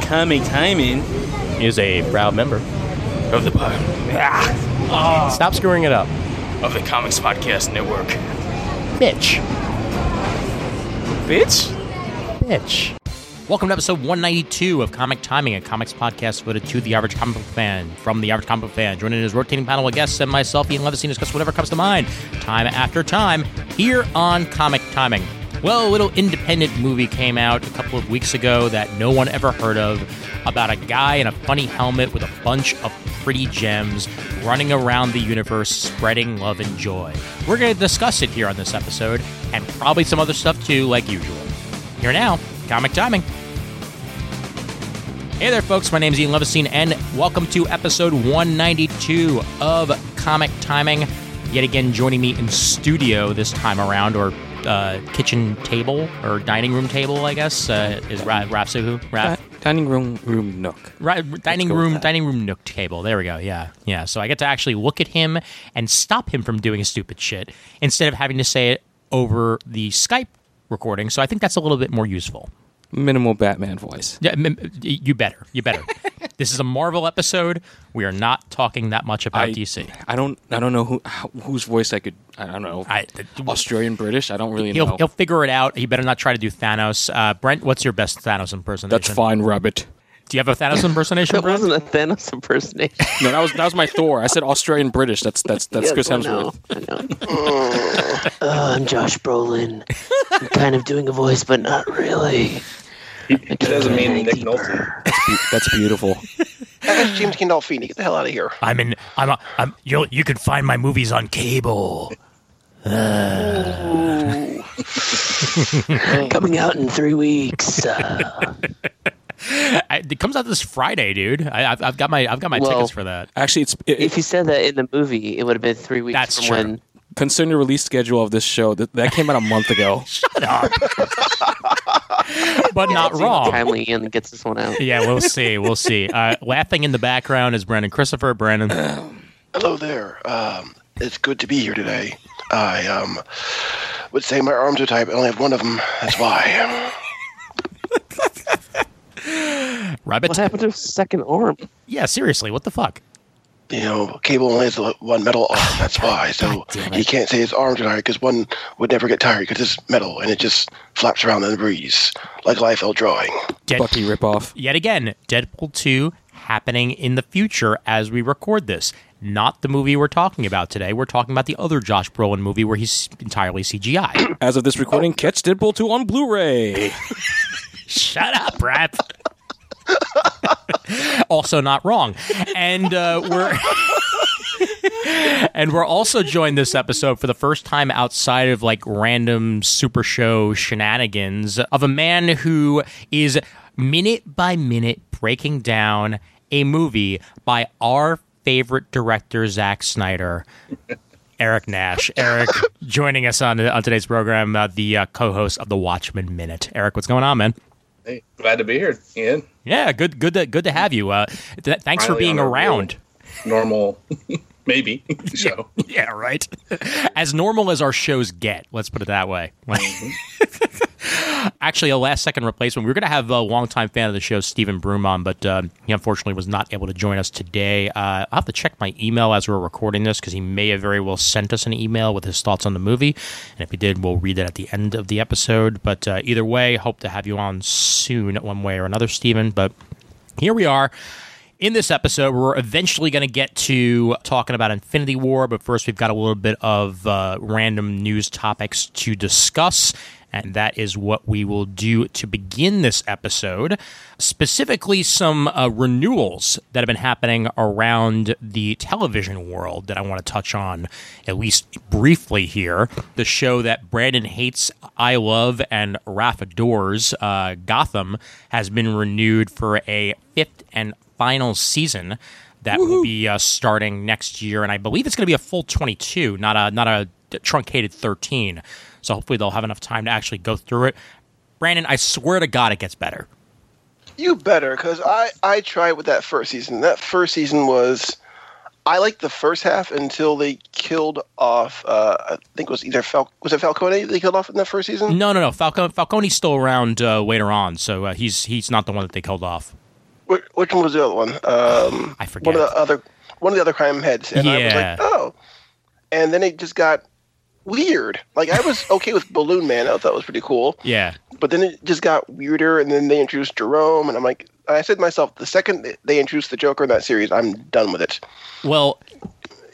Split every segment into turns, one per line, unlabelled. Tommy Timing
is a proud member.
of the ah,
Stop screwing it up.
of the Comics Podcast Network.
Bitch.
Bitch.
Bitch.
Welcome to episode 192 of Comic Timing, a comics podcast devoted to the average comic book fan. From the average comic book fan, joining his rotating panel of guests and myself, Ian Levesey, discuss whatever comes to mind, time after time, here on Comic Timing. Well, a little independent movie came out a couple of weeks ago that no one ever heard of about a guy in a funny helmet with a bunch of pretty gems running around the universe spreading love and joy. We're going to discuss it here on this episode and probably some other stuff too, like usual. Here now, Comic Timing. Hey there, folks. My name is Ian Levesine, and welcome to episode 192 of Comic Timing. Yet again, joining me in studio this time around, or uh, kitchen table, or dining room table, I guess, uh, is Ra- Rafsuhu. Raf-
Dining Room Room Nook.
Right, dining
go with
room,
that.
dining room nook table. There we go. Yeah, yeah. So I get to actually look at him and stop him from doing stupid shit instead of having to say it over the Skype recording. So I think that's a little bit more useful.
Minimal Batman voice.
Yeah, m- m- you better. You better. this is a Marvel episode. We are not talking that much about DC.
I don't. I don't know who how, whose voice I could. I don't know.
I- uh,
Australian British. I don't really
He'll
know.
he'll figure it out. He better not try to do Thanos. Uh, Brent, what's your best Thanos impersonation?
That's fine, rabbit.
Do you have a Thanos impersonation?
That
Brent?
wasn't a Thanos impersonation.
No, that was that was my Thor. I said Australian British. That's that's that's Chris
I
Hemsworth.
know, I know. Uh, I'm Josh Brolin. I'm kind of doing a voice, but not really.
It doesn't mean Nick
Deeper.
Nolte.
Be- That's beautiful.
That's James Gandolfini. Get the hell out of here.
I'm in. I'm. A, I'm. You you can find my movies on cable.
Coming out in three weeks. Uh,
I, it comes out this Friday, dude. I, I've, I've got my I've got my
Well-
tickets for that.
Actually, it's it,
if you said that in the movie, it would have been three weeks
That's
from
true.
when.
concerning the release schedule of this show. That, that came out a month ago.
But not
Wrong.
wrong.
Timely Ian gets this one out.
Yeah, we'll see. We'll see. Uh, laughing in the background is Brandon Christopher. Brandon,
Hello there. Um, it's good to be here today. I um, would say my arms are tight, but I only have one of them. That's why.
Rabbit.
What happened to his second arm?
Yeah, seriously. What the fuck?
You know, Cable only has the one metal arm. That's why. So he can't say his arms are tired because one would never get tired because it's metal and it just flaps around in the breeze like a Liefeld drawing.
Dead,
Bucky ripoff.
yet again, Deadpool 2 happening in the future as we record this. Not the movie we're talking about today. We're talking about the other Josh Brolin movie where he's entirely CGI.
As of this recording, catch Deadpool 2 on Blu-ray.
Shut up, Rap. also not wrong. And uh, we're And we're also joined this episode for the first time outside of like random super show shenanigans of a man who is minute by minute breaking down a movie by our favorite director, Zack Snyder. Eric Nash. Eric joining us on, on today's program, uh, the uh, co host of the Watchmen Minute. Eric, what's going on, man?
Hey, glad to be here, Ian.
Yeah, good, good, to, good to have you. Uh, th- thanks for
Finally
being
on a roll.
around.
Normal, maybe. So
Yeah, right. as normal as our shows get, let's put it that way. Like-
Mm-hmm.
Actually, a last-second replacement. We were going to have a longtime fan of the show, Stephen Broom, on, but um, he unfortunately was not able to join us today. Uh, I'll have to check my email as we're recording this because he may have very well sent us an email with his thoughts on the movie, and if he did, we'll read it at the end of the episode. But uh, either way, hope to have you on soon, one way or another, Stephen. But here we are. In this episode, we're eventually going to get to talking about Infinity War, but first, we've got a little bit of uh, random news topics to discuss, and that is what we will do to begin this episode. Specifically, some uh, renewals that have been happening around the television world that I want to touch on, at least briefly here. The show that Brandon hates, I love, and Raph adores, uh, Gotham, has been renewed for a fifth and final season that will be uh, starting next year, and I believe it's going to be a full 22, not a not a d- truncated 13. So hopefully they'll have enough time to actually go through it. Brandon, I swear to God, it gets better.
You better, because I, I tried with that first season. That first season was. I liked the first half until they killed off. Uh, I think it was either Fal- was it Falcone they killed off in that first season.
No, no, no. Falcone, Falcone's still around uh, later on, so uh, he's he's not the one that they killed off.
Which, which one was the other one? Um,
I
One of
forget.
the other one of the other crime heads, and I was
Yeah.
like, oh. And then it just got weird. Like I was okay with Balloon Man. I thought it was pretty cool.
Yeah.
But then it just got weirder, and then they introduced Jerome, and I'm like, I said to myself, the second they introduced the Joker in that series, I'm done with it.
Well,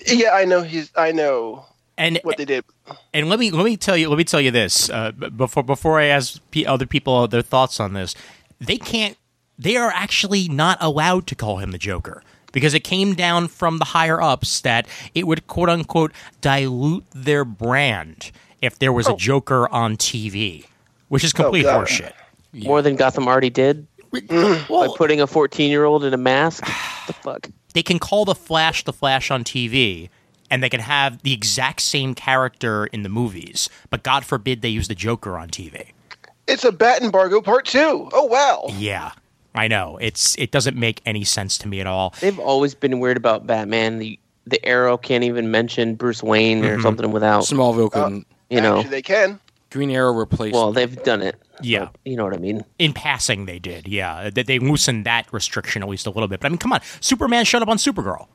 Yeah, I know he's, I know
and
what they did.
and let me let me tell you let me tell you this uh, b- before before I ask pe other people their thoughts on this. They can't. They are actually not allowed to call him the Joker because it came down from the higher ups that it would quote unquote dilute their brand if there was a Joker on TV, which is complete
God.
horseshit.
More than Gotham already did by
Well,
putting a 14 year old in a mask. What the fuck?
they can call the Flash the Flash on TV, and they can have the exact same character in the movies, but God forbid they use the Joker on TV.
It's a bat embargo part two. Oh wow.
Yeah, I know. It's it doesn't make any sense to me at all.
They've always been weird about Batman. The the Arrow can't even mention Bruce Wayne
Mm-hmm.
or something without
Smallville
Uh,
couldn't.
you know.
Actually, they can.
Green Arrow replaced.
well, they've done it.
Yeah.
You know what I mean?
In passing, they did. Yeah, that they loosened that restriction at least a little bit. But I mean, come on, Superman showed up on Supergirl.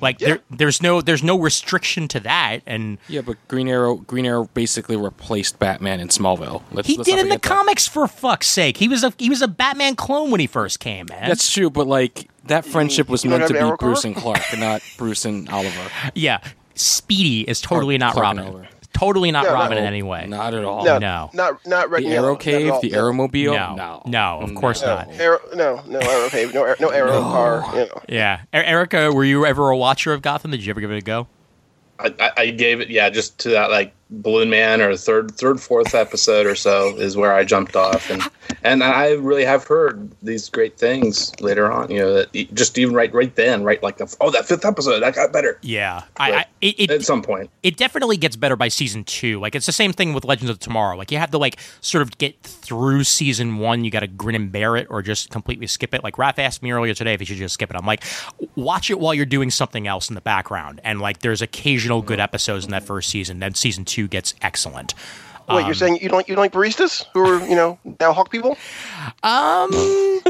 Like there, there's no there's no restriction to that, and
yeah, but Green Arrow, Green Arrow basically replaced Batman in Smallville. Let's,
he
let's
did
not
in the
forget that.
comics for fuck's sake. He was a he was a Batman clone when he first came, man.
That's true, but like that friendship was
you don't
meant to
have
be
Arrow
Bruce
cover?
and Clark, not Bruce and Oliver.
yeah. Speedy is totally not
Clark and
Robin.
Oliver.
Totally not
No, no.
Robin in any way.
Not at all.
No,
Oh, no.
not not Red
The
and
Arrow
Yellow, not at
Cave,
all.
the Aeromobile.
no,
No,
no, of course not.
Arrow, no, no Arrow Cave, no, Ar- no Arrow Car. You know.
Yeah, E- Erica, were you ever a watcher of Gotham? Did you ever give it a go?
I, I- I gave it, yeah, just to that like Balloon Man or third, third, fourth episode or so is where I jumped off, and and I really have heard these great things later on. You know, that e- just even right, right then, right like the oh that fifth episode, that got better
Yeah, I, I
Right.
it,
at
it,
some point.
it definitely gets better by season two. Like it's the same thing with Legends of Tomorrow. Like you have to like sort of get through season one. You got to grin and bear it, or just completely skip it. Like Raph asked me earlier today if you should just skip it. I'm like, watch it while you're doing something else in the background. And like, there's occasional good episodes in that first season. Then season two gets excellent.
Wait,
Um,
you're saying you don't you don't like baristas who are you know now hawk people?
That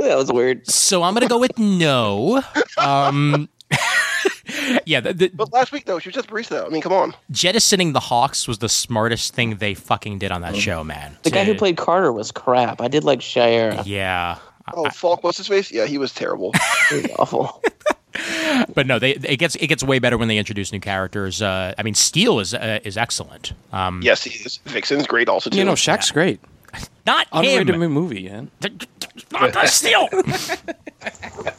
was weird.
So I'm gonna go with no. Um, yeah, the, the,
But last week though, she was just barista. I mean, come on.
jettisoning the Hawks was the smartest thing they fucking did on that show, man.
The guy who played Carter was crap. I did like Shire.
Yeah.
Oh, Falk, what's his face? Yeah, he was terrible.
He was awful.
But no, they it gets it gets way better when they introduce new characters. Uh, I mean, Steel is uh, is excellent. Um,
yes, he is. Vixen's great also too.
You know, Shaq's great.
not him.
Underrated movie, man.
Not the Steel.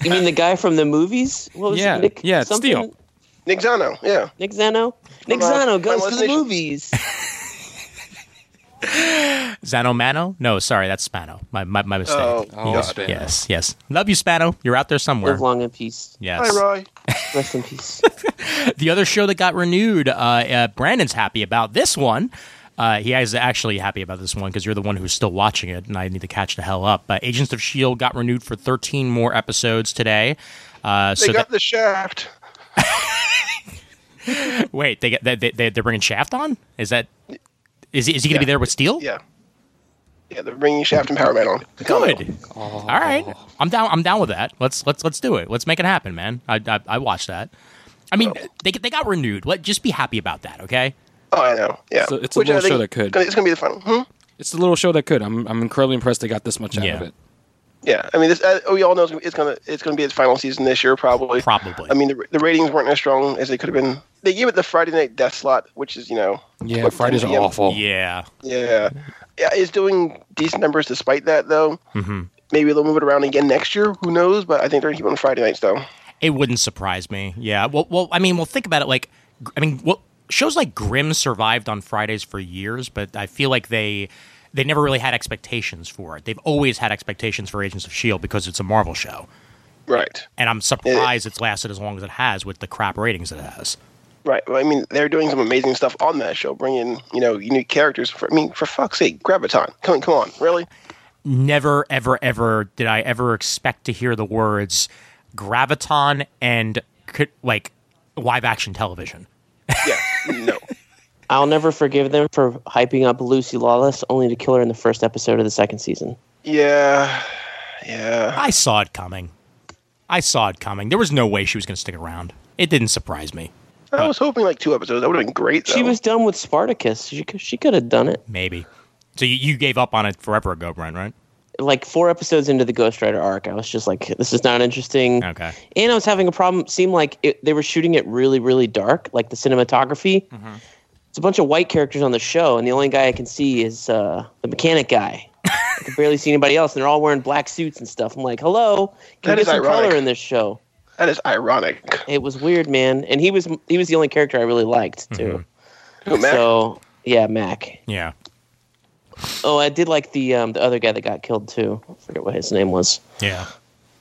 you mean the guy from the movies? What was
Yeah,
it? Nick
yeah, it's
something?
Steel.
Nick Zano. Yeah,
Nick Zano? Nick
From, uh,
Zano goes
Final
to the
Destination.
movies.
Zano Mano? No, sorry, that's Spano. My my, my mistake.
Oh,
God.
yes, yes. Love you, Spano. You're out there somewhere.
Live long in peace.
Yes.
hi Roy.
Rest in peace.
the other show that got renewed, uh, uh, Brandon's happy about this one. Uh, he is actually happy about this one because you're the one who's still watching it, and I need to catch the hell up. Uh, Agents of Shield got renewed for 13 more episodes today. Uh,
They
so
got the shaft.
that- wait, they, got- they they they're bringing Shaft on? Is that is he- is he going to be there with Steel?
Yeah, yeah, they're bringing Shaft and Power Man on.
Good. All right, I'm down. I'm down with that. Let's let's let's do it. Let's make it happen, man. I I, I watched that. I mean, they they got renewed. Let just be happy about that, okay?
Oh, I know. Yeah,
So it's a little
I think
show that could.
gonna- It's gonna be the final. Hmm?
It's the little show that could. I'm, I'm incredibly impressed they got this much out
Yeah.
of it.
Yeah, I mean, this uh, we all know it's gonna, it's gonna it's gonna be its final season this year probably.
Probably.
I mean, the, the ratings weren't as strong as they could have been. They gave it the Friday night death slot, which is you know.
Yeah,
what
Fridays are
10 p.m.
awful.
yeah.
Yeah, yeah, it's doing decent numbers despite that though. Mm-hmm. Maybe they'll move it around again next year. Who knows? But I think they're gonna keep it on Friday nights though.
It wouldn't surprise me. Yeah. Well, well, I mean, well, think about it. Like, gr- I mean, well, shows like Grimm survived on Fridays for years, but I feel like they they never really had expectations for it. They've always had expectations for Agents of Shield E because it's a Marvel show,
Right.
and I'm surprised it's lasted as long as it has with the crap ratings that it has.
Right. Well, I mean, they're doing some amazing stuff on that show, bringing you know unique characters. For, I mean, for fuck's sake, Graviton. Come on, come on, really?
Never, ever, ever did I ever expect to hear the words graviton and c- like live action television.
Yeah. No.
I'll never forgive them for hyping up Lucy Lawless only to kill her in the first episode of the second season.
Yeah. Yeah.
I saw it coming. I saw it coming. There was no way she was going to stick around. It didn't surprise me.
I was hoping like two episodes. That would have been great. Though.
She was done with Spartacus. She, could- she could have done it.
Maybe. So you, you gave up on it forever ago, Brent, right?
Like four episodes into the Ghost Rider arc, I was just like, this is not interesting.
Okay.
And I was having a problem. Seemed like it, they were shooting it really, really dark, like the cinematography. It's a bunch of white characters on the show, and the only guy I can see is uh, the mechanic guy. I can barely see anybody else, and they're all wearing black suits and stuff. I'm like, hello, can
That
we
is
get some
ironic.
color in this show?
That is ironic.
It was weird, man. And he was he was the only character I really liked too.
Who, Oh, Mac?
So yeah, Mac.
Yeah.
Oh, I did like the um, the other guy that got killed too. I forget what his name was.
Yeah.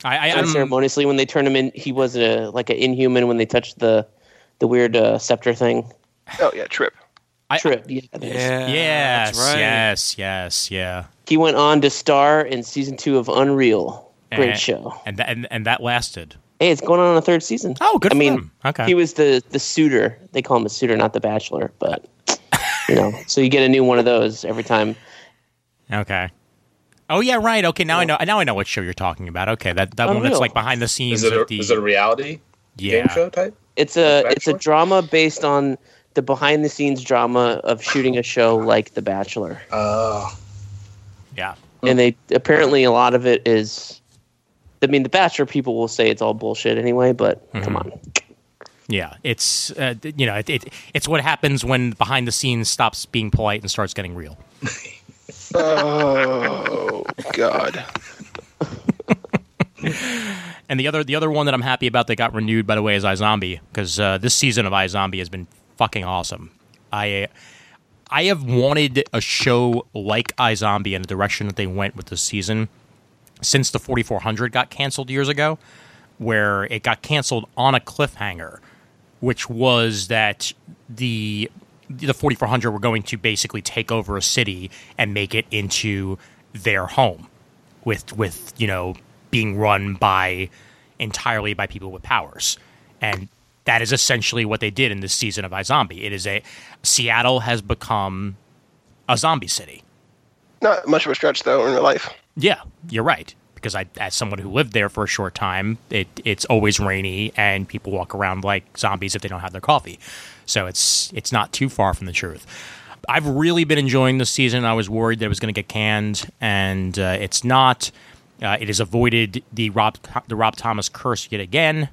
I, I, I'm,
Unceremoniously, when they turned him in, he was a like an inhuman when they touched the the weird uh, scepter thing.
oh yeah, Trip.
I-
Trip. Yeah, that is-
Yes,
that's right.
yes, yes, yeah.
He went on to star in season two of Unreal. Great
And-
show.
And, that and and that lasted.
Hey, it's going on a third season.
Oh, good
I
for
mean,
them. Okay.
He was the the suitor. They call him a suitor, not the bachelor, but you know. So you get a new one of those every time.
Okay. Oh yeah, right. Okay, now I know. Now I know what show you're talking about. Okay, that, that one that's
Unreal.
like behind the scenes
Is it, a,
of the
is it a reality
yeah.
game show type?
It's a it's a
Bachelor?
drama based on the behind the scenes drama of shooting a show like The Bachelor.
Oh,
Yeah,
and they apparently a lot of it is i mean the bachelor people will say it's all bullshit anyway but come on
yeah. It's uh, th- you know it, it it's what happens when behind the scenes stops being polite and starts getting real.
Oh God.
And the other the other one that I'm happy about that got renewed by the way is iZombie because uh, this season of iZombie has been fucking awesome. I I have wanted a show like iZombie and the direction that they went with this season since the 4400 got canceled years ago, where it got canceled on a cliffhanger, which was that the the 4400 were going to basically take over a city and make it into their home with with you know being run by entirely by people with powers and that is essentially what they did in this season of iZombie. It is a Seattle has become a zombie city.
Not much of a stretch though in real life.
Yeah, you're right. Because I, as someone who lived there for a short time, it, it's always rainy and people walk around like zombies if they don't have their coffee. So it's it's not too far from the truth. I've really been enjoying this season. I was worried that it was going to get canned, and uh, it's not. Uh, it has avoided the Rob the Rob Thomas curse yet again,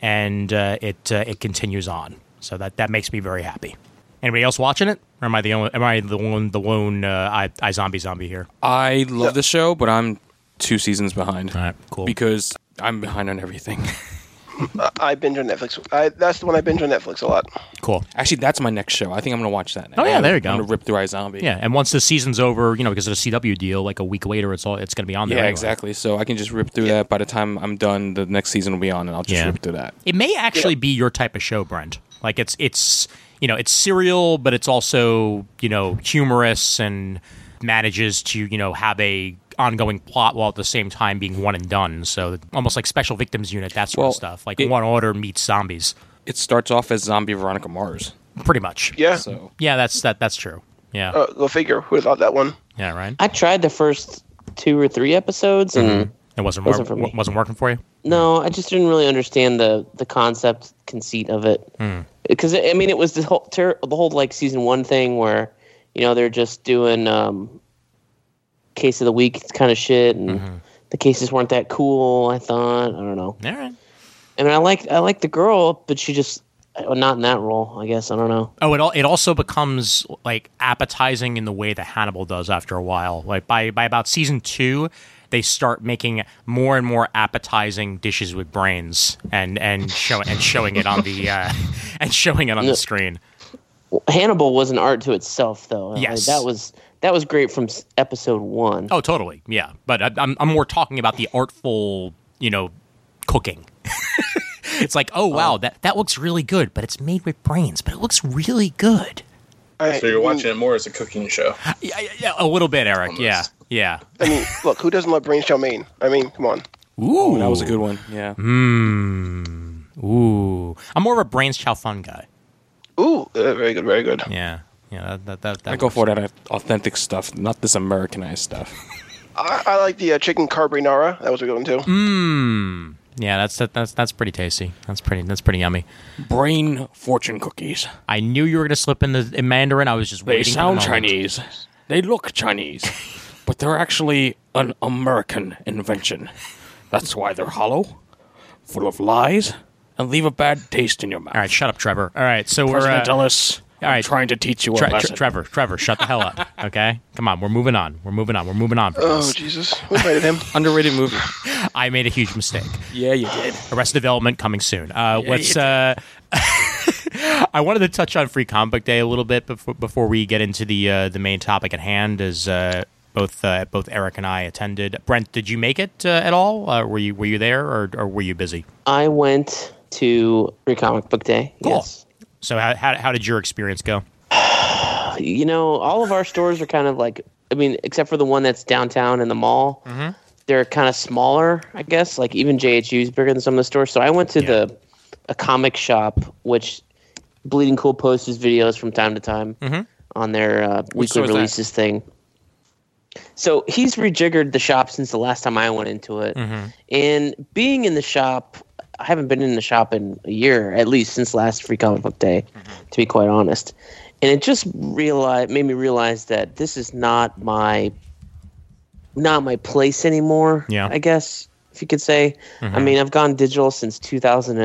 and uh, it uh, it continues on. So that that makes me very happy. Anybody else watching it? Or am I the only? Am I the one? The lone uh, I, I zombie zombie here?
I love the show, but I'm two seasons behind.
All right, cool.
Because I'm behind on everything.
I, I binge on Netflix. I, that's the one I binge on Netflix a lot.
Cool.
Actually, that's my next show. I think I'm gonna watch that. Now.
Oh, yeah, there you go.
I'm gonna rip through iZombie.
Yeah, and once the season's over, you know, because of the CW deal, like a week later, it's all it's going to be on there.
Yeah,
anyway.
exactly. So I can just rip through that. By the time I'm done, the next season will be on, and I'll just
Yeah.
rip through that.
It may actually be your type of show, Brent. Like it's it's you know it's serial, but it's also you know humorous and manages to you know have a ongoing plot while at the same time being one and done. So almost like Special Victims Unit, that sort
Well,
of stuff. Like
it-
One Order meets zombies,
It starts off as zombie Veronica Mars.
pretty much.
Yeah.
So
Yeah, that's that that's true. Yeah,
Uh, go figure. Who would have thought that one?
yeah, right.
i tried the first two or three episodes and
It wasn't
Wasn't
wor-
for me.
wasn't working for you.
no i just didn't really understand the the concept conceit of it because i mean it was the whole ter- the whole like season one thing where you know they're just doing um case of the week kind of shit and the cases weren't that cool i thought i don't know
All right.
I mean, I like I like the girl, but she just uh, not in that role. I guess I don't know.
Oh, it all it also becomes like appetizing in the way that Hannibal does after a while. Like by by about season two, they start making more and more appetizing dishes with brains and and show and showing it on the uh, and showing it on the screen.
Hannibal was an art to itself, though. Like,
Yes.
that was that was great from s- episode one.
Oh, totally, yeah. But I, I'm I'm more talking about the artful, you know, cooking. it's like, oh wow, that that looks really good, but it's made with brains, but it looks really good.
I-
so you're watching it more as a cooking show.
Yeah, yeah, yeah, a little bit, Eric. Yeah, yeah.
I mean, look, who doesn't love Brain Maine? I mean, come on.
Ooh,
that was a good one. Yeah.
Ooh, I'm more of a brains chow fun guy.
Ooh, uh, very good, very good.
Yeah, yeah, that that that. that
I go
works.
for that authentic stuff, not this Americanized stuff.
I, I like the uh, chicken carbonara. That was a good one too.
Mm.
Mmm. Yeah, that's that, that's that's pretty tasty. That's pretty that's pretty yummy.
Brain fortune cookies.
I knew you were gonna slip in the in Mandarin. I was just
They
waiting. for the
sound
moment.
Chinese. They look Chinese. but they're actually an American invention. That's why they're hollow, full of lies, and leave a bad taste in your mouth.
All right, shut up, Trevor. All right, so we're
President
uh,
Ellis,
all
I'm
right.
trying to teach you a
Tre-
lesson.
Tre- Trevor. Trevor, shut the hell up. Okay, come on. We're moving on. We're moving on. We're moving on. From
Oh
this.
Jesus, we rated him.
Underrated movie.
I made a huge mistake.
Yeah, you did.
Arrested Development coming soon. Uh, what's uh, I wanted to touch on Free Comic Book Day a little bit before, before we get into the uh, the main topic at hand. Is uh, both uh, both Eric and I attended. Brent, did you make it uh, at all? Uh, were you were you there or, or were you busy?
I went to Free Comic Book Day.
Cool.
Yes.
So how, how how did your experience go?
You know, all of our stores are kind of like, I mean, except for the one that's downtown in the mall,
Mm-hmm.
they're kind of smaller, I guess. Like even JHU is bigger than some of the stores. So I went to the a comic shop, which Bleeding Cool posts his videos from time to time on their uh, weekly
Mm-hmm. store is that?
releases thing. So he's rejiggered the shop since the last time I went into it.
Mm-hmm.
And being in the shop, I haven't been in the shop in a year, at least since last Free Comic Book Day,
Mm-hmm.
to be quite honest. And it just realized, made me realize that this is not my not my place anymore.
Yeah.
I guess if you could say. I mean, I've gone digital since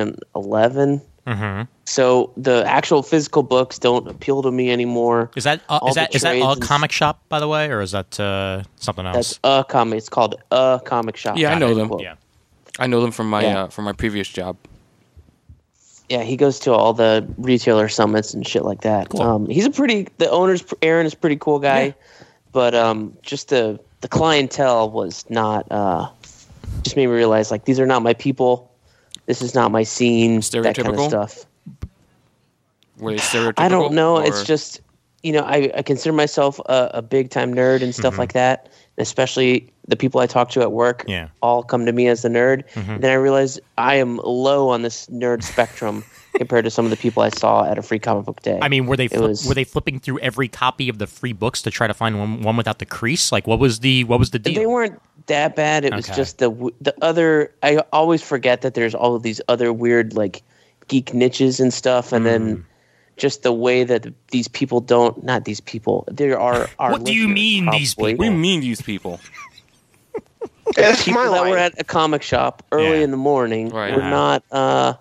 2011,
Mm-hmm.
so the actual physical books don't appeal to me anymore.
Is that uh,
All
is
the
that is that
trades
a
and-
comic shop by the way, or is that uh, something else?
That's a comic. It's called a comic shop.
Yeah, I know them.
Quote.
yeah.
I know them from my
Yeah.
uh, from my previous job.
Yeah, he goes to all the retailer summits and shit like that. Um, he's a pretty the owner's Aaron is a pretty cool guy, but um, just the the clientele was not uh, just made me realize like these are not my people. This is not my scene. That kind of
Stereotypical?
stuff.
Were they stereotypical?
I don't know.
or-
It's just you know I, I consider myself a, a big time nerd and
Mm-hmm.
stuff like that. Especially the people I talk to at work
Yeah. Mm-hmm.
all come to me as the nerd. Then I realize I am low on this nerd spectrum compared to some of the people I saw at a free comic book day.
I mean, were they fli-
was-
were they flipping through every copy of the free books to try to find one, one without the crease? Like, what was the what was the
they
deal?
weren't that bad. It was
Okay.
just the w- the other. I always forget that there's all of these other weird like geek niches and stuff, and
Mm.
then just the way that these people don't not these people. There are are.
What do you mean, these people?
We mean these people.
Hey, that's
people
my
that
line.
were at a comic shop early
Yeah.
in the morning
Right.
were
Yeah.
not uh,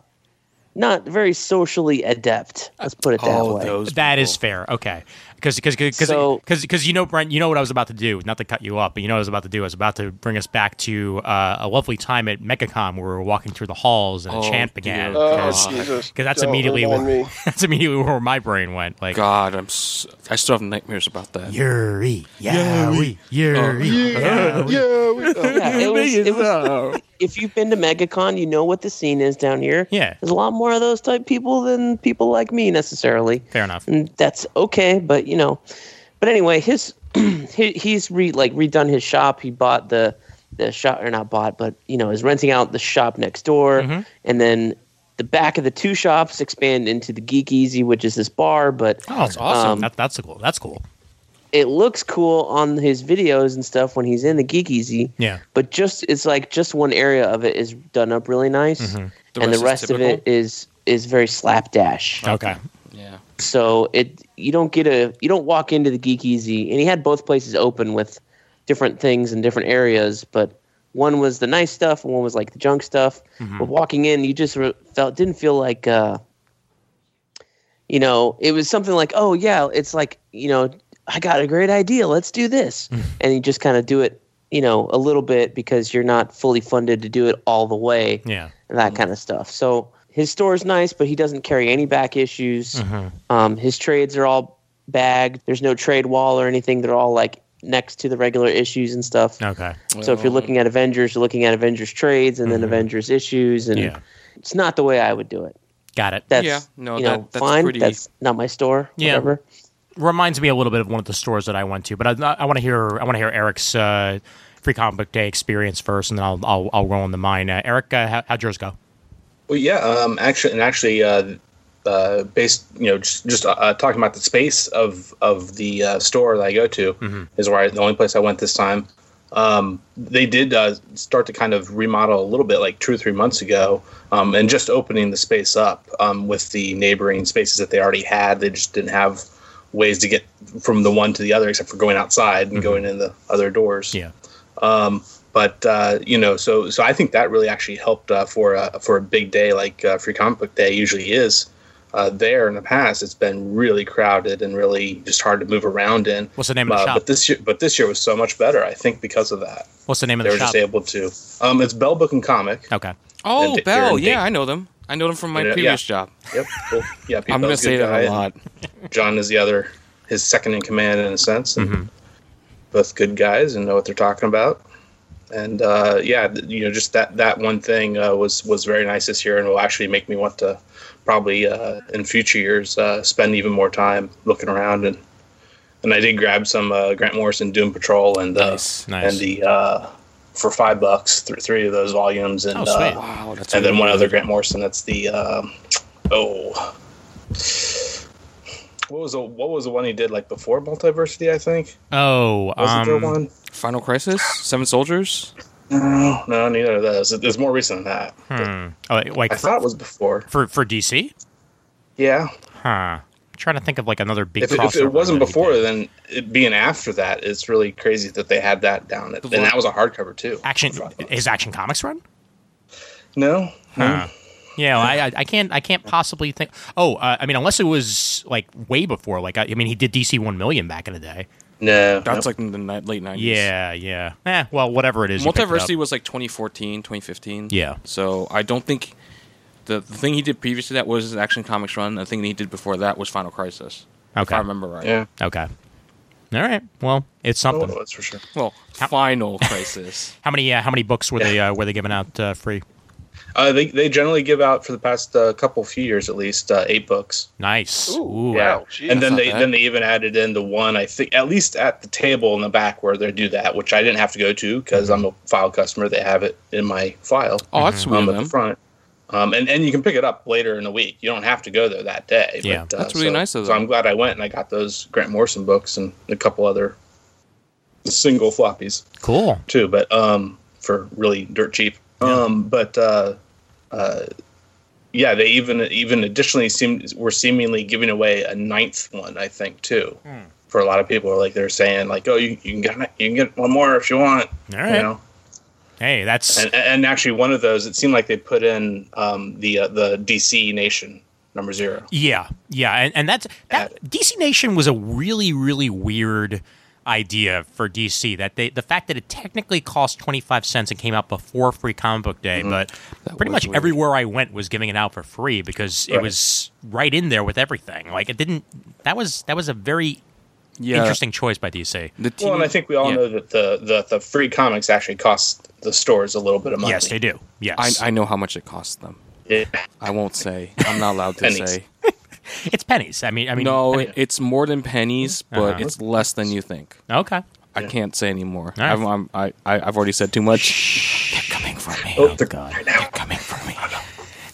not very socially adept. Let's put it that
Oh,
way.
That is fair. Okay. Because because
So-
because you know Brent, you know what I was about to do. Not to cut you up, but you know what I was about to do. I was about to bring us back to uh, a lovely time at MechaCon where we were walking through the halls and a
Oh,
chant
dear
began.
God.
Oh
Because
Jesus,
that's
Don't
immediately
remind
where,
me.
that's immediately where my brain went. Like
God, I'm. s I still have nightmares about that.
Yuri, Yuri, Yuri.
Yeah, we, oh,
Yeah, it was, it was, if you've been to MegaCon, you know what the scene is down here.
Yeah.
There's a lot more of those type people than people like me necessarily.
Fair enough.
And that's okay, but you know. But anyway, his he, he's re, like redone his shop. He bought the the shop or not bought, but you know, is renting out the shop next door
Mm-hmm.
and then the back of the two shops expand into the Geek Easy, which is this bar, but
Oh, that's awesome.
Um,
that, that's cool. That's cool.
it looks cool on his videos and stuff when he's in the Geek Easy.
Yeah.
But just it's like just one area of it is done up really nice,
Mm-hmm. The
and
rest is
the rest of it
typical? Oh,
is is very slapdash.
Okay.
Yeah.
So it you don't get a you don't walk into the Geek Easy, and he had both places open with different things in different areas, but one was the nice stuff, and one was like the junk stuff. But walking in, you just re- felt didn't feel like. Uh, you know, it was something like, oh yeah, it's like, you know, I got a great idea. Let's do this. and you just kind of do it, you know, a little bit because you're not fully funded to do it all the way.
Yeah.
And that kind of stuff. So his store is nice, but he doesn't carry any back issues.
Mm-hmm.
Um, his trades are all bagged. There's no trade wall or anything. They're all like next to the regular issues and stuff.
Okay.
So if you're looking at Avengers, you're looking at Avengers trades and then Avengers issues, and
Mm-hmm. Yeah.
it's not the way I would do it
Got it.
that's
Yeah, no,
you know,
that- that's
fine.
pretty-
That's not my store.
Yeah.
Whatever.
reminds me a little bit of one of the stores that I went to. But I, I want to hear I want to hear Eric's uh, free comic book day experience first, and then I'll I'll, I'll roll into mine. Uh, Eric, uh, how, how'd yours go?
Well, yeah, um, actually, and actually, uh, uh, based you know just, just uh, uh, talking about the space of of the uh, store that I go to is where I, the only place I went this time. um, they did uh, start to kind of remodel a little bit like two or three months ago um, and just opening the space up um, with the neighboring spaces that they already had they just didn't have ways to get from the one to the other except for going outside and going in the other doors
Yeah.
but uh, you know, so so I think that really actually helped uh, for a for a big day like uh, Free Comic Book Day usually is. Uh, there in the past, it's been really crowded and really just hard to move around in.
What's the name of the
Uh,
shop?
But this year, but this year was so much better. I think because of that,
What's the name of
they
the
were
shop?
just able to. Um, it's Bell Book and Comic.
okay.
Oh,
And they're
Bell.
in
Yeah,
Dayton.
I know them. I know them from my
Yeah,
previous
yeah.
job.
Yep. Well, yeah, Pete
I'm going to
Bell's a
say
good guy,
that a
and
lot.
John is the other, his second in command in a sense.
Mm-hmm.
And Both good guys and know what they're talking about. And uh, yeah, th- you know, just that that one thing uh, was was very nice this year, and will actually make me want to probably uh, in future years uh, spend even more time looking around. And and I did grab some uh, Grant Morrison Doom Patrol and uh,
Nice,
nice.
and the uh, for five bucks th- three of those volumes and
Oh, sweet.
uh,
Wow, that's
and then
really
one
good.
other Grant Morrison. That's the um, oh, what was the what was the one he did like before Multiversity? I think
Oh,
wasn't
um,
there one?
Final Crisis, Seven Soldiers.
No, no, neither of those. It, it's more recent than that.
oh, wait, like
I
for,
thought it was before.
for for DC?
Yeah,
Huh. I'm trying to think of like another big.
if, it- if
crossover
it wasn't
that he
before,
did.
then it being after that, it's really crazy that they had that down. And that was a hardcover too.
action is Action Comics run.
No,
Huh. Yeah, well, I, I- I can't I can't possibly think. Oh, uh, I mean, unless it was like way before. Like I, I mean, he did DC One Million back in the day.
no,
That's like in the ni- late 90s.
Yeah, yeah. Eh, well, whatever it is. you picked it up.
Multiversity was like 2014, 2015.
Yeah.
So I don't think the, the thing he did previous to that was his Action Comics run. The thing he did before that was Final Crisis. If
Okay.
I remember right.
yeah,
Okay. All right. Well, it's
oh, it
something.
was for sure.
Well, Final Crisis.
How many uh, How many books were they uh, were they giving out uh, free?
Uh, they they generally give out for the past uh, couple few years at least uh, eight books.
Nice. Ooh.
Yeah,
Wow, geez.
and then
That's not
they
bad.
then they even added in the one I think at least at the table in the back where they do that, which I didn't have to go to because I'm a file customer. They have it in my file
Oh, Mm-hmm. that's
um,
sweet
at
of
the
them.
front, um, and and you can pick it up later in the week. You don't have to go there that day. uh,
Yeah.
That's really
so,
nice of
So
them.
I'm glad I went and I got those Grant Morrison books and a couple other single floppies
Cool.
too, but um, for really dirt cheap. Um, but uh, uh, yeah, they even even additionally seem were seemingly giving away a ninth one, I think too.
Hmm.
For a lot of people, like they're saying, like, oh, you, you can get you can get one more if you want,
All
you
right.
know.
Hey, that's
And, and actually, one of those, it seemed like they put in um, the uh, the DC Nation number zero.
Yeah, yeah, and, and that's that. DC Nation was a really, really weird idea for DC. That they, the fact that it technically cost twenty five cents and came out before Free Comic Book Day, but pretty
was
much
weird.
everywhere I went was giving it out for free because it
Right.
was right in there with everything. Like it didn't. That was that was a very
Yeah.
interesting choice by DC.
The team,
Well, and I think we all
yeah.
know that the, the the free comics actually cost the stores a little bit of money.
Yes, they do.
I,
Yes,
I know how much it cost them.
Yeah.
I won't say. I'm not allowed to
Pennies.
say.
it's pennies. I mean, I mean,
No,
penny-
it, it's more than pennies, but
Uh-huh.
it's less than you think.
okay.
I can't say anymore.
right.
I've, I'm, I, I, I've already said too much. They're coming for me.
Oh, they're-
They're coming for me.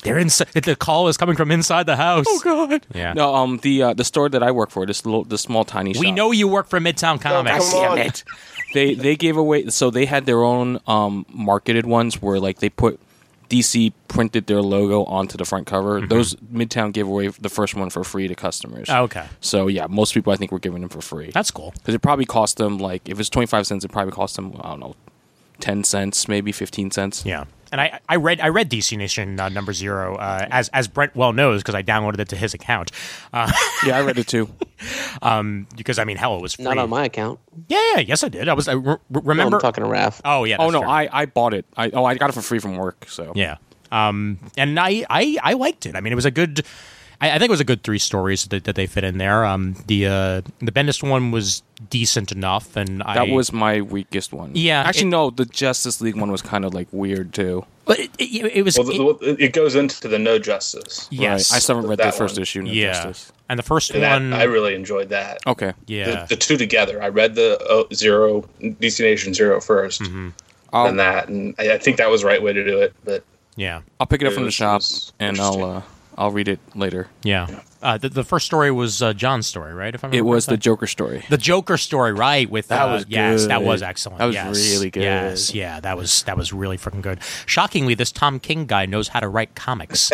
They're inside. The call is coming from inside the house. Oh God. Yeah.
No, um, the uh, the store that I work for, this little, this small tiny shop.
We know you work for Midtown Comics.
come on.
they they gave away. So they had their own um marketed ones where like they put DC printed their logo onto the front cover.
Mm-hmm.
Those Midtown gave away the first one for free to customers.
Oh, Okay.
So yeah, most people I think were giving them for free.
That's cool.
because it probably cost them like if it's 25 cents it probably cost them i don't know 10 cents maybe 15 cents
Yeah. And I, I read I read DC Nation uh, number zero uh, as as Brent well knows because I downloaded it to his account Uh,
yeah i read it too
because I mean hell it was free.
Not on my account.
yeah, yeah yes I did I was I re- re-
No,
remember
I'm talking to Raph.
oh yeah
oh
that's
no
true.
i i bought it i oh i got it for free from work so
yeah um and I, I I liked it I mean it was a good I, I think it was a good three stories that, that they fit in there um the uh, the Bendis one was decent enough and
that
I,
was my weakest one
Yeah,
actually
it-
no the justice league one was kind of like weird too
but it, it, it was
Well, the,
it-
well, it it goes into the no justice.
yes
right. i still haven't read
That
the first
one.
issue no
yeah
justice
and the first
And that,
one Oh,
I really enjoyed that.
okay
yeah
The, the two together. I read the oh, zero DC Nation zero first,
Mm-hmm.
I'll,
and that, and I, I think that was the right way to do it. But
yeah
I'll pick it up
it
from the
was-
shop
was
and
interesting.
i'll uh
I'll read it later.
Yeah. Uh, the, the first story was uh, John's story, right? If I
It
remember
was the
correctly?
Joker story.
the Joker story, right? With
That
uh,
was
yes, that
good.
was excellent.
That was
yes.
really good.
Yes, yeah, that was that was really freaking good. Shockingly, this Tom King guy knows how to write comics.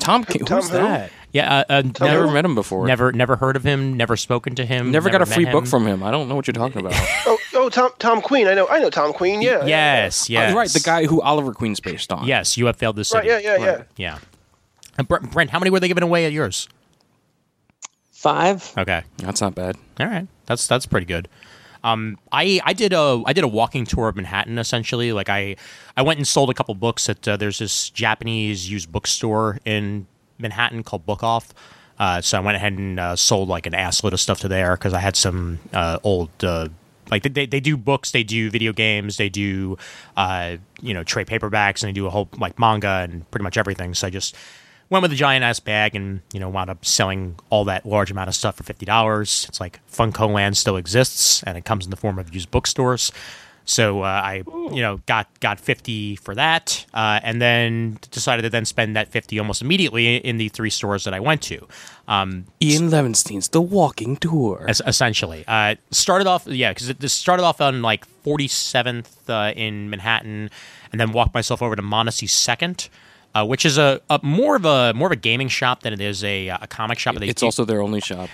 Tom, King,
Tom
who's
who?
that?
yeah, uh, uh,
I
never
never met him before.
Never, never heard of him. Never spoken to him.
Never, got a
met
free book
him.
from him. I don't know what you're talking about.
Oh, oh, Tom, Tom Queen. I know, I know Tom Queen. Yeah, Oh,
Yes, yes,
You're right, the guy who Oliver Queen's based on.
Yes, you have failed the
Right,
city.
yeah, yeah, yeah.
yeah. And Brent, Brent, how many were they giving away at yours?
Five.
Okay,
that's not bad.
all right, that's that's pretty good. Um, I I did a I did a walking tour of Manhattan essentially. Like I I went and sold a couple books at uh, there's this Japanese used bookstore in Manhattan called Book Off. Uh, so I went ahead and uh, sold like an assload of stuff to there because I had some uh, old uh, like they- they they do books, they do video games, they do uh, you know trade paperbacks, and they do a whole like manga and pretty much everything. So I just went with a giant ass bag and you know wound up selling all that large amount of stuff for fifty dollars. It's like Funko Land still exists, and it comes in the form of used bookstores. So uh, I you know got got fifty for that, uh, and then decided to then spend that fifty almost immediately in the three stores that I went to. Um,
Ian Levinstein's The Walking Tour.
Es- essentially, uh, started off yeah because it this started off on like 47th uh, in Manhattan, and then walked myself over to Montesey Second, uh, which is a, a more of a more of a gaming shop than it is a, uh, a comic shop. They
It's
do-
also their only shop.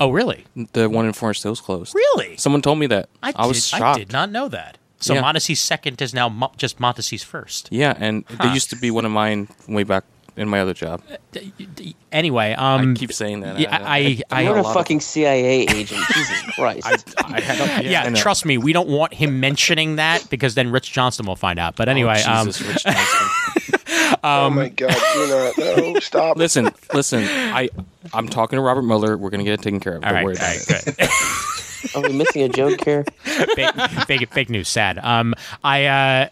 oh really
The one in Forest Hills closed.
really
Someone told me that. I, was
did,
shocked.
I did not know that. So
Yeah.
Montesey Second is now Mo- just Montesey's First.
Yeah, and they used to be one of mine way back in my other job.
D- d- Anyway, um,
I keep saying that.
yeah, I, I,
You're
a
a
lot of-
fucking CIA agent. Jesus Christ.
yeah,
yeah,
I know.
trust me, we don't want him mentioning that because then Rich Johnson will find out. But
Oh,
anyway, um,
Jesus, Rich Johnson.
oh my God, do not. No, stop.
listen, listen. I I'm talking to Robert Mueller. We're gonna get it taken care of. Don't
all right, all
worry about
right,
it.
good.
Are we missing a joke here?
fake, fake, fake news. Sad. Um, I uh,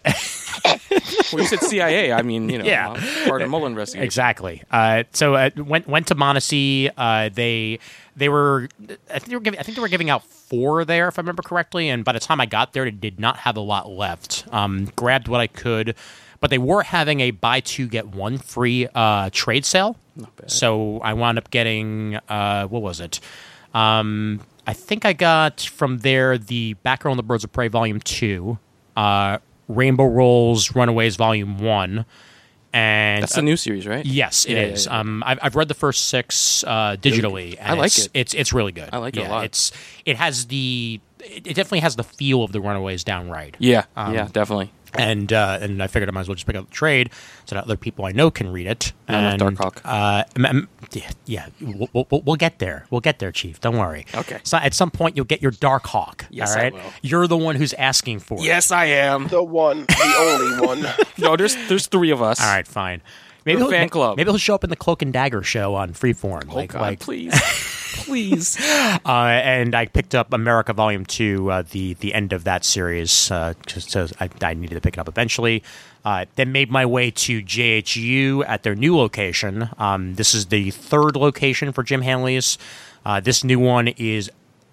Well, you said CIA. I mean, you know,
Yeah.
I'm part of the Mueller investigation.
exactly. Uh, so uh, went went to Montesey. Uh, they they were I think they were giving I think they were giving out four there if I remember correctly. And by the time I got there, it did not have a lot left. Um, grabbed what I could, but they were having a buy two get one free uh, trade sale. So I wound up getting uh, what was it? Um, I think I got from there the Batgirl and the Birds of Prey Volume Two, uh, Rainbow Rolls Runaways Volume One, and
That's the new series, right?
Yes, it is.
Yeah, yeah, yeah.
Um, I've, I've read the first six uh, digitally. And
I like
it's,
it.
It's it's really good.
I like it a
Yeah,
lot.
It's it has the it it definitely has the feel of the Runaways downright.
Yeah,
Um,
yeah, definitely.
And uh, and I figured I might as well just pick up the trade so that other people I know can read it.
Not enough
and,
Dark Hawk.
Uh, m- m- yeah, yeah we'll, we'll, we'll get there. We'll get there, Chief. Don't worry.
Okay.
So at some point you'll get your Dark Hawk.
Yes,
all
I
right.
will.
You're the one who's asking for it.
Yes, I am.
The one, the only one.
No, there's there's three of us.
All right. Fine. Maybe
We're
he'll,
fan
ma-
club.
Maybe he'll show up in the Cloak and Dagger show on Freeform.
Oh
like,
God,
like
please, please.
uh, and I picked up America Volume Two, uh, the the end of that series, uh, just so I, I needed to pick it up eventually. Uh, then made my way to JHU at their new location. Um, this is the third location for Jim Hanley's. Uh, this new one is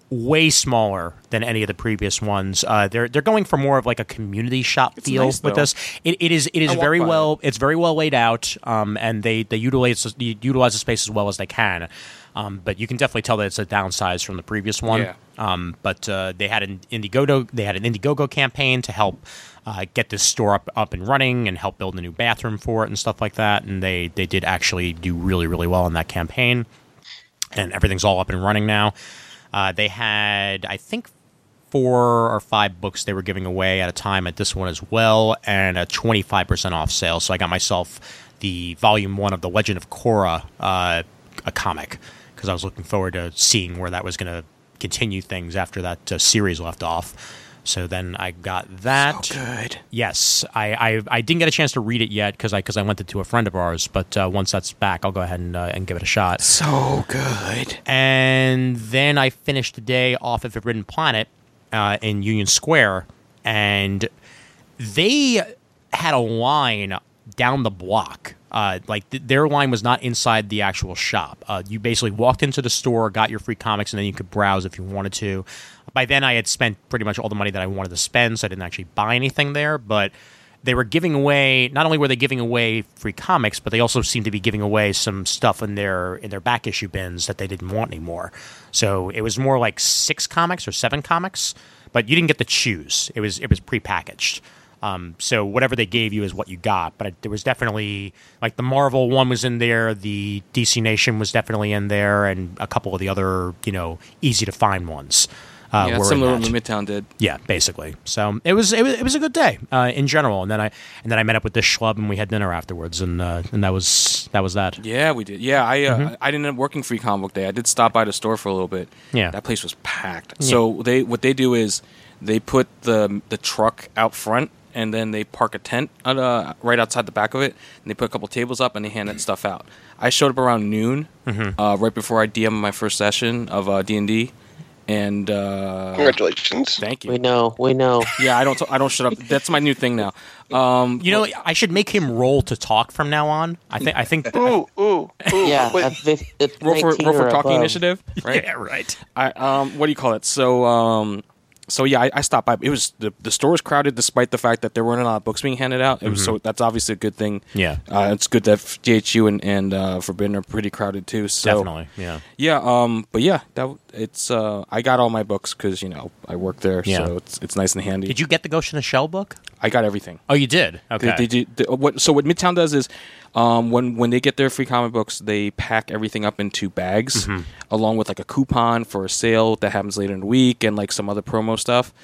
way smaller than any of the previous ones. Uh, they're they're going for more of like a community shop feel
nice,
with
though.
this. It, it is it is
I walked
very
by it.
well well- it's very well laid out, um, and they they utilize utilize the space as well as they can. Um, but you can definitely tell that it's a downsize from the previous one.
Yeah.
Um, but uh, they had an Indiegogo they had an Indiegogo campaign to help uh, get this store up up and running and help build a new bathroom for it and stuff like that. And they they did actually do really really well in that campaign, and everything's all up and running now. Uh, they had I think four or five books they were giving away at a time at this one as well, and a 25% off sale. So I got myself the volume one of The Legend of Korra, uh, a comic, because I was looking forward to seeing where that was going to continue things after that uh, series left off. So then I got that.
Good.
Yes, I, I I didn't get a chance to read it yet because I because I lent it to a friend of ours. But uh, once that's back, I'll go ahead and uh, and give it a shot.
So Oh, good.
And then I finished the day off of Forbidden Planet uh, in Union Square, and they had a line down the block. Uh, like th- their line was not inside the actual shop. Uh, you basically walked into the store, got your free comics, and then you could browse if you wanted to. By then, I had spent pretty much all the money that I wanted to spend, so I didn't actually buy anything there. But they were giving away. Not only were they giving away free comics, but they also seemed to be giving away some stuff in their in their back issue bins that they didn't want anymore. So it was more like six comics or seven comics, but you didn't get to choose. It was it was prepackaged. Um, so whatever they gave you is what you got. But it, there was definitely like the Marvel one was in there, the DC Nation was definitely in there, and a couple of the other you know easy to find ones. Uh,
yeah,
were in
similar to
that.
what Midtown did.
Yeah, basically. So it was it was, it was a good day uh, in general, and then I and then I met up with this schlub and we had dinner afterwards, and uh, and that was that was that.
Yeah, we did. Yeah, I
Mm-hmm.
uh, I didn't end up working free comic book day. I did stop by the store for a little bit.
Yeah.
that place was packed. So they what they do is they put the the truck out front and then they park a tent on, uh, right outside the back of it and they put a couple tables up and they hand that stuff out. I showed up around noon,
Mm-hmm.
uh, right before I DM my first session of uh, D and D, and uh,
Congratulations.
thank
We
you.
know. We know.
Yeah, I don't I don't shut up. That's my new thing now. Um,
You know, I should make him roll to talk from now on. I think I think.
Oh,
Ooh, ooh, ooh.
Yeah.
Wait,
at fif- at
roll for
19
roll for
or
talking
above.
initiative, right?
yeah, right.
I um, what do you call it? So um, so yeah, I, I stopped by. It was the the store was crowded, despite the fact that there weren't a lot of books being handed out. It was so that's obviously a good thing.
Mm-hmm. Yeah.
uh, it's good that DHU and and uh, Forbidden are pretty crowded too. So
Definitely. Yeah.
yeah. Um, but yeah, that w- it's uh, I got all my books because you know I work there,
Yeah.
so it's it's nice and handy.
Did you get the Ghost in the Shell book?
I got everything.
Oh, you did.
They-
Okay.
They, do, they- what, so what Midtown does is, um, when when they get their free comic books, they pack everything up into bags, along with like a coupon for a sale that happens later in the week, and like some other promo stuff.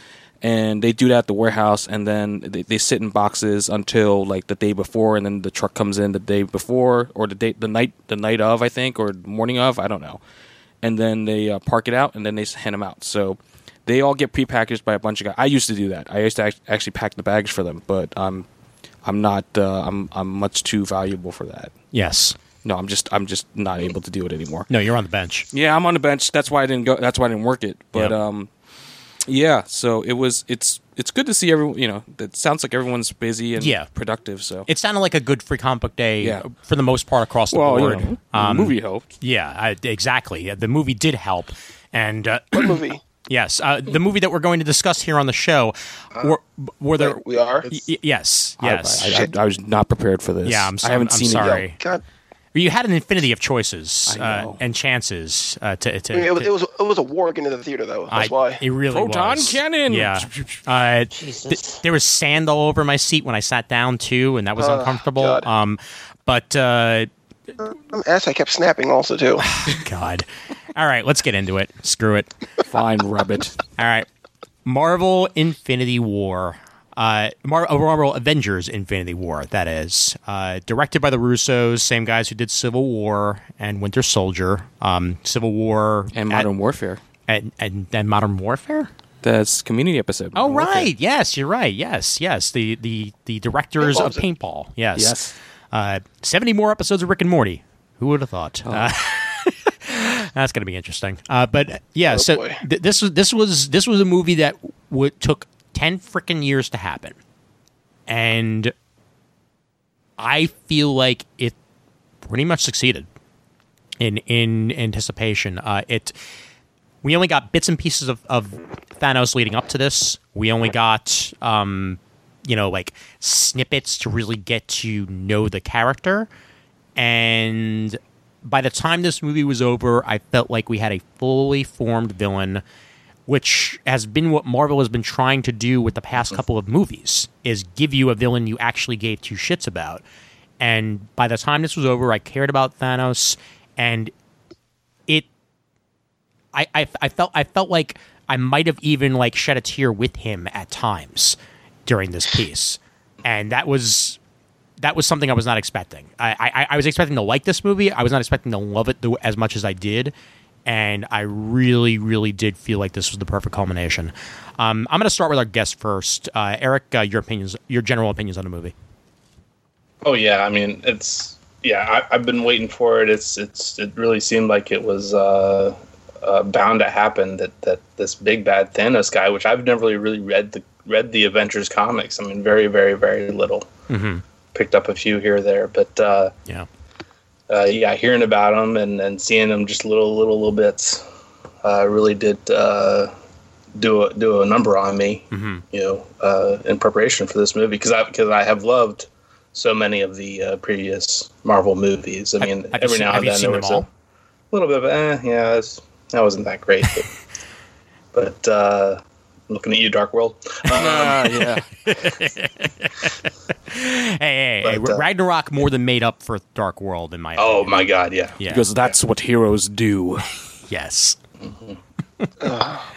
And they do that at the warehouse, and then they, they sit in boxes until like the day before, and then the truck comes in the day before, or the day, the night, the night of, I think, or morning of, I don't know. And then they uh, park it out, and then they s- hand them out. So they all get prepackaged by a bunch of guys. I used to do that. I used to act- actually pack the bags for them, but um, I'm not. Uh, I'm I'm much too valuable for that.
yes.
No, I'm just I'm just not able to do it anymore.
No, you're on the bench.
Yeah, I'm on the bench. That's why I didn't go. That's why I didn't work it. But
Yeah.
um, yeah. So it was. It's it's good to see everyone. You know, it sounds like everyone's busy and
Yeah.
productive. So
It sounded like a good free comic book day
Yeah.
for the most part across the
well, you
board. Uh,
know,
Um,
movie helped.
Yeah, I, exactly. The movie did help, and uh,
movie.
Yes, uh, the movie that we're going to discuss here on the show. were, were there?
Uh, We are.
y- y- yes, yes.
I, I, I, I was not prepared for this.
yeah, I'm. So,
I haven't
I'm
seen
sorry.
it. Yet.
God.
You had an infinity of choices
I
uh,
know.
and chances uh, to. to,
I mean, it, was,
to-
it was it was a war getting into the theater though. That's
I-
why.
it really
Proton
was.
cannon!
Yeah, uh,
Jesus.
there was sand all over my seat when I sat down too, and that
Ah,
was uncomfortable.
God.
Um, but uh,
Um, As I kept snapping also too.
God, all right, let's get into it. Screw it.
Fine, rabbit.
All right. Marvel Infinity War. Uh, Mar- oh, Marvel Avengers Infinity War, that is. Uh, directed by the Russos, same guys who did Civil War and Winter Soldier. Um, Civil War
And modern warfare.
and, and, and Modern Warfare?
That's community episode.
Oh,
Modern Warfare.
right. Yes, you're right. Yes, yes. The the, the directors of Paintball. Yes.
Yes.
Uh, 70 more episodes of Rick and Morty. Who would have thought? Uh, that's going to be interesting. Uh, but uh, yeah, so
boy.
th- this was this was this was a movie that w- took 10 freaking years to happen. And I feel like it pretty much succeeded in in anticipation. Uh, it we only got bits and pieces of, of Thanos leading up to this. We only got um, you know like snippets to really get to know the character. And by the time this movie was over, I felt like we had a fully formed villain, which has been what Marvel has been trying to do with the past couple of movies is give you a villain you actually gave two shits about. And by the time this was over, I cared about Thanos, and it I, I, I felt I felt like I might have even like shed a tear with him at times during this piece, and that was that was something I was not expecting. I, I, I was expecting to like this movie. I was not expecting to love it the, as much as I did, and I really really did feel like this was the perfect culmination. Um, I'm going to start with our guest first, uh, Eric. Uh, your opinions, your general opinions on the movie.
Oh yeah, I mean it's yeah. I, I've been waiting for it. It's it's it really seemed like it was uh, uh, bound to happen that that this big bad Thanos guy, which I've never really really read the read the Avengers comics. I mean, very very very little. Mm-hmm. Picked up a few here or there, but uh,
Yeah.
uh, yeah, hearing about him and, and seeing him just little little little bits uh, really did uh, do a do a number on me,
Mm-hmm.
you know, uh, in preparation for this movie because I because I have loved so many of the uh, previous Marvel movies. I
have
mean,
you
every
seen-
now
have
and
you
then
seen
there
them
was
all?
a little bit of eh, yeah, that's, that wasn't that great. But, but uh, looking at you, Dark World.
Ah, yeah.
Hey, hey, hey,
But, uh,
Ragnarok more than made up for Dark World in my
Oh
opinion.
my God, yeah.
yeah,
Because that's what heroes do.
yes,
Mm-hmm.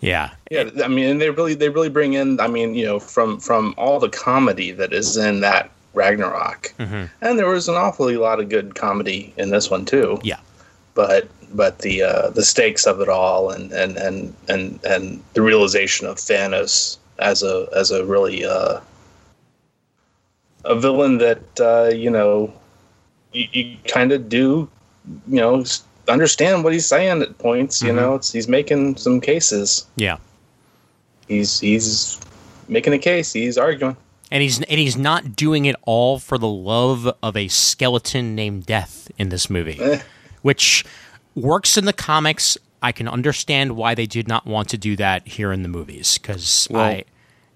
yeah,
Yeah, I mean, and they really they really bring in. I mean, you know, from from all the comedy that is in that Ragnarok, and there was an awfully lot of good comedy in this one too.
yeah.
But but the uh, the stakes of it all, and and and and and the realization of Thanos as a as a really uh, a villain that uh, you know you, you kind of do you know s- understand what he's saying at points. You know, it's, he's making some cases
Yeah.
he's he's making a case. He's arguing.
And he's and he's not doing it all for the love of a skeleton named Death in this movie, which works in the comics. I can understand why they did not want to do that here in the movies because
Well,
I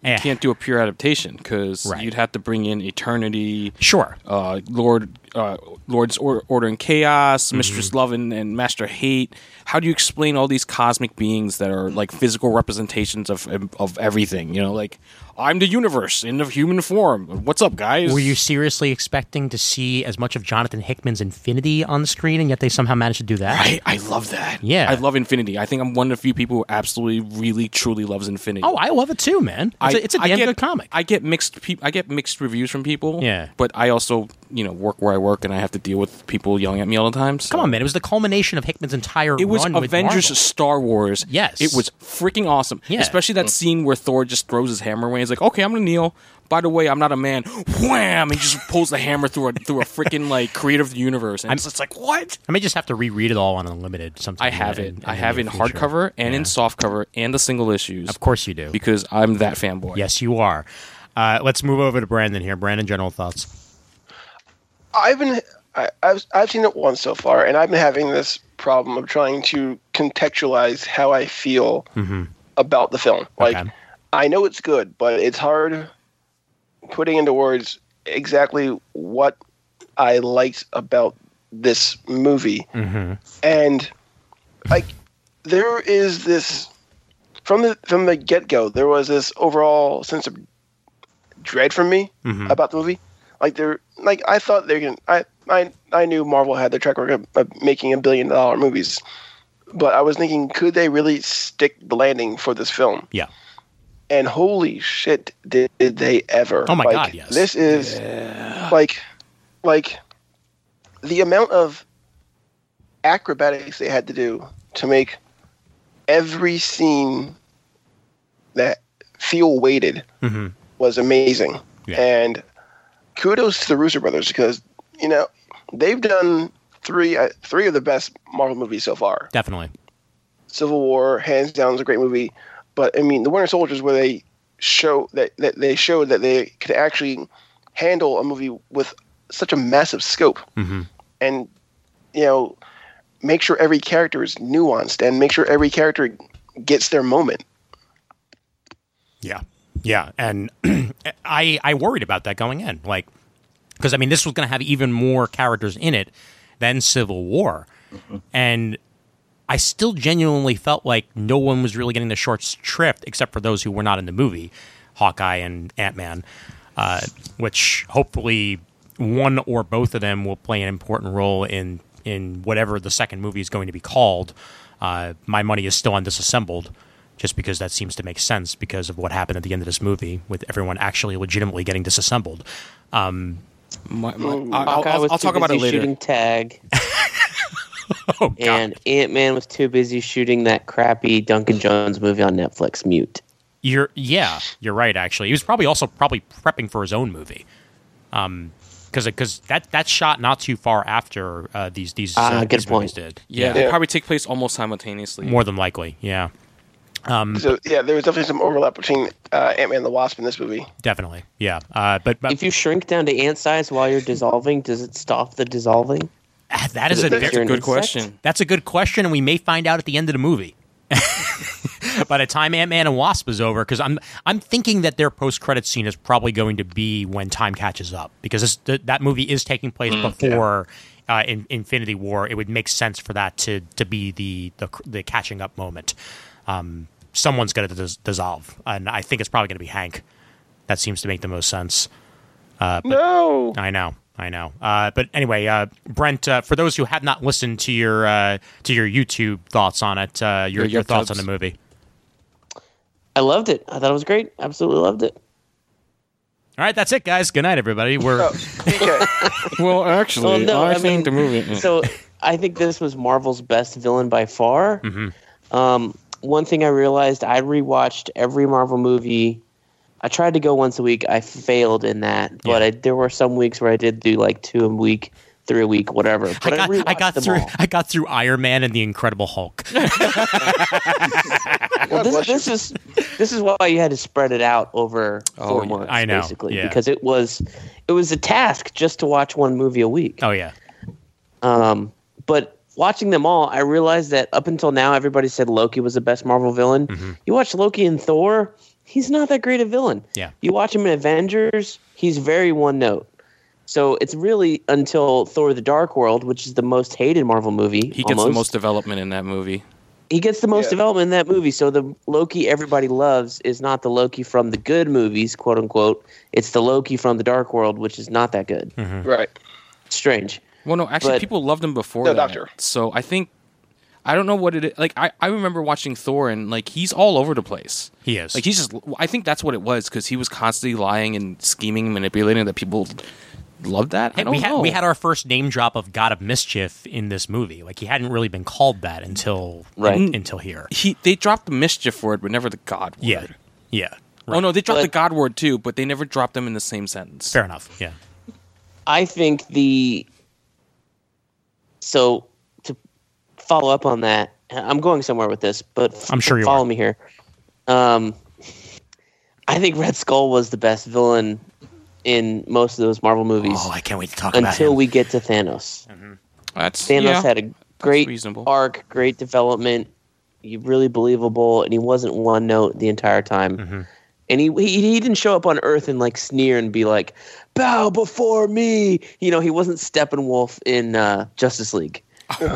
eh,
Can't do a pure adaptation because
Right.
you'd have to bring in eternity,
sure
uh, Lord, uh, Lords or- Order and Chaos,
Mm-hmm.
Mistress Love and, and Master Hate. How do you explain all these cosmic beings that are like physical representations of of everything? You know, like I'm the universe in the human form. What's up, guys?
Were you seriously expecting to see as much of Jonathan Hickman's Infinity on the screen, and yet they somehow managed to do that?
I, I love that.
Yeah.
I love Infinity. I think I'm one of the few people who absolutely, really, truly loves Infinity.
Oh, I love it too, man. It's,
I-
a, it's a
I
damn
get-
good comic.
I get mixed. Peop- I get mixed reviews from people.
Yeah.
but I also, you know, work where I work, and I have to deal with people yelling at me all the time. so-
Come on, man! It was the culmination of Hickman's entire
It was
run with
Avengers
Marvel.
Star Wars.
Yes.
It was freaking awesome.
Yeah.
Especially that scene where Thor just throws his hammer away. He's like, okay, I'm going to kneel. By the way, I'm not a man. Wham! He just pulls the hammer through a, through a freaking like creative universe. And it's, it's like, what?
I may just have to reread it all on Unlimited sometime.
I have
in-
it.
in
I
the
have it in
near future.
hardcover and in softcover and the single issues.
Of course you do.
Because I'm that fanboy.
Yes, you are. Uh, let's move over to Brandon here. Brandon, general thoughts.
I've been I, I've I've seen it once so far, and I've been having this problem of trying to contextualize how I feel about the film. Like
Okay.
I know it's good, but it's hard putting into words exactly what I liked about this movie.
Mm-hmm.
And like there is this from the from the get go, there was this overall sense of dread from me
Mm-hmm. Uh,
about the movie. Like they're like I thought they're gonna I, I I knew Marvel had their track record of making a billion dollar movies, but I was thinking, could they really stick the landing for this film?
Yeah.
And holy shit, did, did they ever?
Oh my
Like,
God, yes.
This is like like the amount of acrobatics they had to do to make every scene that feel weighted was amazing.
Mm-hmm. Yeah.
And kudos to the Rooster Brothers because you know they've done three uh, three of the best Marvel movies so far.
Definitely.
Civil War, hands down, is a great movie. But I mean, The Winter Soldiers, where they show that, that they showed that they could actually handle a movie with such a massive scope, and you know, make sure every character is nuanced and make sure every character gets their moment.
Yeah. Yeah. And I I worried about that going in. Like because I mean this was going to have even more characters in it than Civil War.
Mm-hmm.
And I still genuinely felt like no one was really getting the short shrift except for those who were not in the movie, Hawkeye and Ant-Man, uh, which hopefully one or both of them will play an important role in in whatever the second movie is going to be called. Uh, my money is still on disassembled just because that seems to make sense because of what happened at the end of this movie with everyone actually legitimately getting disassembled. Um,
My- my- I'll,
Hawkeye
I'll-
was
I'll
too
talk about it later.
busy
Oh,
Shooting tag. and Ant Man was too busy shooting that crappy Duncan Jones movie on Netflix. Mute.
You're yeah, you're right. Actually, he was probably also probably prepping for his own movie, because that that shot not too far after uh, these these, uh,
Ah, good
these movies
point.
did.
Yeah, they probably take place almost simultaneously.
more than likely. Yeah,
So yeah, there was definitely some overlap between uh, Ant Man and the Wasp in this movie.
definitely. Yeah, uh, but, but
If you shrink down to ant size while you're dissolving, does it stop the dissolving?
ah, that is a
That's
very,
your-
Good
Insect?
question.
that's a good question, and we may find out at the end of the movie. by the time Ant Man and Wasp is over, because I'm I'm thinking that their post credit scene is probably going to be when time catches up, because this, th- that movie is taking place before uh, in, Infinity War. It would make sense for that to to be the the, cr- the catching up moment. Um, someone's going to dis- dissolve, and I think it's probably going to be Hank. That seems to make the most sense.
Oh.
No.
I know, I know. Uh, but anyway, uh, Brent, uh, for those who have not listened to your uh, to your YouTube thoughts on it, uh, your,
Your
your
Yub
thoughts
Tubs.
on the movie.
I loved it. I thought it was great. Absolutely loved it.
All right, that's it, guys. Good night, everybody. We're
Okay.
Well, actually,
Well, Oh, no,
I,
I
think
mean-
the movie. mm,
so I think this was Marvel's best villain by far.
Mm-hmm.
Um, one thing I realized I rewatched every Marvel movie. I tried to go once a week. I failed in that, but I, there were some weeks where I did do like two a week, three a week, whatever.
I
But
got, I
rewatched
got
them
through
all.
I got through Iron Man and the Incredible Hulk.
Well, this,
bless you.
this is this is why you had to spread it out over four
yeah.
months,
Oh, I know,
basically,
yeah.
because it was it was a task just to watch one movie a week.
Oh yeah,
Um, but watching them all, I realized that up until now, everybody said Loki was the best Marvel villain.
Mm-hmm.
You watch Loki and Thor, he's not that great a villain.
Yeah.
You watch him in Avengers, he's very one note. So it's really until Thor: The Dark World, which is the most hated Marvel movie,
He gets the
almost,
most development in that movie.
he gets the most
Yeah.
development in that movie. So the Loki everybody loves is not the Loki from the good movies, quote unquote. It's the Loki from the Dark World, which is not that good.
Mm-hmm.
right.
Strange.
Well, no, actually,
But-
people loved him before.
No,
that.
Doctor.
So I think I don't know what it is. Like I, I remember watching Thor and like he's all over the place.
he is.
Like he's just. I think that's what it was because he was constantly lying and scheming, manipulating that people loved that. I
Hey,
don't
we had
know.
we had our first name drop of God of Mischief in this movie. Like he hadn't really been called that until
Right.
un- until here.
he they dropped the mischief word, but never the god word.
Yeah, yeah.
Oh no, they dropped
But-
the god word too, but they never dropped them in the same sentence.
Fair enough. Yeah.
I think the so to follow up on that, I'm going somewhere with this, but f-
I'm sure you
follow
are.
me here. Um, I think Red Skull was the best villain in most of those Marvel movies
Oh, I can't wait to talk about
until
him.
we get to Thanos.
That's
Thanos
yeah.
had a great
reasonable.
arc, great development, you really believable, and he wasn't one note the entire time. And he, he he didn't show up on Earth and like sneer and be like, "Bow before me." You know, he wasn't Steppenwolf in uh, Justice League,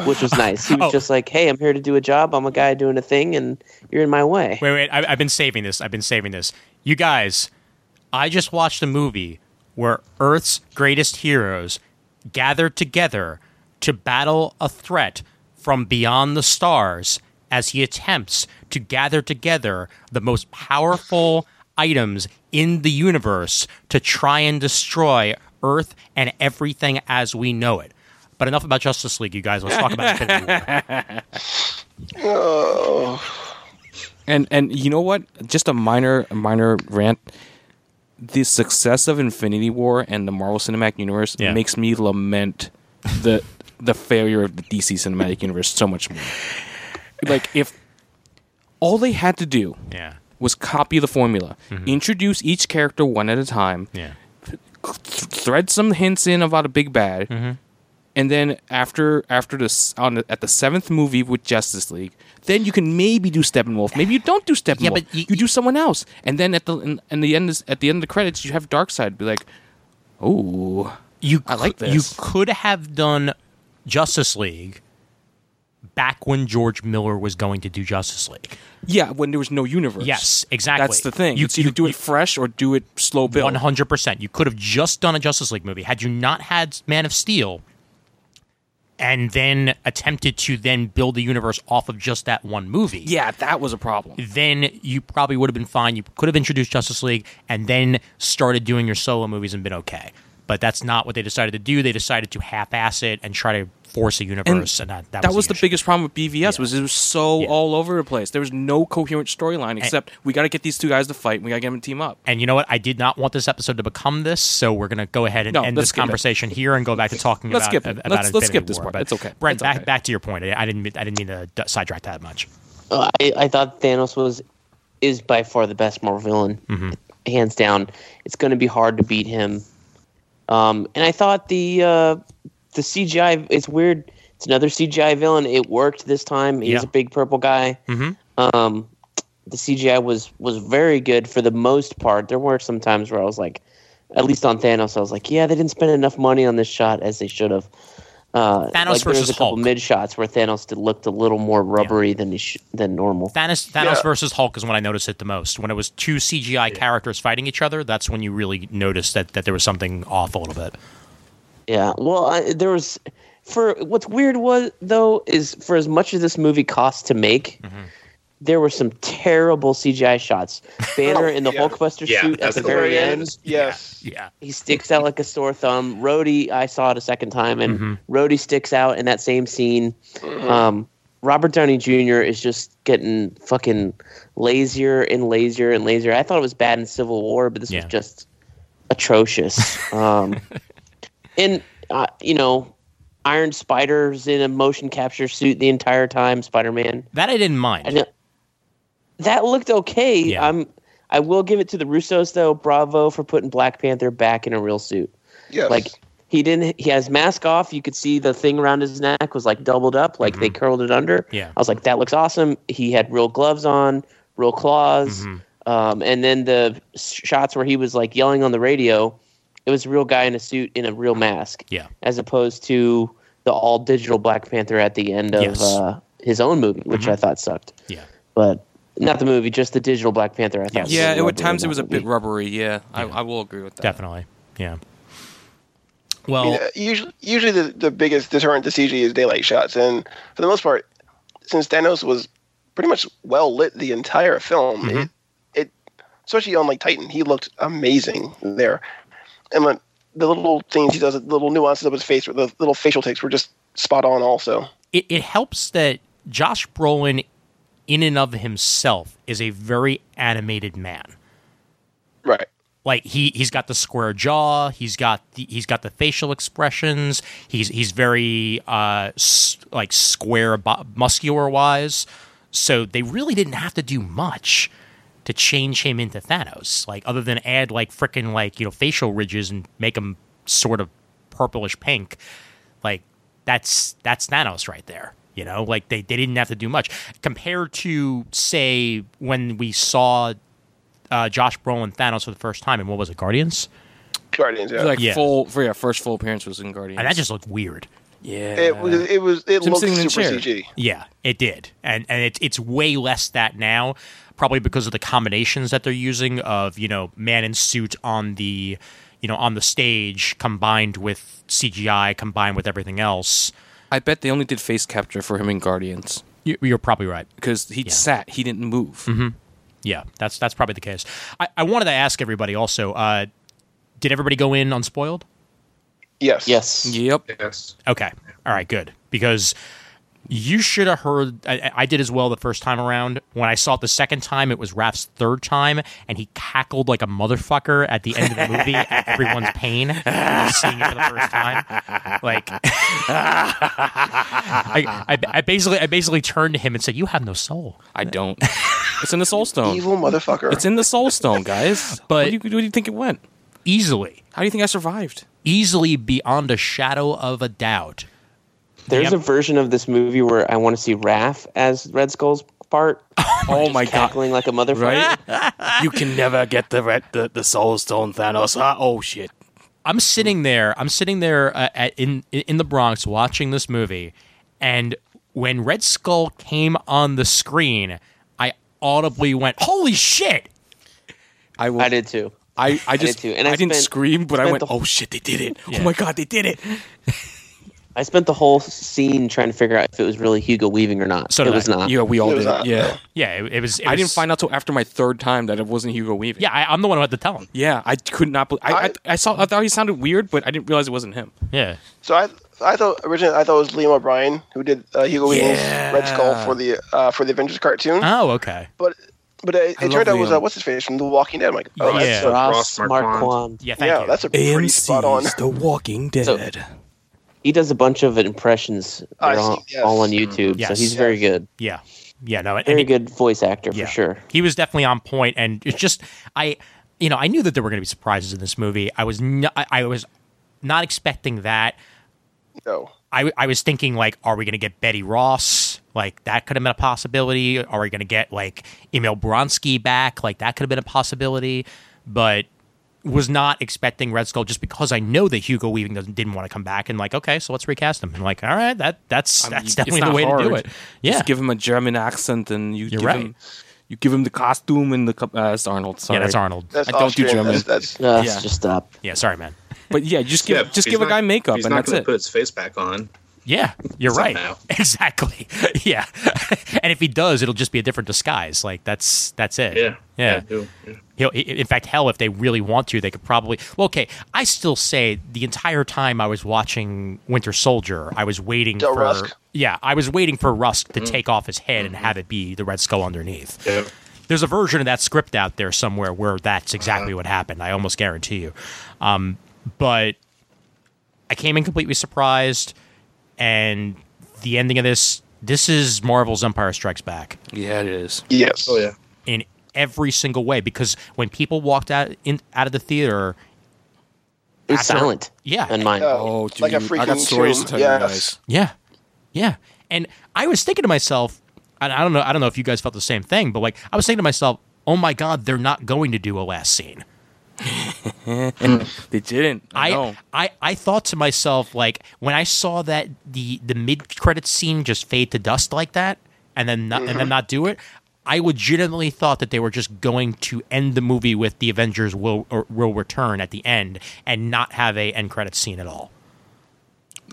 which was nice. He was
Oh.
just like, "Hey, I'm here to do a job. I'm a guy doing a thing, and you're in my way."
Wait, wait. I, I've been saving this. I've been saving this. You guys, I just watched a movie where Earth's greatest heroes gathered together to battle a threat from beyond the stars as he attempts to gather together the most powerful items in the universe to try and destroy Earth and everything as we know it. But enough about Justice League, you guys. Let's talk about Infinity War.
And and you know what? Just a minor a minor rant. The success of Infinity War and the Marvel Cinematic Universe
Yeah.
makes me lament the the failure of the DC Cinematic Universe so much more. Like if all they had to do
Yeah. Mm-hmm.
was copy the formula, introduce each character one at a time,
Yeah.
th- thread some hints in about a big bad, and then after after this on the, at the seventh movie with Justice League, then you can maybe do Steppenwolf. Maybe you don't do Steppenwolf.
but you-
you, do someone else, and then at the in, in the end is- at the end of the credits, you have Darkseid be like, "Oh,
You
I like
cou- You
this.
could have done Justice League back when George Miller was going to do Justice League.
yeah," when there was no universe.
Yes, exactly.
That's the thing.
You-
You, either
you-
do it
you-
fresh or do it slow build.
One hundred percent. You could have just done a Justice League movie had you not had Man of Steel, and then attempted to then build the universe off of just that one movie.
Yeah, that was a problem.
Then you probably would have been fine. You could have introduced Justice League and then started doing your solo movies and been okay. But that's not what they decided to do. They decided to half-ass it and try to force a universe, and, that, that,
that was the
issue.
biggest problem with BVS was it was so
Yeah.
all over the place. There was no coherent storyline except we got to get these two guys to fight. and We got to get them to team up.
And you know what? I did not want this episode to become this, so we're going to go ahead and
No,
end
let's
this
skip it.
conversation here and go back to talking
Let's
about,
skip it.
about
Let's-
Infinity
let's skip this
War.
part.
But
It's okay.
Brent,
It's
back
okay.
back to your point. I, I didn't mean- I didn't mean to d- sidetrack that much.
Uh, I, I thought Thanos was is by far the best Marvel villain,
Mm-hmm.
hands down. It's going to be hard to beat him. Um, and I thought the uh, the CGI. It's weird. It's another CGI villain. It worked this time. He's
Yeah.
a big purple guy. Um, the CGI was was very good for the most part. There were some times where I was like, at least on Thanos, I was like, yeah, they didn't spend enough money on this shot as they should have. Uh,
Thanos
like, there
versus
was a couple
Hulk.
mid shots where Thanos did, looked a little more rubbery than he sh- than normal.
Thanos, Thanos
Yeah.
versus Hulk is when I noticed it the most. When it was two CGI characters fighting each other, that's when you really noticed that, that there was something off a little bit.
Yeah. Well, I, there was for what's weird was though is for as much as this movie cost to make,
Mm-hmm.
there were some terrible CGI shots. Banner in the
yeah.
Hulkbuster
Yeah,
suit at
that's
the
the
very
very
end.
Yes.
Yeah.
He sticks out like a sore thumb. Rhodey, I saw it a second time, and Rhodey sticks out in that same scene. Um, Robert Downey Jr. is just getting fucking lazier and lazier and lazier. I thought it was bad in Civil War, but this
Yeah.
was just atrocious. Um, and uh, you know, Iron Spider's in a motion capture suit the entire time. Spider Man.
That I didn't
I
mind.
know that looked okay.
Yeah.
I'm. I will give it to the Russos though. Bravo for putting Black Panther back in a real suit.
Yes.
Like he didn't. He has mask off. You could see the thing around his neck was like doubled up. Like they curled it under.
Mm-hmm. Yeah.
I was like, that looks awesome. He had real gloves on, real claws.
Mm-hmm.
Um, and then the s- shots where he was like yelling on the radio, it was a real guy in a suit in a real mask.
Yeah.
As opposed to the all digital Black Panther at the end of
Yes. Mm-hmm.
uh, his own movie, which I thought sucked
Yeah.
but not the movie, just the digital Black Panther. I thought. was
Yeah,
really
it,
rubbery
at times
in
it was
that
a bit
movie.
rubbery. Yeah, I, I will agree with that.
Definitely. Yeah.
I
Well,
mean, uh, usually, usually the, the biggest deterrent to CG is daylight shots, and for the most part, since Thanos was pretty much well lit the entire film,
Mm-hmm.
it, it especially on like Titan, he looked amazing there, and like, the little things he does, the little nuances of his face, the little facial takes were just spot on. Also,
it, it helps that Josh Brolin, in and of himself, is a very animated man.
right.
Like he he's got the square jaw, he's got the, he's got the facial expressions. He's he's very uh s- like square bo- muscular wise. So they really didn't have to do much to change him into Thanos. Like other than add like freaking like you know facial ridges and make him sort of purplish pink. Like that's that's Thanos right there. You know, like they, they didn't have to do much compared to say when we saw uh, Josh Brolin Thanos for the first time in what was it Guardians,
Guardians, yeah.
Like
Yeah.
full for yeah, first full appearance was in Guardians.
and that just looked weird.
yeah,
it was, it was, it
Him
looked
sitting in a
super
chair.
CG.
Yeah, it did, and and it's it's way less that now, probably because of the combinations that they're using of you know man in suit on the, you know on the stage combined with CGI combined with everything else.
I bet they only did face capture for him in Guardians
You- You're probably right.
because he sat, he didn't move.
Yeah, that's that's probably the case. I, I wanted to ask everybody also. Uh, did everybody go in unspoiled?
Yes,
Yes.
Yep.
Yes.
Okay. All right. Good. Because you should have heard. I, I did as well the first time around. When I saw it the second time, it was Raph's third time, and he cackled like a motherfucker at the end of the movie at everyone's pain seeing it for the first time. Like, I, I, I basically, I basically turned to him and said, "You have no soul."
I don't. it's in the Soul Stone.
evil motherfucker.
It's in the Soul Stone, guys.
But-
what do, you, what do you think it went?
Easily,
How do you think I survived?
easily beyond a shadow of a doubt.
There's
Yep.
a version of this movie where I want to see Raph as Red Skull's part,
Oh my god!
cackling like a motherfucker.
Right?
You can never get the red, the, the soul stone, Thanos. Ah, oh shit.
I'm sitting there. I'm sitting there uh, at, in in the Bronx watching this movie, and when Red Skull came on the screen, I audibly went, "Holy shit!"
I will.
I did too.
I, I just. I,
too, and I
didn't
spent-
scream, but I
spent
went,
the whole-
"Oh shit! They did it! Oh my god! They did it!"
I spent the whole scene trying to figure out if it was really Hugo Weaving or not.
So
it
did
was
I.
not.
Yeah, we all
It
did.
was
it.
not,
Yeah.
Yeah, it, it was. It
I
was-
didn't find out till after my third time that it wasn't Hugo Weaving.
Yeah, I, I'm the one who had to tell him.
Yeah, I could not believe. I, I,
I-
I saw. I thought he sounded weird, but I didn't realize it wasn't him.
Yeah,
So I, I thought originally I thought it was Liam O'Brien who did uh, Hugo Weaving's Red Skull for the uh, for the Avengers cartoon,
Oh, okay.
but but it,
I
it turned
love
out it was
Liam.
uh, what's his face from The Walking Dead. I'm like, oh,
Yeah.
that's a,
Ross
Ross Marquand.
Marquand.
Yeah, thank
yeah,
you.
that's a pretty spot on.
The Walking Dead.
So- He does a bunch of impressions. They're
I see,
all,
yes.
all on YouTube, so
Yes.
he's very good.
yeah, yeah. No, and,
Very
and
good voice actor
Yeah.
for sure.
He was definitely on point, and it's just I, you know, I knew that there were going to be surprises in this movie. I was, no, I, I was not expecting that.
No,
I, I was thinking like, are we going to get Betty Ross? Like that could have been a possibility. Are we going to get like Emil Bronsky back? Like that could have been a possibility, but was not expecting Red Skull just because I know that Hugo Weaving doesn't, didn't want to come back and like, okay, so let's recast him. And like, all right, that that's
I mean,
that's
you-
definitely
it's
the
not
way to do
hard.
it. Yeah,
Just give him a German accent and you
You're
give
right.
him you give him the costume and the co- uh, it's Arnold. Sorry.
yeah, that's Arnold.
That's
I don't do
Austrian.
German.
That's, that's
Uh,
Yeah.
Just stop.
yeah, sorry, man.
But yeah, just give
Yeah,
just
he's
give a
not-
guy makeup
He's
and
not
that's
gonna
it.
Put his face back on.
Yeah, you're right.
Somehow.
Exactly. yeah, and if he does, it'll just be a different disguise. Like that's that's it.
Yeah.
yeah.
do. Yeah.
He'll, i- in fact, hell, if they really want to, they could probably. Well, okay, I still say the entire time I was watching Winter Soldier, I was waiting
Del
for.
Rusk?
Yeah, I was waiting for Rusk to take off his head and have it be the Red Skull underneath.
Yeah.
There's a version of that script out there somewhere where that's exactly what happened. I almost guarantee you. Um, but I came in completely surprised, and the ending of this. This is Marvel's Empire Strikes Back
Yeah, it is.
yes.
Oh yeah.
in every single way because when people walked out in out of the theater,
It was
After-
silent.
Yeah.
And mine.
Oh, dude,
like a
I got
freaking
stories
tomb.
to tell
Yes.
you guys.
yeah, yeah, and I was thinking to myself, and I don't know, I don't know if you guys felt the same thing, but like I was thinking to myself, oh my god, they're not going to do a last scene.
They didn't. I,
I,
know.
I I thought to myself like when I saw that the the mid credit scene just fade to dust like that and then not,
Mm-hmm.
and then not do it. I legitimately thought that they were just going to end the movie with the Avengers will or will return at the end and not have a end credit scene at all.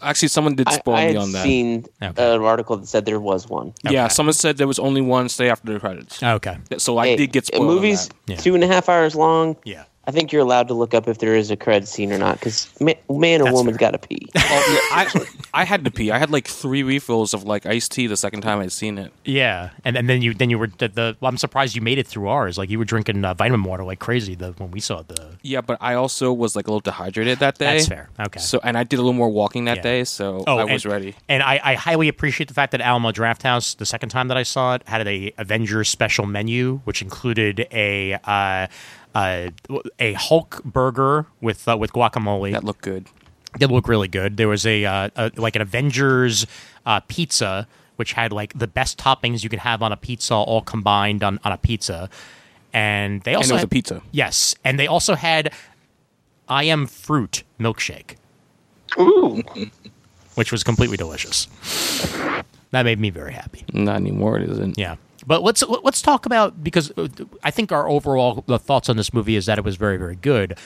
Actually, someone did
I,
spoil
I
me
had
on that.
seen uh,
Okay.
an article that said there was one.
Yeah,
Okay.
someone said there was only one stay after the credits.
Okay.
So I
Hey,
did get
a
spoiled. on
movies
that.
Yeah.
two and a half hours long.
Yeah.
I think you're allowed to look up if there is a cred scene or not, because man, man or
That's
woman's got to pee.
Oh, yeah, I I had to pee. I had like three refills of like iced tea the second time I'd seen it.
Yeah, and, and then you then you were the, the well, I'm surprised you made it through ours. Like you were drinking uh, vitamin water like crazy the when we saw the.
Yeah, but I also was like a little dehydrated that day.
That's fair. Okay.
So and I did a little more walking that
Yeah.
day, so I was
Oh, and,
ready.
And I, I highly appreciate the fact that Alamo Drafthouse, the second time that I saw it, had a Avengers special menu, which included a uh, uh, a Hulk burger with uh, with guacamole.
That looked good.
That looked really good. There was a, uh, a like an Avengers uh, pizza, which had like the best toppings you could have on a pizza, all combined on, on a pizza. And they also
And it was
had-
a pizza.
Yes, and they also had I am fruit milkshake
Ooh.
which was completely delicious. That made me very happy.
Not anymore. It isn't.
Yeah. But let's let's talk about because uh, I think our overall thoughts on this movie is that it was very very good.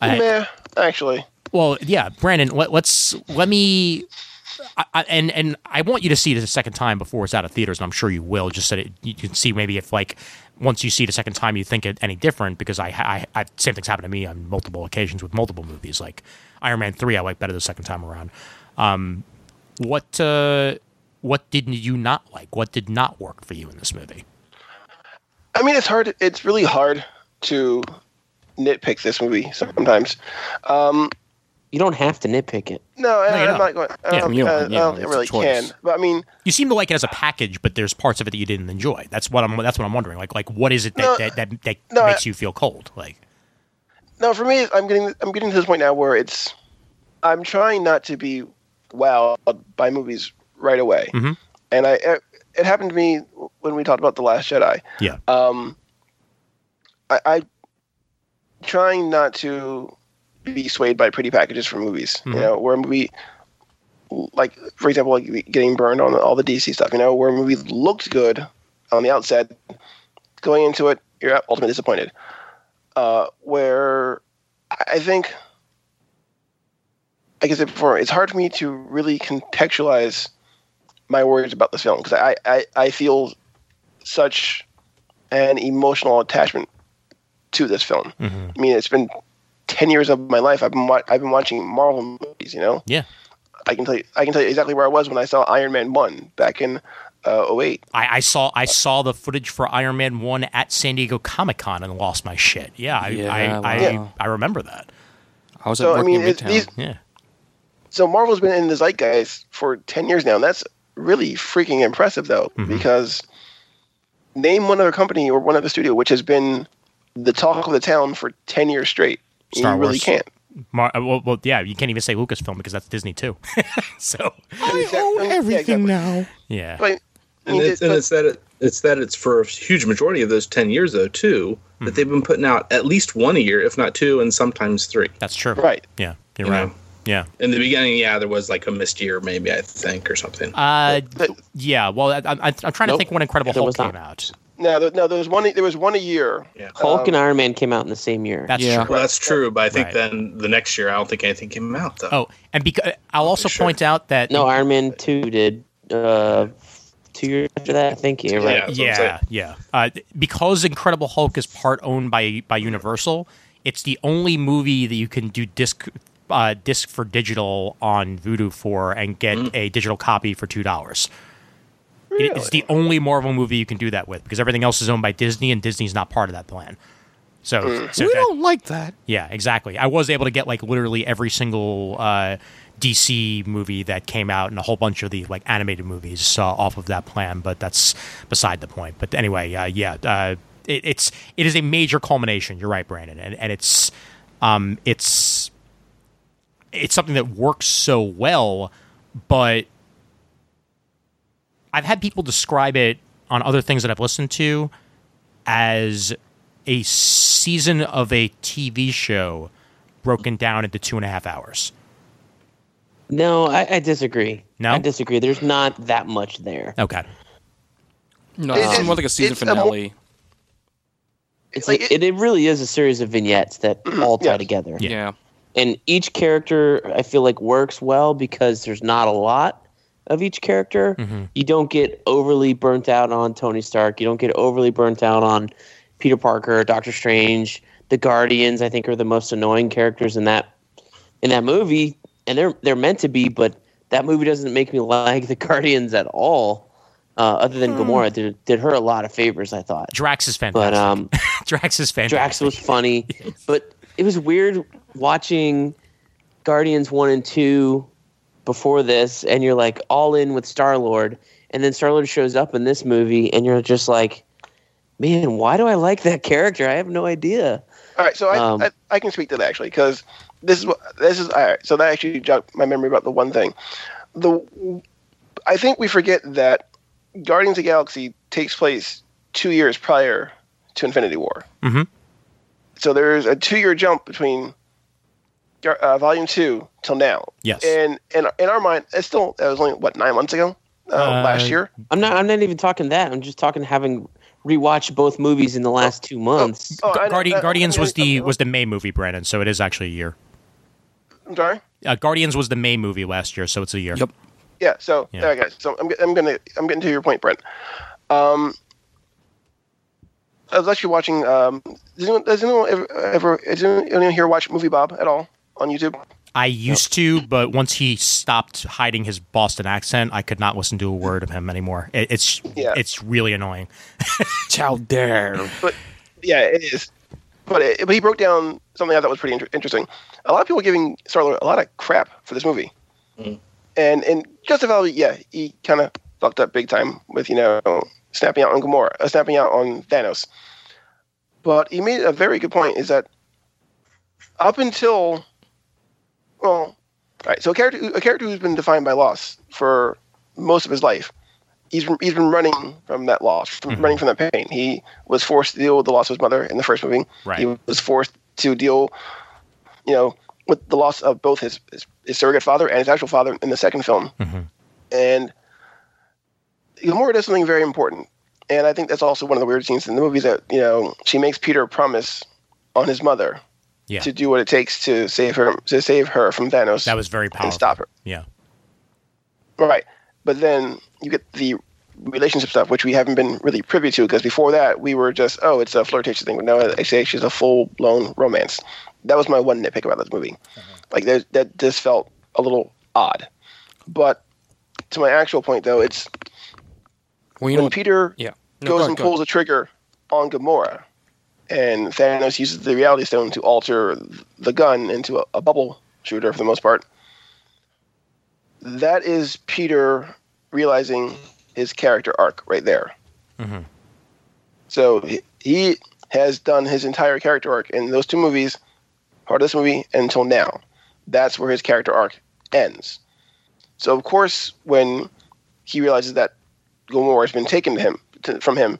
I-
Meh, actually.
well, yeah, Brandon, let, let's let me. I, I, and and I want you to see this a second time before it's out of theaters, and I'm sure you will. Just so that it, you can see maybe if like once you see it a second time, you think it any different. Because I, I, I same things happened to me on multiple occasions with multiple movies. Like Iron Man three, I like better the second time around. Um, what uh, what did you not like? What did not work for you in this movie?
I mean, it's hard. It's really hard to nitpick this movie sometimes.
You don't have to nitpick it.
No, I,
you're not.
I'm not going. I
Yeah,
don't,
you don't-
I,
yeah,
I don't
it's a
really
choice.
can. But I mean,
You seem to like it as a package, but there's parts of it that you didn't enjoy. That's what I'm. That's what I'm wondering. Like, like what is it that
No,
that, that, that
no,
makes
I-
you feel cold? Like,
no, for me, I'm getting I'm getting to this point now where it's I'm trying not to be wowed by movies right away,
Mhm.
and I it, it happened to me when we talked about the Last Jedi.
yeah,
Um, I, I trying not to be swayed by pretty packages for movies.
Mhm.
You know, where a movie like for example, like getting burned on all the DC stuff. You know, where a movie looked good on the outset, going into it, you're ultimately disappointed. Uh, where I- I think, like I said before, it's hard for me to really contextualize my worries about this film because I, I, I feel such an emotional attachment to this film. I mean, it's been ten years of my life. I've been wa- I've been watching Marvel movies. You know,
yeah.
I can tell you I can tell you exactly where I was when I saw Iron Man one back in uh, 08.
I, I saw I saw the footage for Iron Man one at San Diego Comic Con and lost my shit. Yeah, I
Yeah,
I,
wow.
I, I remember that.
I was at
So, I
work
mean,
in
it-
Midtown.
these-
Yeah,
So Marvel's been in the zeitgeist for ten years now, and that's really freaking impressive though
Mm-hmm.
because name one other company or one other studio which has been the talk of the town for ten years straight.
Star
you really
Wars.
can't.
Mar- uh, well, well, yeah, you can't even say Lucasfilm because that's Disney too. so
Exactly. Yeah, exactly.
now.
yeah,
But, I
and
mean,
it's,
but-
and it's that it, it's that it's for a huge majority of those 10 years though too
Hmm.
that they've been putting out at least one a year if not two and sometimes three
that's true.
Right.
Yeah, you're
You
right.
know.
Yeah.
in the beginning yeah there was like a missed year maybe i think or something
Uh,
but-
yeah. Well, I, I, I'm trying to
Nope.
think when Incredible
There
Hulk
was
came
not.
out.
no, there, no, there was one. There was one a year.
yeah
Hulk and Iron Man came out in the same year.
That's
Yeah.
true.
well that's true but i think
Right.
then the next year i don't think anything came out though
Oh, and because I'll also
sure.
point out that
No, Iron Man two did uh, two years after that. I think yeah, right.
Yeah. That's what I'm
yeah,
saying.
yeah. Uh, because Incredible Hulk is part owned by by Universal, it's the only movie that you can do disc uh, disc for digital on Vudu for and get
Mm.
a digital copy for two dollars. It's the only Marvel movie you can do that with because everything else is owned by Disney and Disney's not part of that plan. So, so
Mm.
We
that-
don't like that.
yeah, exactly. I was able to get like literally every single uh, DC movie that came out and a whole bunch of the like animated movies uh, off of that plan, but that's beside the point. But anyway, uh, yeah, uh, it, it's it is a major culmination. You're right, Brandon, and and it's um it's it's something that works so well, but I've had people describe it on other things that I've listened to as a season of a TV show broken down into two and a half hours.
No, I, I disagree.
No?
I disagree. There's not that much there.
Okay.
No, it's
Um,
more like a season
it's a mo-
finale.
It's
Like,
like, it, it really is a series of vignettes that all tie
yes.
together.
Yeah.
yeah.
and each character I feel like works well because there's not a lot of each character. You don't get overly burnt out on Tony Stark. You don't get overly burnt out on Peter Parker, Doctor Strange, the Guardians. I think are the most annoying characters in that in that movie, and they're they're meant to be, but that movie doesn't make me like the Guardians at all. Uh, other than Gamora, did did her a lot of favors. I thought,
Drax is fantastic.
but
uh,
um.
Drax is fantastic.
Drax was funny, but it was weird watching Guardians one and two before this, and you're like all in with Star Lord, and then Star Lord shows up in this movie, and you're just like, man, why do I like that character? I have no idea.
All right, so I,
Um,
I, I can speak to that actually because this is what this is. All right, so that actually jogged my memory about the one thing. The I think we forget that Guardians of the Galaxy takes place two years prior to Infinity War.
Mhm.
So there's a two-year jump between Gar- uh, Volume Two till now,
Yes.
and in in our mind, it's still it was only what nine months ago uh, last year.
I'm not. I'm not even talking that. I'm just talking having rewatched both movies in the last two months.
Oh, I know-
Guardi-
I-
Guardians
I-
was the was the May movie, Brandon. So it is actually a year.
I'm sorry.
Uh, Guardians was the May movie last year, so it's a year.
Yep.
Yeah. So
Yeah.
there, guys. So I'm, I'm gonna I'm getting to your point, Brent. Um, I was actually watching. Um, does anyone does anyone ever, ever does anyone here watch Movie Bob at all on YouTube?
I used to, but once he stopped hiding his Boston accent, I could not listen to a word of him anymore. It, it's
Yeah.
it's really annoying.
How dare.
But yeah, it is. But, it, but he broke down something I thought was pretty inter- interesting. A lot of people are giving Star Lord a lot of crap for this movie, and and justifiably, yeah, he kind of fucked up big time with you know snapping out on Gamora, uh, snapping out on Thanos. But he made a very good point: is that up until, well, all right, so a character a character who's been defined by loss for most of his life, he's he's been running from that loss, from running from that pain. He was forced to deal with the loss of his mother in the first movie.
Right.
He was forced to deal, you know, with the loss of both his his, his surrogate father and his actual father in the second film.
Mm-hmm.
And Gamora does something very important, and I think that's also one of the weird scenes in the movie is that you know she makes Peter promise on his mother
Yeah.
to do what it takes to save her to save her from Thanos
That was very powerful.
and stop her.
Yeah.
Right. But then you get the relationship stuff, which we haven't been really privy to, because before that we were just, oh, it's a flirtatious thing. But no, it's actually it's a full blown romance. That was my one nitpick about this movie. Like there, that, this felt a little odd. But to my actual point, though, it's
Well, you know
when
what?
Peter
Yeah. No,
goes
go
and
ahead, go
pulls a trigger on Gamora, and Thanos uses the Reality Stone to alter the gun into a, a bubble shooter for the most part. That is Peter realizing his character arc right there.
Mm-hmm.
So he, he has done his entire character arc in those two movies part of this movie until now. That's where his character arc ends. So of course, when he realizes that Gilmore has been taken to him to, from him,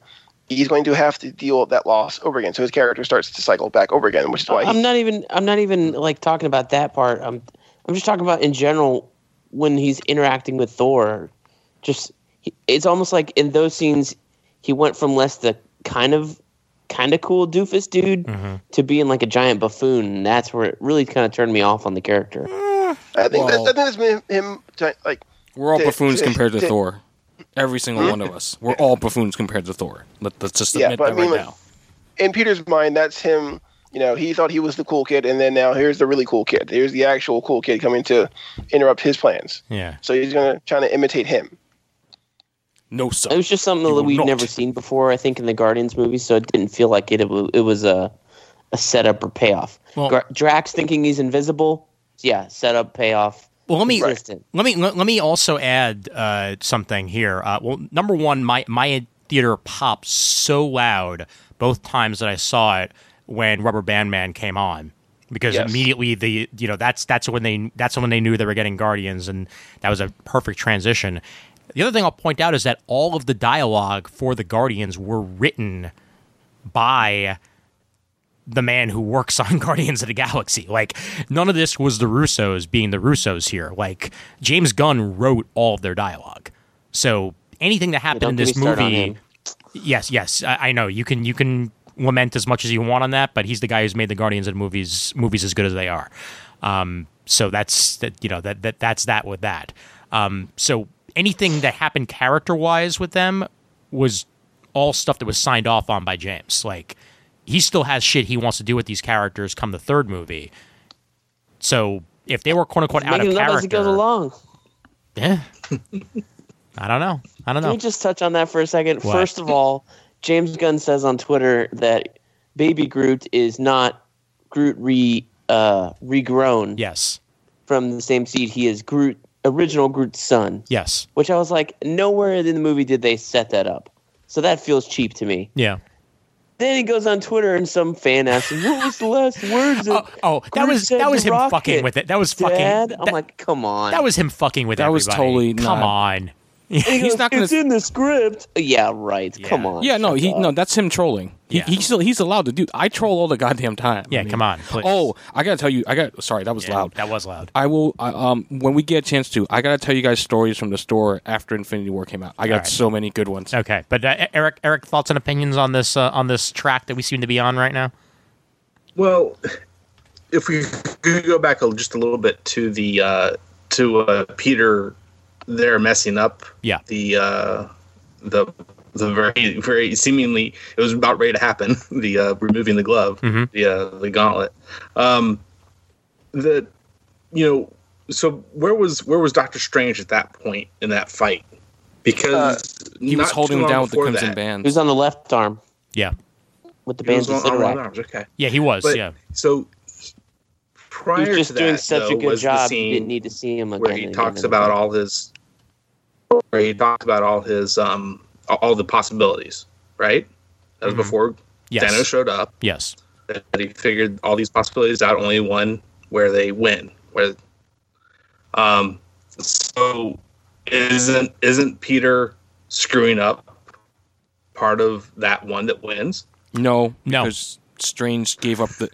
he's going to have to deal with that loss over again. So his character starts to cycle back over again, which is why
I'm
he,
not even I'm not even like talking about that part. I'm I'm just talking about in general when he's interacting with Thor. Just he- it's almost like in those scenes he went from less the kind of kind of cool doofus dude
Mm-hmm.
to being like a giant buffoon. And that's where it really kind of turned me off on the character.
Mm.
I think that's, I think that's been him to- like
We're all
Dick,
buffoons
Dick,
compared to
Dick.
Thor. Every single one of us. We're all buffoons compared to Thor. Let, us just
Hmm? Yeah,
admit
but
that
I mean,
right
like-
now.
in Peter's mind, that's him. You know, he thought he was the cool kid, and then now here's the really cool kid. Here's the actual cool kid coming to interrupt his plans.
Yeah.
So he's gonna try to imitate him.
No,
It
son.
was just something
You
that
will
we'd
not.
never seen before, I think, in the Guardians movie, so it didn't feel like it. It, wa- it was a, a setup or payoff.
Well-
Gar- Drax thinking he's invisible, yeah, setup, payoff.
Well, let me
Consistent.
let me let, let me also add uh, something here. Uh, well, number one, my my theater popped so loud both times that I saw it when Rubber Band Man came on because
Yes.
immediately the you know that's that's when they that's when they knew they were getting Guardians and that was a perfect transition. The other thing I'll point out is that all of the dialogue for the Guardians were written by the man who works on Guardians of the Galaxy. Like none of this was the Russos being the Russos here. Like James Gunn wrote all of their dialogue. So anything that happened
don't
in
get
this
me started on
movie,
him.
yes, yes, I, I know you can you can lament as much as you want on that, but he's the guy who's made the Guardians of the movies movies as good as they are. Um, so that's that you know that that that's that with that. Um, so anything that happened character wise with them was all stuff that was signed off on by James. Like he still has shit he wants to do with these characters come the third movie. So if they were quote unquote out of
Making it up
character,
as it goes along.
Yeah. I don't know. I don't
Can
know.
we just touch on that for a second?
What?
First of all, James Gunn says on Twitter that Baby Groot is not Groot re uh, regrown
yes.
from the same seed. He is Groot original Groot's son.
Yes.
which I was like, nowhere in the movie did they set that up. So that feels cheap to me.
Yeah.
Then he goes on Twitter and some fan asks him, "What was the last words?"
Oh,
that
oh, that
Groot
was
said
that
to
was him
Rocket,
fucking with it. That was fucking.
Dad, I'm
that,
like, come on.
that was him fucking with
That was
everybody.
totally
Come
not-
on.
He
he's
goes,
not gonna-
It's in the script. Yeah, right. Come on.
Yeah, no,
shut
he
up.
no, that's him trolling. He,
Yeah.
he's he's allowed to do. I troll all the goddamn time.
Yeah,
I mean-
come on, please.
Oh, I gotta tell you, I got sorry, that was loud.
That was loud.
I will. I, um, when we get a chance to, I gotta tell you guys stories from the store after Infinity War came out. I got
right.
so many good ones.
Okay, but uh, Eric, Eric, thoughts and opinions on this uh, on this track that we seem to be on right now?
Well, if we could go back a- just a little bit to the uh, to uh, Peter, there messing up.
Yeah.
The uh, the the very very seemingly it was about ready to happen. The uh, removing the glove,
Hmm.
Mm-hmm.
the uh, the gauntlet. Um, the you know so where was where was Doctor Strange at that point in that fight? Because
Uh, He was holding him down with the crimson
He
band.
was on the left arm
Yeah,
with the bands
Bands
of
on, on,
Sidorak.
arms. Okay.
yeah, he was.
But
yeah,
so
He
prior
was just
to that,
doing such
though,
a good
was the
job. You
scene
didn't need to see him again.
where he
and again
talks
and
about
again.
all his, where he talks about all his, um, all the possibilities. Right. That was before
Mm-hmm. yes,
Thanos showed up.
yes,
That he figured all these possibilities out. Only one where they win. Where, um, so isn't isn't Peter screwing up part of that one that wins?
No,
No.
because Strange gave up the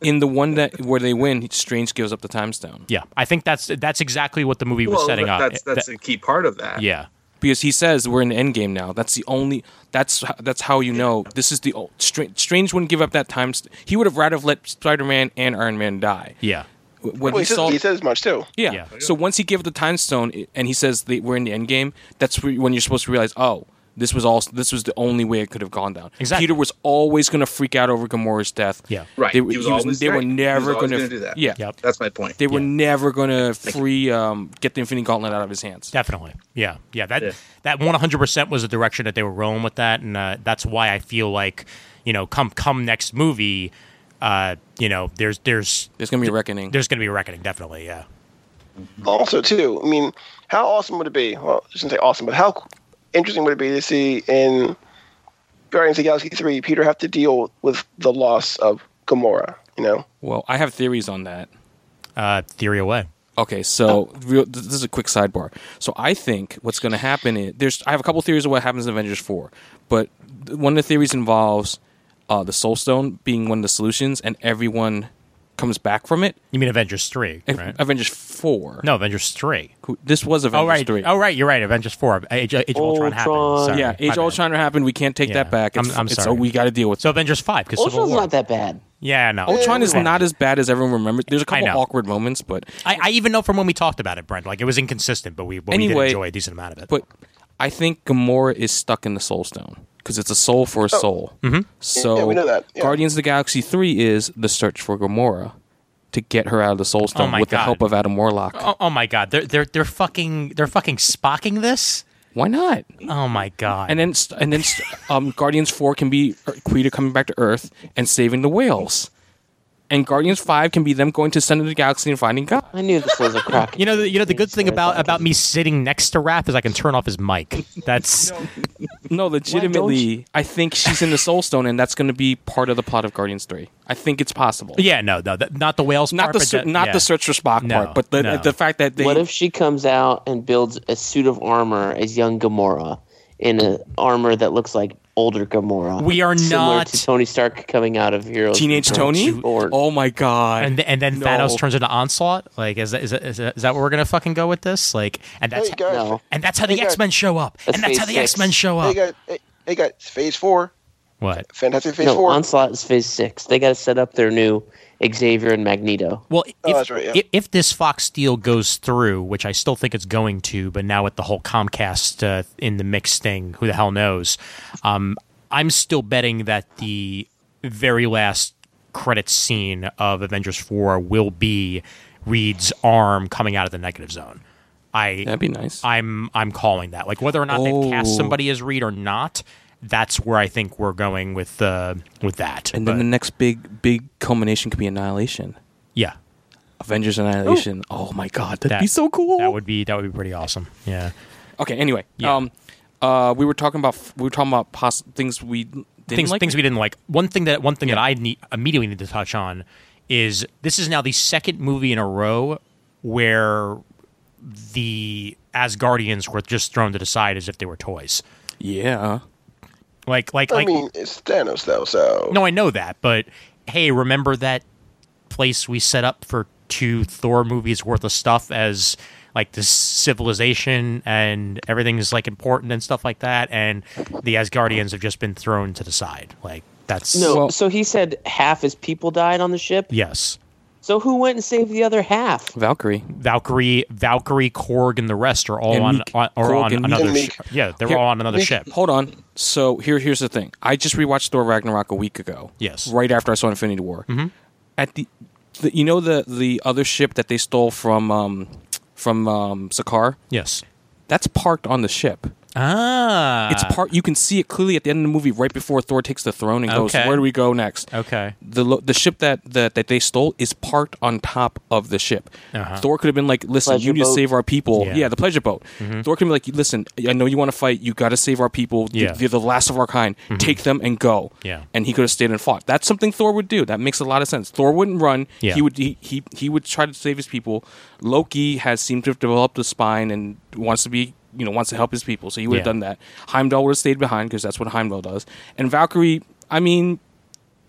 in the one that where they win. Strange gives up the time stone
yeah. I think that's that's exactly what the movie was setting
that-
up.
that's
That-
that's a key part of that.
yeah,
because he says we're in the end game now. That's the only. That's h- that's how you know this is the old, Strange. Strange wouldn't give up that time. St- he would have rather have let Spider Man and Iron Man die.
yeah,
W- When
Well,
he
he, says,
saw,
he says much too.
yeah.
Yeah.
So once he gave the time stone i- and he says that we're in the end game, that's where- when you're supposed to realize, oh, this was all. This was the only way it could have gone down.
Exactly.
Peter was always going to freak out over Gamora's death.
Yeah.
Right.
They,
He
were-
was
he was-
always
they were
right. He was
never
always
going to
gonna do that.
Yeah.
Yep.
That's my point.
They were
Yeah.
never going to free um, get the Infinity Gauntlet out of his hands.
definitely. Yeah, yeah. That
Yeah.
that one hundred percent was the direction that they were rolling with that, and uh, that's why I feel like you know, come come next movie, uh, you know, there's there's
There's going to be a reckoning.
there's going to be a reckoning, definitely. Yeah,
Also, too, I mean, how awesome would it be? Well, I shouldn't say awesome, but how interesting would it be to see in Guardians of the Galaxy three Peter have to deal with the loss of Gamora? You know,
Well, I have theories on that.
Uh, theory away.
Okay, so
Oh.
real, th- this is a quick sidebar. So I think what's going to happen is there's I have a couple theories of what happens in Avengers four, but th- one of the theories involves uh, the Soul Stone being one of the solutions, and everyone comes back from it.
You mean Avengers three,
A-
right?
Avengers four.
no, Avengers three.
Who- this was Avengers
oh right,
three.
oh right, you're right. Avengers four, Age, Age of Ultron, happened.
Ultron.
Sorry.
yeah,
My
Age of
bad.
Ultron happened. We can't take
Yeah.
that back.
I'm-
It's,
I'm
it's-
sorry.
So we got to deal with.
So Avengers five because Civil
Ultron's
War.
not that bad.
yeah, no.
Ultron is not as bad as everyone remembers. There's a
I
couple
know.
awkward moments, but
I, I even know from when we talked about it, Brent. Like it was inconsistent, but we but we
Anyway,
did enjoy a decent amount of it.
but I think Gamora is stuck in the Soul Stone because it's a soul for a soul. Mm-hmm. So
Oh. Yeah, we know that. Yeah.
Guardians of the Galaxy Three is the search for Gamora to get her out of the Soul Stone
my
with the
God.
help of Adam Warlock.
oh, oh my god, they're they're they're fucking they're fucking spocking this.
Why not?
Oh my god.
And then st- and then st- um, Guardians Four can be Er- Queta coming back to Earth and saving the whales. And Guardians Five can be them going to Center of the Galaxy and finding God.
I knew this was a crack.
you know, the, you know the good thing about about me sitting next to Raph is I can turn off his mic. That's
No,
you-
legitimately, I think she's in the Soul Stone, and that's going to be part of the plot of Guardians Three. I think it's possible.
yeah, no, no, that, not the whales,
not
part,
the
but
ser-
that-
not
yeah.
the search for Spock
No,
part, but the
no.
the fact that they
What if she comes out and builds a suit of armor as young Gamora in a armor that looks like older Gamora?
We are
similar
not-
to Tony Stark coming out of Heroes.
teenage
Return
Tony?
Or
Oh my god!
And, th- and then
No.
Thanos turns into Onslaught. Like, is that, is, that, is, that, is that where we're gonna fucking go with this? Like, and that's
hey guys,
No.
and that's how the
Hey, guys.
X Men show up.
That's
and that's how
phase
the
six.
X Men show
hey
up.
guys, hey, hey guys, Phase Four,
What?
Fantastic Phase
no,
Four.
Onslaught is Phase Six. They got to set up their new Xavier and Magneto.
Well, if,
Oh, that's right, yeah.
if, if this Fox deal goes through, which I still think it's going to, but now with the whole Comcast uh, in the mix thing, who the hell knows? Um, I'm still betting that the very last credit scene of Avengers 4 will be Reed's arm coming out of the negative zone. I
That'd be nice.
I'm I'm calling that. Like whether or not they've cast
Oh.
somebody as Reed or not, that's where I think we're going with uh, with that.
and then
But-
the next big big culmination could be Annihilation,
yeah.
Avengers Annihilation. Oh my god, that'd
That-
be so cool.
That would be that would be pretty awesome. Yeah.
okay, anyway,
Yeah.
um, uh, we were talking about f- we were talking about poss- things we didn't
things
like.
things we didn't like. One thing that one thing that I need, immediately need to touch on is this is now the second movie in a row where the Asgardians were just thrown to the side as if they were toys.
yeah,
Like like
I
like
mean, it's Thanos though, so
no, I know that, but hey, remember that place we set up for two Thor movies worth of stuff as like this civilization and everything is like important and stuff like that and the Asgardians have just been thrown to the side. Like that's
No,
Well-
so he said half his people died on the ship.
yes.
So who went and saved the other half?
Valkyrie.
Valkyrie, Valkyrie, Korg, and the rest are all
And
on,
Meek.
on are
Korg
on
and Meek.
another.
And
Sh-
Meek.
yeah, they're
Here,
all on another
Nick,
ship.
Hold on. So here, here's the thing. I just rewatched Thor Ragnarok a week ago.
Yes. Mm-hmm.
Right after I saw Infinity War. At the, the, you know the the other ship that they stole from um from um Sakaar.
Yes.
That's parked on the ship.
Ah,
It's part. You can see it clearly at the end of the movie, right before Thor takes the throne and goes,
Okay.
"Where do we go next?"
okay.
The lo- the ship that, that that they stole is parked on top of the ship.
Uh-huh.
Thor could have been like, "Listen,
Pleasure
you need to
boat.
save our people."
Yeah. Mm-hmm.
Yeah, the pleasure boat. Thor could be like, "Listen, I know you want to fight. You got to save our people. Th-
Yeah. Mm-hmm.
They're the last of our kind. Take them and go."
Yeah.
and he could have stayed and fought. That's something Thor would do. That makes a lot of sense. Thor wouldn't run.
Yeah.
he would. He, he he would try to save his people. Loki has seemed to have developed a spine and wants to be. You know, wants to help his people, so he would have
Yeah.
done that. Heimdall would have stayed behind because that's what Heimdall does. And Valkyrie, I mean,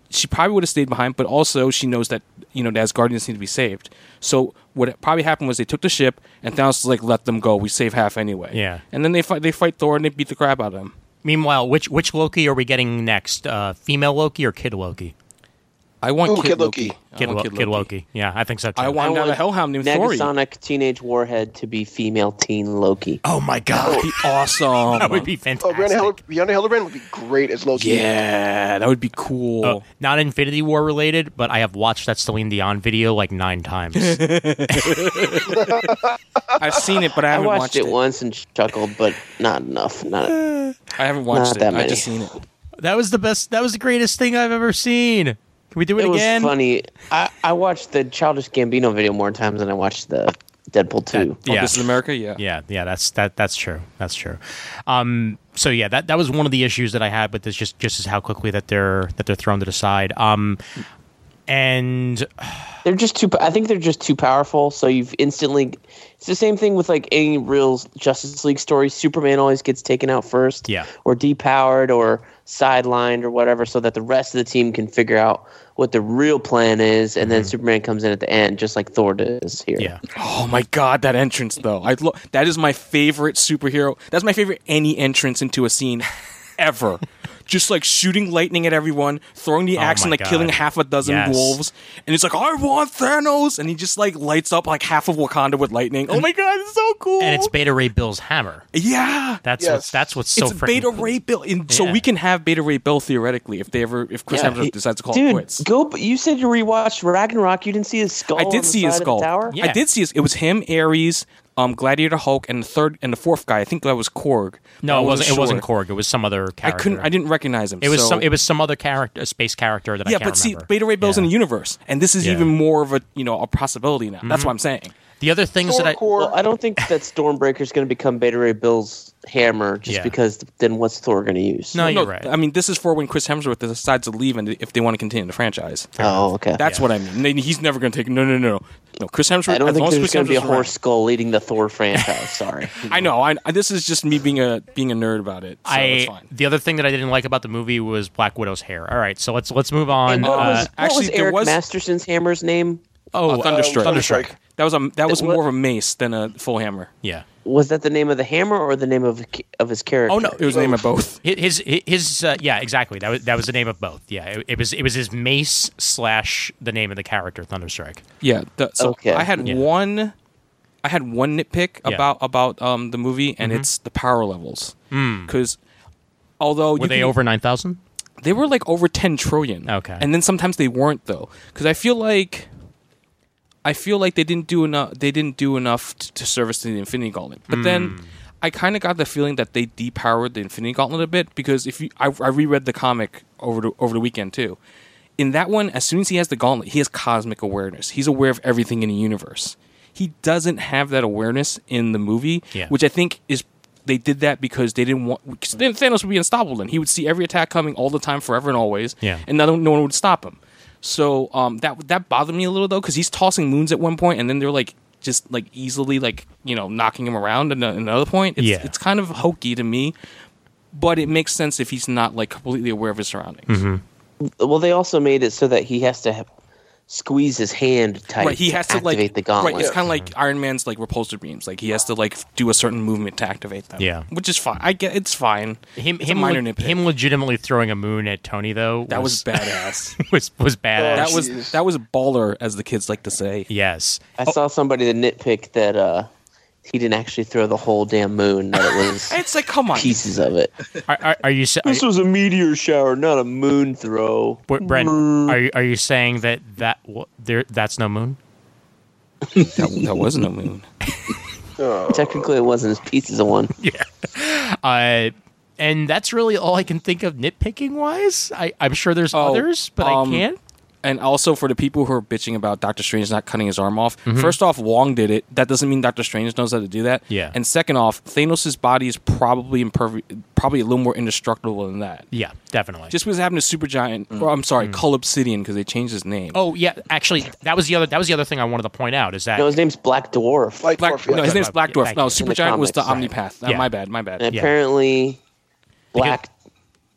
she probably would have stayed behind, but also she knows that you know the Asgardians need to be saved. So what probably happened was they took the ship, and Thanos was like, "Let them go. We save half anyway."
Yeah.
and then they fight. They fight Thor, and they beat the crap out of him.
Meanwhile, which which Loki are we getting next? Uh, female Loki or Kid Loki?
I want
Ooh,
Kid,
Kid
Loki.
Loki.
I
Kid,
want
Lo- Kid Loki. Yeah, I think so too.
Oh, I want him down a hellhound named Thor.
Negasonic teenage warhead to be female teen Loki.
Oh my god,
Be awesome.
that would be
oh, Brianna,
fantastic.
Heller, Brianna Hellerbrand would be great as Loki.
yeah, that would be cool.
Uh, not Infinity War related, but I have watched that Celine Dion video like nine times.
I've seen it, but I
I
haven't
watched,
watched
it, once and chuckled, but not enough. Not
I haven't watched
Not
it.
that
I've
many.
just seen it.
that was the best. That was the greatest thing I've ever seen. Can we do it,
it was
again?
funny. I, I watched the Childish Gambino video more times than I watched the Deadpool two.
Oh,
Yeah.
this is America. Yeah.
Yeah, yeah, that's that that's true. That's true. Um so yeah, that that was one of the issues that I had with this just just is how quickly that they're that they're thrown to the side. Um and
They're just too. I think they're just too powerful. So you've instantly. It's the same thing with like any real Justice League story. Superman always gets taken out first,
Yeah.
or depowered, or sidelined, or whatever, so that the rest of the team can figure out what the real plan is, and then Superman comes in at the end, just like Thor does here.
Mm-hmm. yeah,
Oh my god, that entrance though. I lo- that is my favorite superhero. That's my favorite any entrance into a scene ever. Just like shooting lightning at everyone, throwing the axe
Oh my
and like
God.
killing half a dozen
Yes.
wolves, and he's like, "I want Thanos," and he just like lights up like half of Wakanda with lightning. Oh my god, it's so cool!
and it's Beta Ray Bill's hammer.
yeah,
That's
Yes.
what's that's what's so
it's
freaking
Beta
cool.
Ray Bill, and so
Yeah.
we can have Beta Ray Bill theoretically if they ever if Chris
Yeah,
Hemsworth
he-
decides to call it
Dude,
quits.
go! You said you rewatched Ragnarok. You didn't see his skull.
I
on
did
the
see his
side of the
skull.
tower?
Yeah.
I did see his. It was him, Ares, um, Gladiator Hulk, and the third and the fourth guy. I think that was Korg.
No,
I
Oh, it wasn't. It wasn't
sure.
Korg. It was some other
I
character.
couldn't. I didn't recognize him.
It was
so-
some. It was some other character, a space character that I
yeah,
can't
but see,
remember.
Beta Ray Bill's
Yeah.
in the universe, and this is
Yeah. Mm-hmm. Oh,
even more of a you know a possibility now. That's what I'm saying.
The other things that I
Thorcore-
Well, I don't think that Stormbreaker is going to become Beta Ray Bill's hammer just
Yeah.
because then what's Thor going to use?
no,
no,
you're right.
I mean, this is for when Chris Hemsworth decides to leave, and if they want to continue the franchise,
Oh, okay.
that's what I mean. He's never going to take. No, no, no, no. No, Chris Hemsworth.
I don't
as
think
long as
there's
Chris
going to be a
Hemsworth's around-
horse skull leading the Thor franchise. Sorry.
I know. I, I- this is just me being a being a nerd about it. So it's
I
fine.
the other thing that I didn't like about the movie was Black Widow's hair. All right, so let's let's move on.
And what was,
Uh,
what
actually,
was
there
Eric
was-
Masterson's hammer's name?
oh,
Uh, Thunderstrike.
Thunderstrike.
That was a that was
What?
more of a mace than a full hammer.
yeah.
Was that the name of the hammer or the name of of his character?
Oh no,
It was the name of both.
his his, his uh, yeah, exactly. That was that was the name of both. Yeah, it, it was it was his mace slash the name of the character Thunderstrike.
Yeah. The, so
Okay.
I had
Yeah.
one. I had one nitpick
Yeah. Mm-hmm.
about about um, the movie, and it's the power levels. Because although
Mm. Were they over nine thousand?
they were like over ten trillion.
Okay.
And then sometimes they weren't though, because I feel like. I feel like they didn't do enough. They didn't do enough t- to service the Infinity Gauntlet. But then, I kind of got the feeling that they depowered the Infinity Gauntlet a bit because if you, I, I reread the comic over the, over the weekend too. In that one, as soon as he has the gauntlet, he has cosmic awareness. He's aware of everything in the universe. He doesn't have that awareness in the movie,
Yeah.
which I think is they did that because they didn't want. Because then Thanos would be unstoppable, and he would see every attack coming all the time, forever and always
Yeah.
and no, no one would stop him. So um, that that bothered me a little though, because he's tossing moons at one point, and then they're like just like easily like you know knocking him around at ano- another point. It's,
Yeah.
it's kind of hokey to me, but it makes sense if he's not like completely aware of his surroundings.
Mm-hmm.
Well, they also made it so that he has to have, squeeze his hand tight.
Right, he
to
has to
activate
like
the gauntlet.
Right, it's kind of
Mm-hmm.
like Iron Man's like repulsor beams. Like he has to like do a certain movement to activate them.
Yeah.
which is fine. I get it's fine.
Him
It's a
him
minor
le-
nitpick.
him legitimately throwing a moon at Tony though.
that was badass.
was was badass.
that was
Jeez.
that was baller, as the kids like to say.
yes.
I saw somebody that nitpicked that uh, he didn't actually throw the whole damn moon. That it was
It's like come on,
pieces of it.
Are, are, are you sa- are,
This was a meteor shower, not a moon throw.
Br- Brent? Are you are you saying that that wha- there that's no moon?
that, that wasn't a moon.
Technically, it wasn't. It's pieces of one.
Uh, and that's really all I can think of nitpicking wise. I, I'm sure there's
Oh,
others, but
um,
I can't.
and also for the people who are bitching about Doctor Strange not cutting his arm off,
Mm-hmm.
first off, Wong did it. That doesn't mean Doctor Strange knows how to do that.
Yeah.
And second off, Thanos' body is probably imperv- probably a little more indestructible than that.
Yeah, definitely.
Just because it happened to Supergiant, or I'm sorry, Cull Obsidian, because they changed his name.
Mm. oh yeah, actually, that was the other that was the other thing I wanted to point out is that
No, his name's Black Dwarf.
Like
Black,
Orpheus.
no, his name's Black
Yeah,
Dwarf.
thank
no,
you.
Supergiant was the
In the
Omnipath. Uh,
Yeah.
my bad, my bad.
and apparently, Black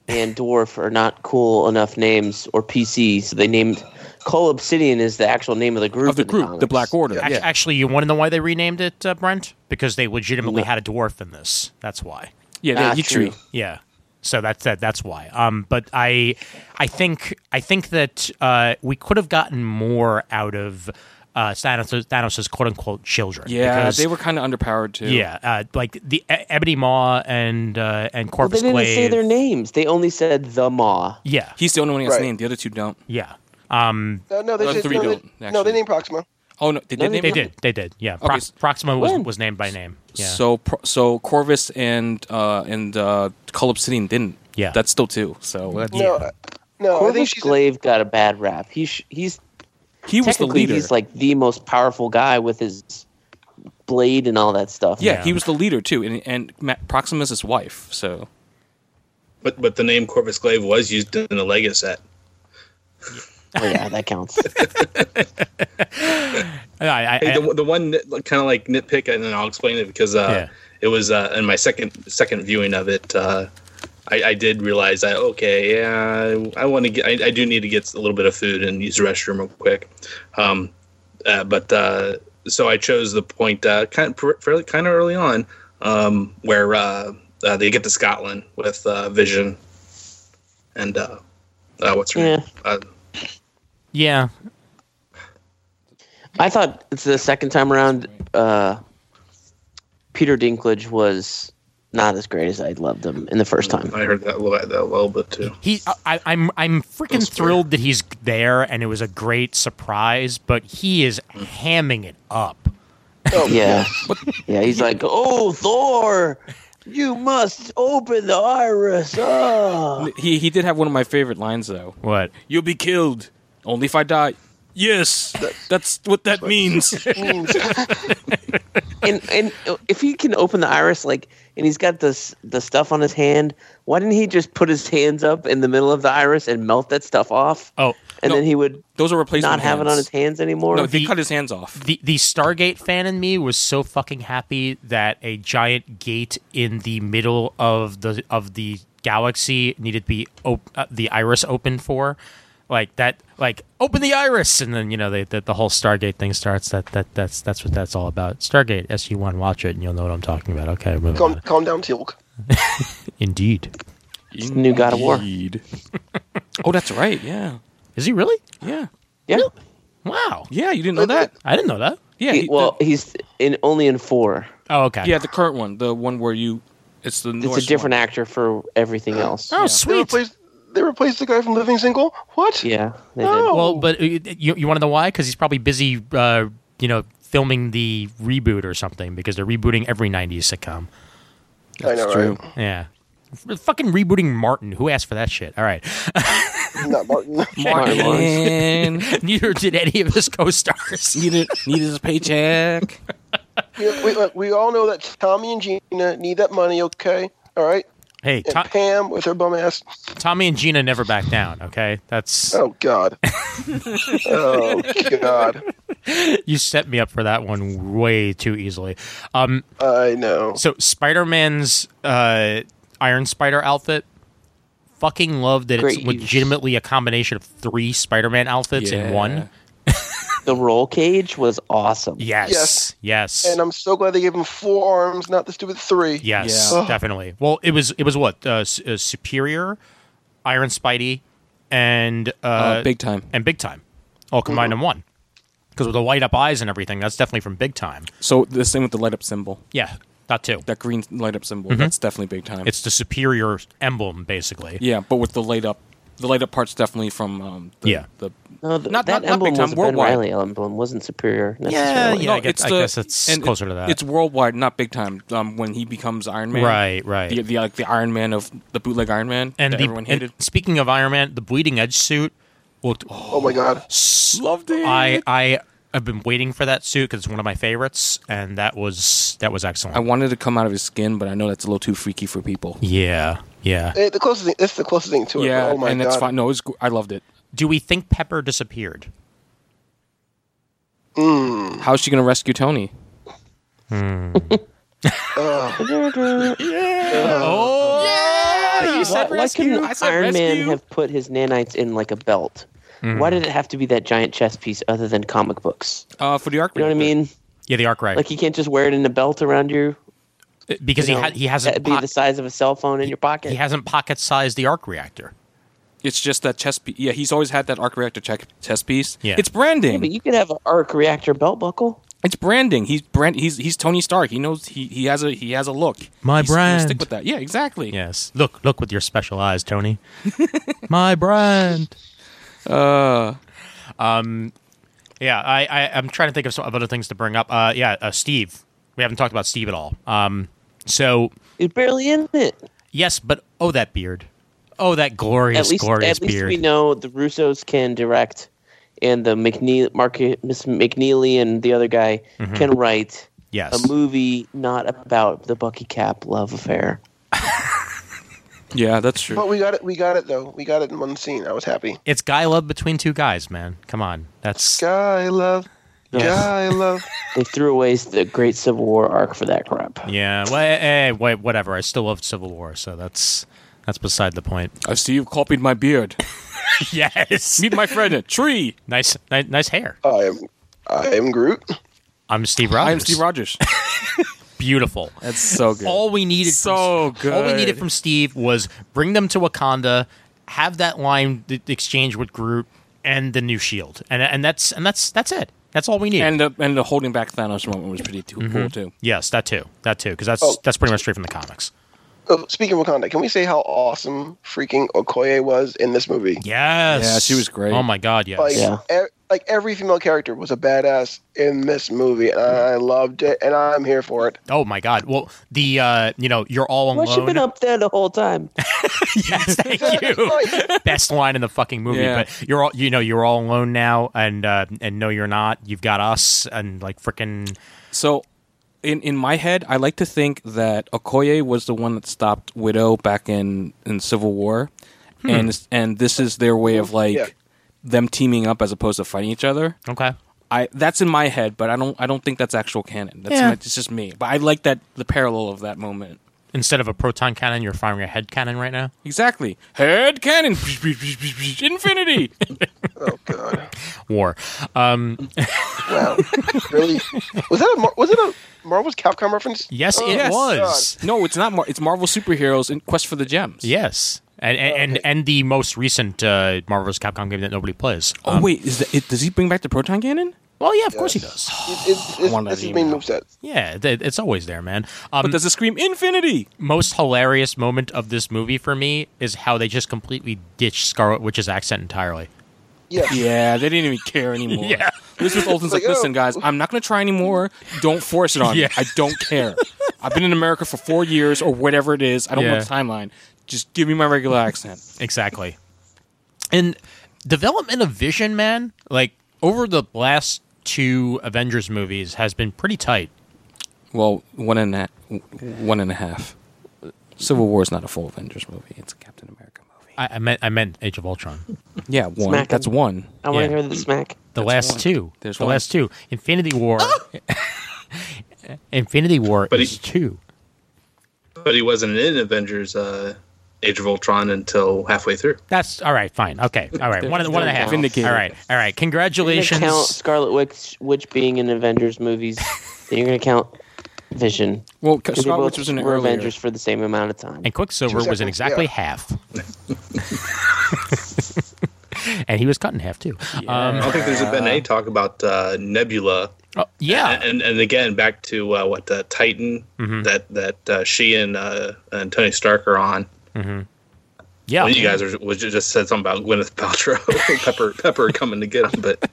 and Dwarf are not cool enough names or PC, so they named Cole Obsidian is the actual name of the group.
of the
in
group, the,
comics.
Black Order.
act-
Yeah.
actually, you want to know why they renamed it uh, Brent? Because they legitimately had a dwarf in this. That's why.
Yeah,
Ah,
yeah, he
true.
tree.
Yeah. So that's that. That's why. Um, but I, I think I think that uh, we could have gotten more out of uh, Thanos' Thanos' quote unquote children.
Yeah,
because-
they were kind of underpowered too.
Yeah, uh, like the E- Ebony Maw and uh, and
Well, they
Corpus
didn't say
Glaive.
their names. They only said the Maw.
Yeah,
He's the only one who has
Right.
named. The other two don't.
yeah. Um,
No, no, they
Those
did-
three
no, they-
don't,
No,
actually.
they named Proxima.
Oh no, they did name
they
him?
did, they did. Yeah, Prox-
so-
Proxima was,
When?
was named by name. Yeah,
So Pro- so Corvus and uh and uh Cull Obsidian didn't.
Yeah.
That's still two. So that's,
No, uh, no, I think
Corvus
she's
Glaive got a bad rap. He sh- he's
he was the
technically
leader.
he's like the most powerful guy with his blade and all that stuff.
yeah,
Yeah.
he was the leader too, and and Ma- Proxima's his wife. So
But but the name Corvus Glaive was used in the Lego set.
Oh, yeah, that counts.
I, I, I,
Hey, the, the one kind of like nitpick, and then I'll explain it because uh,
Yeah.
it was uh, in my second second viewing of it. Uh, I, I did realize that okay, yeah, I, I want to get, I, I do need to get a little bit of food and use the restroom real quick. Um, uh, but uh, so I chose the point uh, kind of fairly kind of early on um, where uh, uh, they get to Scotland with uh, Vision and uh, uh, what's her name? Uh,
yeah.
I thought it's the second time around. Uh, Peter Dinklage was not as great as I loved him in the first time.
I heard that a little, that uh, a little bit too.
He, I, I'm, I'm freaking
Ghost Story.
thrilled that he's there, and it was a great surprise. But he is hamming it up.
Oh,
Yeah, yeah. He's like, "Oh, Thor, you must open the iris." Ah.
He he did have one of my favorite lines though.
What?
You'll be killed only if I die. Yes, that's what that means.
and and if he can open the iris like and he's got this the stuff on his hand why didn't he just put his hands up in the middle of the iris and melt that stuff off
Oh,
and
no.
then he would
Those are replacement.
not have it on his
hands.
hands anymore
No, they
The-
cut his hands off.
the the Stargate fan in me was so fucking happy that a giant gate in the middle of the of the galaxy needed to be op- uh, the iris open for, like that, like open the iris, and then you know they, the the whole Stargate thing starts. That that that's that's what that's all about. Stargate SG One, watch it, and you'll know what I'm talking about. Okay, move
Calm,
on.
calm down, Teal'c.
Indeed,
it's the new god of war
Indeed. oh, that's right. Yeah.
is he really?
Yeah.
yeah
Wow,
Yeah, you didn't know that?
I didn't know that.
Yeah.
He-
he-
well he's in only in four
Oh, okay.
the- yeah, the current one, the one where you it's the
it's a different actor for everything else
Oh,
They
sweet.
replaced, they replaced the guy from Living Single? What?
yeah they
No.
Well, but uh, you, you want to know why? Because he's probably busy, uh, you know, filming the reboot or something because they're rebooting every 90s sitcom.
I know,
true.
right?
Yeah. F- Fucking rebooting Martin. Who asked for that shit? All right.
Not Martin.
did Martin Lawrence.
And
Neither did any of his co stars.
needed needed his paycheck.
Yeah, we, look, we all know that Tommy and Gina need that money, okay? All right?
Hey,
And
Tom,
Pam with her bum ass.
Tommy and Gina never back down, okay? That's.
Oh, God. oh, God.
You set me up for that one way too easily. Um,
I know.
So Spider Man's uh, Iron Spider outfit. Fucking love that
Great
it's
use.
legitimately a combination of three Spider Man outfits
Yeah.
in one.
the roll cage was awesome
Yes. Yes.
And I'm so glad they gave him four arms, not the stupid three.
yes.
Yeah.
Definitely. Well, it was it was what uh, S- uh, Superior, Iron Spidey, and uh,
Uh, big Mm-hmm. time.
and Big Time, all combined in one. Because with the light up eyes and everything, that's definitely from Big Time.
So the same with the light up symbol.
Yeah, that too.
That green light up symbol. That's definitely big time.
Mm-hmm. It's the Superior emblem, basically.
yeah, but with the light up the light up part's definitely from um the,
Yeah. Uh,
the
no, th-
Not- not-
that
not
emblem
big time,
was a Ben
worldwide.
Riley emblem wasn't superior
Uh,
Yeah,
necessarily.
yeah. I guess- I guess it's
and
closer to that.
It's worldwide, not big time. Um, when he becomes Iron Man,
Right, right.
The, the like the Iron Man of the bootleg Iron Man
and
that
the,
everyone hated.
And speaking of Iron Man, the bleeding edge suit looked.
Oh, my God.
Loved it.
I I have been waiting for that suit because it's one of my favorites, and that was that was excellent.
I wanted to come out of his skin, but I know that's a little too freaky for people.
yeah, yeah.
Eh, the closest thing, it's the closest thing to it.
Yeah,
oh my
and
God.
that's fine. No, it was, gr- I loved it.
Do we think Pepper disappeared?
How's she gonna rescue Tony?
Oh, yeah. You
Why, why couldn't Iron Man have put his nanites in like a belt?
Mm.
Why did it have to be that giant chess piece other than comic books?
Uh, for the arc,
You know what I mean?
yeah, the arc right
Like you can't just wear it in a belt around you.
because
you
he
know?
ha- he hasn't
That'd be
po-
the size of a cell phone in your pocket.
he hasn't pocket sized the arc reactor.
It's just that chess piece. Yeah, he's always had that arc reactor check chess piece.
Yeah.
it's branding.
but you could have an arc reactor belt buckle.
it's branding. He's brand. He's he's Tony Stark. He knows he, he has a he has a look.
My
He's- he'll
brand.
Stick with that. Yeah, exactly.
Yes, look look with your special eyes, Tony. My brand.
Uh,
Yeah, I, I I'm trying to think of some of other things to bring up. Uh, yeah, uh, Steve. We haven't talked about Steve at all. Um, so
It's barely in it.
yes, but oh that beard, oh that glorious
At least,
glorious
at least
beard.
we know the Russos can direct, and the McNeil, Mark, Miss McNeely, and the other guy can write
Mm-hmm. Yes.
a movie not about the Bucky Cap love affair.
Yeah, that's true.
But we got it. We got it though. We got it in one scene. I was happy.
It's guy love between two guys, man. Come on, that's
Guy love, guy love.
They threw away the great Civil War arc for that crap.
yeah. Well, eh, eh, wha- whatever. I still love Civil War, so that's that's beside the point.
I see you've copied my beard.
yes.
Meet my friend, a tree.
nice, ni- nice hair.
I am, I am Groot.
I'm Steve Rogers.
I am Steve Rogers.
Beautiful.
That's so good.
all we needed.
So
from, All we needed
good.
from Steve was bring them to Wakanda, have that line d- exchange with Groot, and the new shield, and and that's and that's that's it. That's all we need.
and
uh,
the and the holding back Thanos moment was pretty too
Mm-hmm.
cool too.
yes, that too. That too, because that's
Oh.
that's pretty much straight from the comics.
Oh, speaking of Wakanda, can we say how awesome freaking Okoye was in this movie?
Yes.
Yeah, she was great.
Oh my God. Yes.
Like,
Yeah.
e- like every female character was a badass in this movie, and I loved it, and I'm here for it.
Oh my God. Well, the uh, you know, you're all
Why she
alone.
been up there the whole time?
yes, thank you. Best line in the fucking movie.
Yeah.
But you're all you know you're all alone now, and uh, and no, you're not. You've got us, and like freaking.
So, in in my head, I like to think that Okoye was the one that stopped Widow back in in Civil War, and and this is their way of like
Yeah.
them teaming up as opposed to fighting each other.
Okay.
I that's in my head, but I don't I don't think that's actual canon. That's
Yeah.
my, it's just me. But I like that the parallel of that moment.
Instead of a proton cannon, you're firing a head cannon right now.
Exactly. Head cannon. Infinity.
Oh God!
War. Um,
Wow, really? Was that a Mar- was it a Marvel's Capcom reference?
yes,
Oh,
it
God.
was.
No, it's not. Mar- it's Marvel superheroes in Quest for the Gems.
Yes, and
Oh,
and, and and the most recent uh, Marvel's Capcom game that nobody plays.
Oh
Um,
wait, is that, it, does he bring back the proton cannon?
Well, yeah, of course he does.
It- it's- it's-
wanted
this is
to
main
email.
moveset.
Yeah, th- it's always there, man. Um,
But does it scream infinity?
most hilarious moment of this movie for me is how they just completely ditch Scarlet Witch's accent entirely.
Yes.
Yeah, they didn't even care anymore.
Yeah.
Elizabeth Olsen's like,
Like, oh.
listen, guys, I'm not going to try anymore. Don't force it on
Yeah.
me. I don't care. I've been in America for four years or whatever it is. I don't
Yeah.
want a timeline. Just give me my regular accent.
Exactly. And development of Vision, man, like over the last two Avengers movies has been pretty tight.
Well, one and a, one and a half. Civil War is not a full Avengers movie. It's a Captain America movie.
I, I meant I meant Age of Ultron.
Yeah, one.
Smack 'em.
That's one.
I want
Yeah.
to hear the smack.
The last
one.
two.
There's
the
one. Ah!
last two. Infinity War. Infinity War
But
is
he-
two.
But he wasn't in Avengers uh, Age of Ultron until halfway through.
That's all right. Fine. Okay. All right. One and one and a half.
Vindicated.
All right. All right.
You're gonna count
Congratulations.
Scarlet Witch, Witch being in Avengers movies. then you're gonna count Vision.
Well,
'Cause they
Scarlet
both
Witch was in it
were
earlier.
Avengers for the same amount of time.
And Quicksilver was in
seconds,
exactly
yeah.
half. and he was cut in half too.
I
Um,
don't think there's been any talk about uh, Nebula.
oh, yeah.
And, and again, back to uh, what uh, Titan
Mm-hmm.
that that uh, she and uh, and Tony Stark are on.
Yeah.
you guys are, was ju- just said something about Gwyneth Paltrow, Pepper Pepper coming to get him, but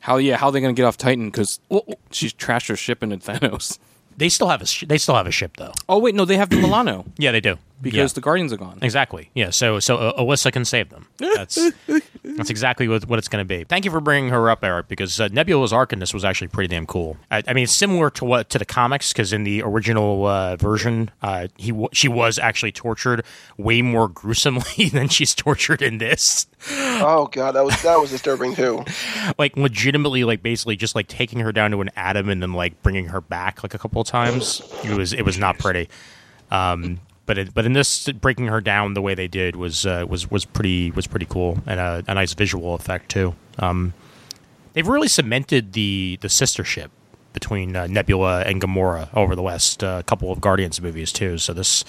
How, yeah, how are they going to get off Titan? Because
Well, well,
she's trashed her ship into Thanos.
they still have a sh- they still have a ship though.
Oh, wait, no, they have the Milano
Yeah, they do.
because
Yeah.
the Guardians are gone.
Exactly. Yeah. So so uh, Alyssa can save them. That's that's exactly what, what it's going to be. Thank you for bringing her up, Eric, because uh, Nebula's arc in this was actually pretty damn cool. I, I mean, it's similar to what to the comics because in the original uh, version, uh, he wa she was actually tortured way more gruesomely than she's tortured in this.
Oh God, that was that was disturbing too.
Like legitimately, like basically just like taking her down to an atom and then like bringing her back like a couple of times. It was it was not pretty. Um, but it, but in this breaking her down the way they did was uh, was was pretty was pretty cool and a, a nice visual effect too. Um, they've really cemented the the sistership between uh, Nebula and Gamora over the last uh, couple of Guardians movies too. So this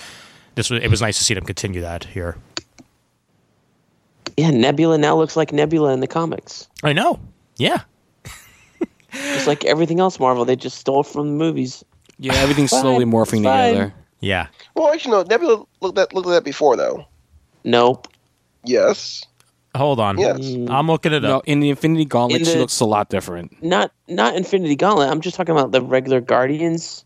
this was, it was nice to see them continue that here.
Yeah, Nebula now looks like Nebula in the comics.
I know. Yeah.
Just like everything else Marvel, they just stole from the movies.
Yeah, everything's slowly
Fine,
morphing
fine.
together.
Yeah.
Well, actually, no. Nebula looked that looked at that before though.
Nope.
Yes.
Hold on.
Yes.
I'm looking it up.
No, in the Infinity Gauntlet,
In
she
the-
looks a lot different.
Not not Infinity Gauntlet. I'm just talking about the regular Guardians,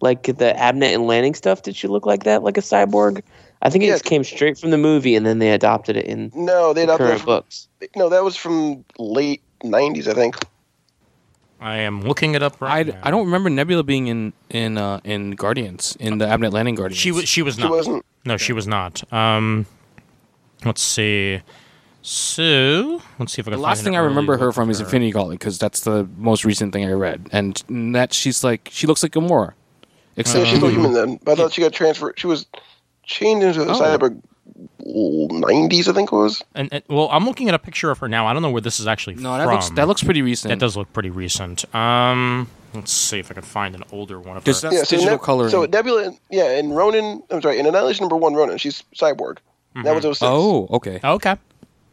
like the Abnett and Lanning stuff. Did she look like that, like a cyborg? I think it
Yeah.
just came straight from the movie, and then they adopted it in
No, they
current books.
No, that was from late '90s, I think.
I am looking it up
I,
right now.
I don't remember Nebula being in in uh, in Guardians in the Abnett Landing Guardians.
She was. She was
She
not.
wasn't.
No, she was not. Um, let's see. So let's see if I can.
The
find
last
an
thing I
early
remember her
look
from
for
is Infinity Gauntlet because that's the most recent thing I read, and that she's like she looks like Gamora,
So
except
she's still human then. But I thought she got transferred. She was chained into the cyber nineties, I think it was.
And, and- well, I'm looking at a picture of her now. I don't know where this is actually
no,
from.
that looks that looks pretty recent.
That does look pretty recent. Um, let's see if I can find an older one of her.
Does that-
Yeah,
That's
so
digital
Neb-
coloring.
So Nebula, and- yeah, and Ronan. I'm sorry, in Annihilation number one, Ronan. She's cyborg. That was 06.
Oh, okay,
Oh, okay.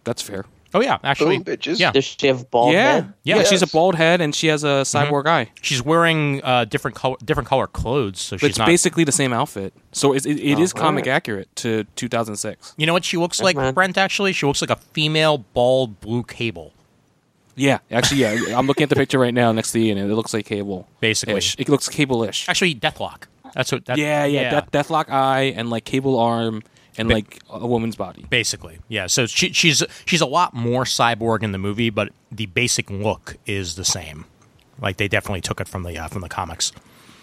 that's fair.
Oh yeah, actually,
Boom, bitches.
yeah,
Does she have bald
yeah,
head?
yeah,
Yes.
she's a bald head and she has a cyborg eye.
she's wearing uh, different color, different color clothes, so
But
she's
it's
not.
basically the same outfit, so it, it, it is comic
alright.
accurate to 2006.
you know what she looks like,
Never mind.
Brent? Actually, she looks like a female bald blue cable.
Yeah, actually, yeah, I'm looking at the picture right now next to Ian, and it looks like Cable.
Basically.
it looks Cable-ish.
Actually, Deathlock. That's what. That,
yeah, yeah, Death, Deathlock eye and like Cable arm and like a woman's body.
Basically, yeah. So she, she's she's a lot more cyborg in the movie, but the basic look is the same. Like they definitely took it from the uh, from the comics.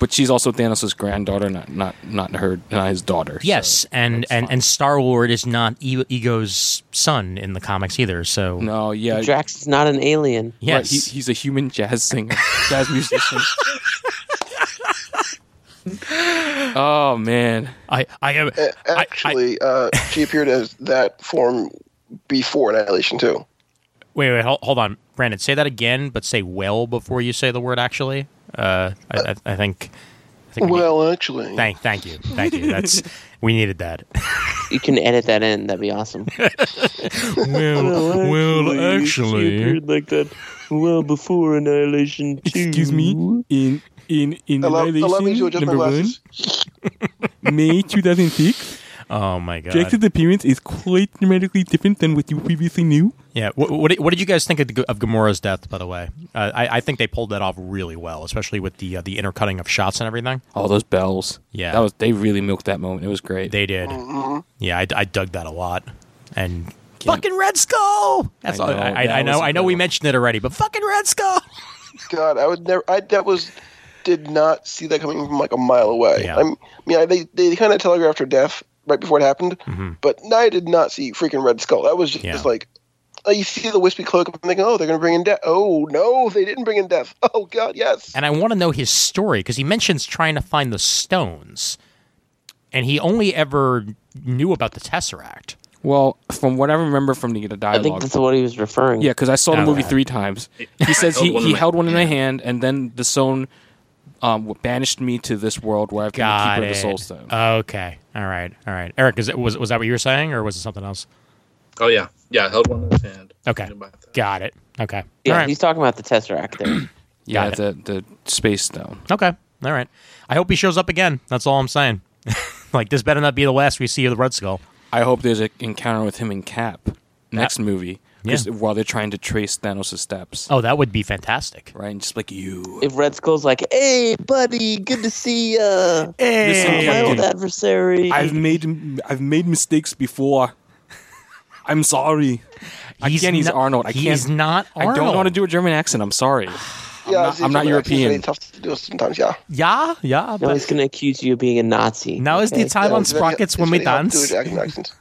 But she's also Thanos' granddaughter, not not not her, not his daughter. so-
Yes, and, and, and Star Lord is not e- Ego's son in the comics either. So
No, yeah.
Drax is not an alien.
right,
yes,
he- he's a human jazz singer, jazz musician. oh man,
I I am.
A-
I- I,
Actually, uh, she appeared as that form before Annihilation too.
wait, wait, hold, hold on, Brandon. Say that again, but say well before you say the word. Actually, uh, I, I, I think. I think we need-
Well, actually,
thank, thank you, thank you. That's we needed that.
You can edit that in. That'd be awesome.
well, well, actually,
like that. Well, before Annihilation 2.
Excuse me. In in in
allow, allow me
Annihilation
to adjust my
number one,
glasses.
May 2006.
oh my god.
Jackson's appearance is quite dramatically different than what you previously knew.
Yeah. What, what, did- what did you guys think of, the, of Gamora's death? By the way, uh, I, I think they pulled that off really well, especially with the uh, the intercutting of shots and everything.
all those bells.
Yeah.
that was they really milked that moment. It was great.
They did.
Mm-hmm.
Yeah, I, I dug that a lot. And fucking Red Skull. That's
I
all.
know,
I,
that
I, I
was
know. I know. We
incredible.
mentioned it already, but fucking Red Skull.
God, I would never. I that was did not see that coming from like a mile away.
Yeah.
I mean, yeah, they they kind of telegraphed her death right before it happened,
Mm-hmm.
but I did not see freaking Red Skull. That was just,
Yeah.
like. uh, You see the wispy cloak, I'm thinking, oh, they're going to bring in death. Oh, no, they didn't bring in death. Oh, God, yes.
And I want to know his story because he mentions trying to find the stones, and he only ever knew about the Tesseract.
Well, from what I remember from the, the
I think
dialogue,
that's what he was referring
yeah, because I saw the
Oh,
movie
yeah.
three times. He says
Held
he,
one in
he
my-
held one in my hand, and then the stone um, banished me to this world where I've been
Got
the keeper of
it.
the
Uh,
soul stone.
Okay. All right. All right. Eric, is it, was was that what you were saying, or was it something else?
Oh yeah, yeah. Held one in his hand.
Okay.
About that.
Got it. Okay.
Yeah,
All right.
he's talking about the Tesseract there.
yeah,
got
the the space stone.
Okay. All right. I hope he shows up again. That's all I'm saying. like this better not be the last we see of the Red Skull.
I hope there's an encounter with him in Cap next movie, 'cause while they're trying to trace Thanos' steps,
Oh, that would be fantastic.
right? And just like you,
if Red Skull's like, "Hey, buddy, good to see ya,
Listen,
my old
Captain,
adversary,"
I've made I've made mistakes before. I'm sorry.
can't- he's
not-
Arnold. I
He's
can't-
not
I
Arnold.
don't want to do a German accent. I'm sorry.
yeah,
not-
it's-
I'm
it's
not
really actually
European.
really tough to do sometimes, yeah.
Yeah, yeah.
now
But
he's gonna accuse you of being a Nazi.
now is the
okay?
time
Yeah,
on
it's very-
sprockets
it's
when we
really hard to
dance.
do it in accent.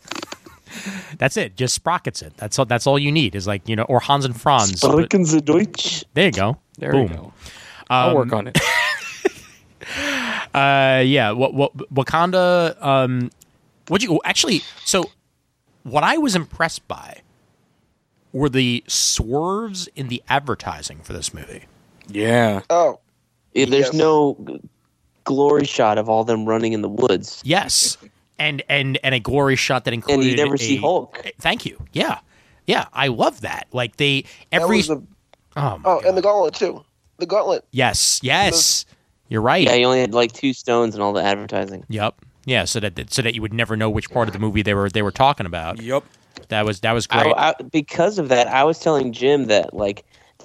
That's it. Just sprockets it. That's all. That's all you need is like you know, or Hans and Franz. But-
Sprechen Sie Deutsch?
there you go.
There
Boom.
we go. I'll
Um,
work on it.
Uh, yeah. What? What? Wakanda. Um, what you actually? So, what I was impressed by were the swerves in the advertising for this movie.
Yeah,
Oh,
Yeah, there's
Yes.
no g- glory shot of all them running in the woods,
Yes, and and and a glory shot that included.
and you never see
a- Eh,
Hulk.
Thank you. Yeah, yeah. I love that. Like they
that
every.
was the,
oh, my
oh
God.
and the gauntlet, too. The gauntlet.
yes, yes. You're right.
Yeah, he only had like two stones in all the advertising.
Yep. Yeah. So that so that you would never know which part of the movie they were they were talking about. Yep. That was that was
I-
great.
I- because of that, I was telling Jim that like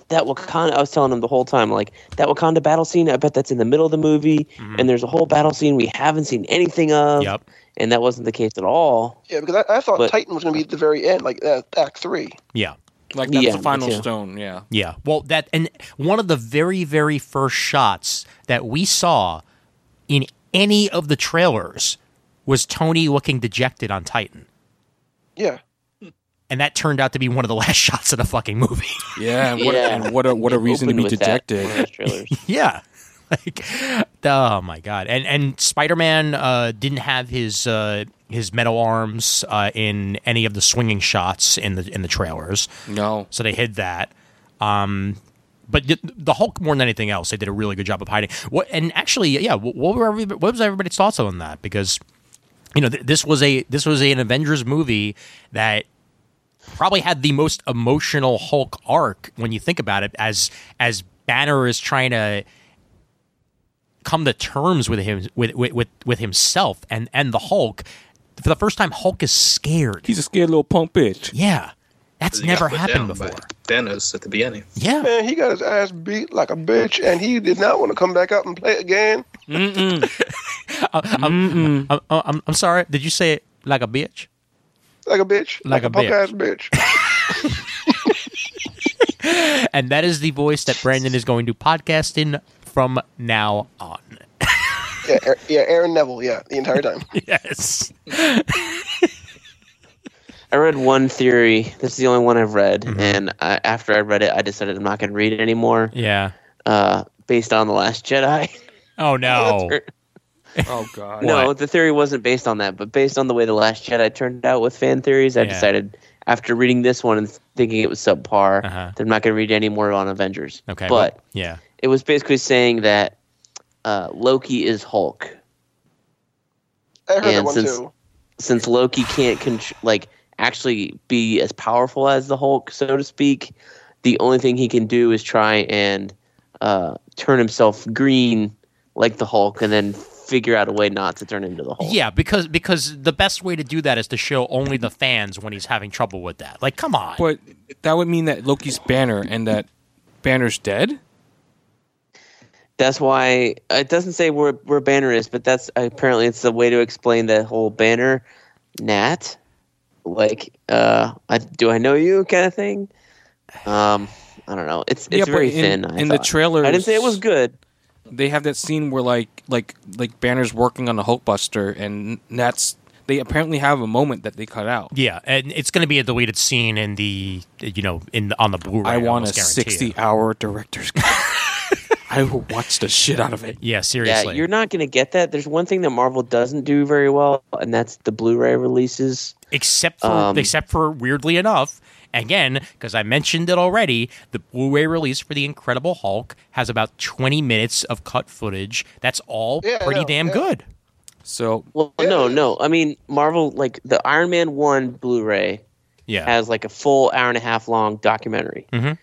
that Wakanda. I was telling him the whole time like that Wakanda battle scene. I bet that's in the middle of the movie,
Mm-hmm.
and there's a whole battle scene we haven't seen anything of.
Yep.
And that wasn't the case at all.
Yeah, because I, I thought
But-
Titan was going to be at the very end, like uh, Act 3.
yeah.
like that's
Yeah,
the
me
final
too.
stone. Yeah,
Yeah. Well, that and one of the very very first shots that we saw in any of the trailers was Tony looking dejected on Titan.
Yeah.
And that turned out to be one of the last shots of the fucking movie.
Yeah, and what,
Yeah.
And what a what a
It
reason to
opened
be
with that
dejected.
in one of those trailers.
yeah. Like oh my god. And and Spider-Man uh didn't have his uh his metal arms uh in any of the swinging shots in the in the trailers.
No,
So they hid that. Um, but th- the Hulk, more than anything else, they did a really good job of hiding. What and actually, yeah, wh- what were everybody, what was everybody's thoughts on that? Because you know, th- this was a this was an Avengers movie that probably had the most emotional Hulk arc when you think about it. As as Banner is trying to come to terms with him with with with, with himself and and the Hulk. For the first time, Hulk is scared.
he's a scared little punk bitch.
yeah, that's
He got
never
put
happened
down by
before.
Thanos at the beginning.
Yeah,
Man, he got his ass beat like a bitch, and he did not want to come back out and play again.
I'm, Oh, I'm, I'm sorry. Did you say it like a bitch?
Like a bitch.
Like a
punk ass bitch.
And that is the voice that Brandon is going to podcast in from now on.
yeah, Aar- yeah, Aaron Neville, yeah, the entire time.
Yes.
I read one theory. This is the only one I've read,
Mm-hmm.
and I, after I read it, I decided I'm not going to read it anymore.
Yeah.
Uh, based on the Last Jedi.
Oh no.
Oh god.
no,
What?
the theory wasn't based on that, but based on the way the Last Jedi turned out with fan theories, I
Yeah.
decided after reading this one and thinking it was subpar,
Uh-huh.
that I'm not going to read any more on Avengers.
Okay.
but
well, yeah.
it was basically saying that uh, Loki is Hulk.
I heard
And
that one
since-
too.
since Loki can't contr- like actually be as powerful as the Hulk, so to speak, the only thing he can do is try and uh, turn himself green like the Hulk, and then figure out a way not to turn into the Hulk.
Yeah, because because the best way to do that is to show only the fans when he's having trouble with that. Like, come on.
But that would mean that Loki's Banner and that Banner's dead.
that's why uh, it doesn't say where where Banner is, but that's apparently it's the way to explain that whole Banner Nat, like uh, I, do I know you kind of thing. Um, I don't know. It's
Yeah,
it's
but
very
in-
thin. I
in the
thought.
trailers-
I didn't say it was good.
They have that scene where like like like Banner's working on the Hulkbuster, and that's they apparently have a moment that they cut out.
yeah, and it's going to be a deleted scene in the you know in the, on the Blu-ray.
I want a
almost guarantee it.
sixty-hour director's cut. I will watch the shit out of it.
Yeah,
Yeah,
seriously.
you're not going to get that. There's one thing that Marvel doesn't do very well, and that's the Blu-ray releases.
except for
Um,
except for weirdly enough again because i mentioned it already the blu-ray release for the incredible hulk has about 20 minutes of cut footage that's all
Yeah, I
pretty
know,
damn
yeah.
good
So
Well, no, no. I mean, Marvel like the Iron Man one Blu-ray
yeah
has like a full hour and a half long documentary.
Mhm.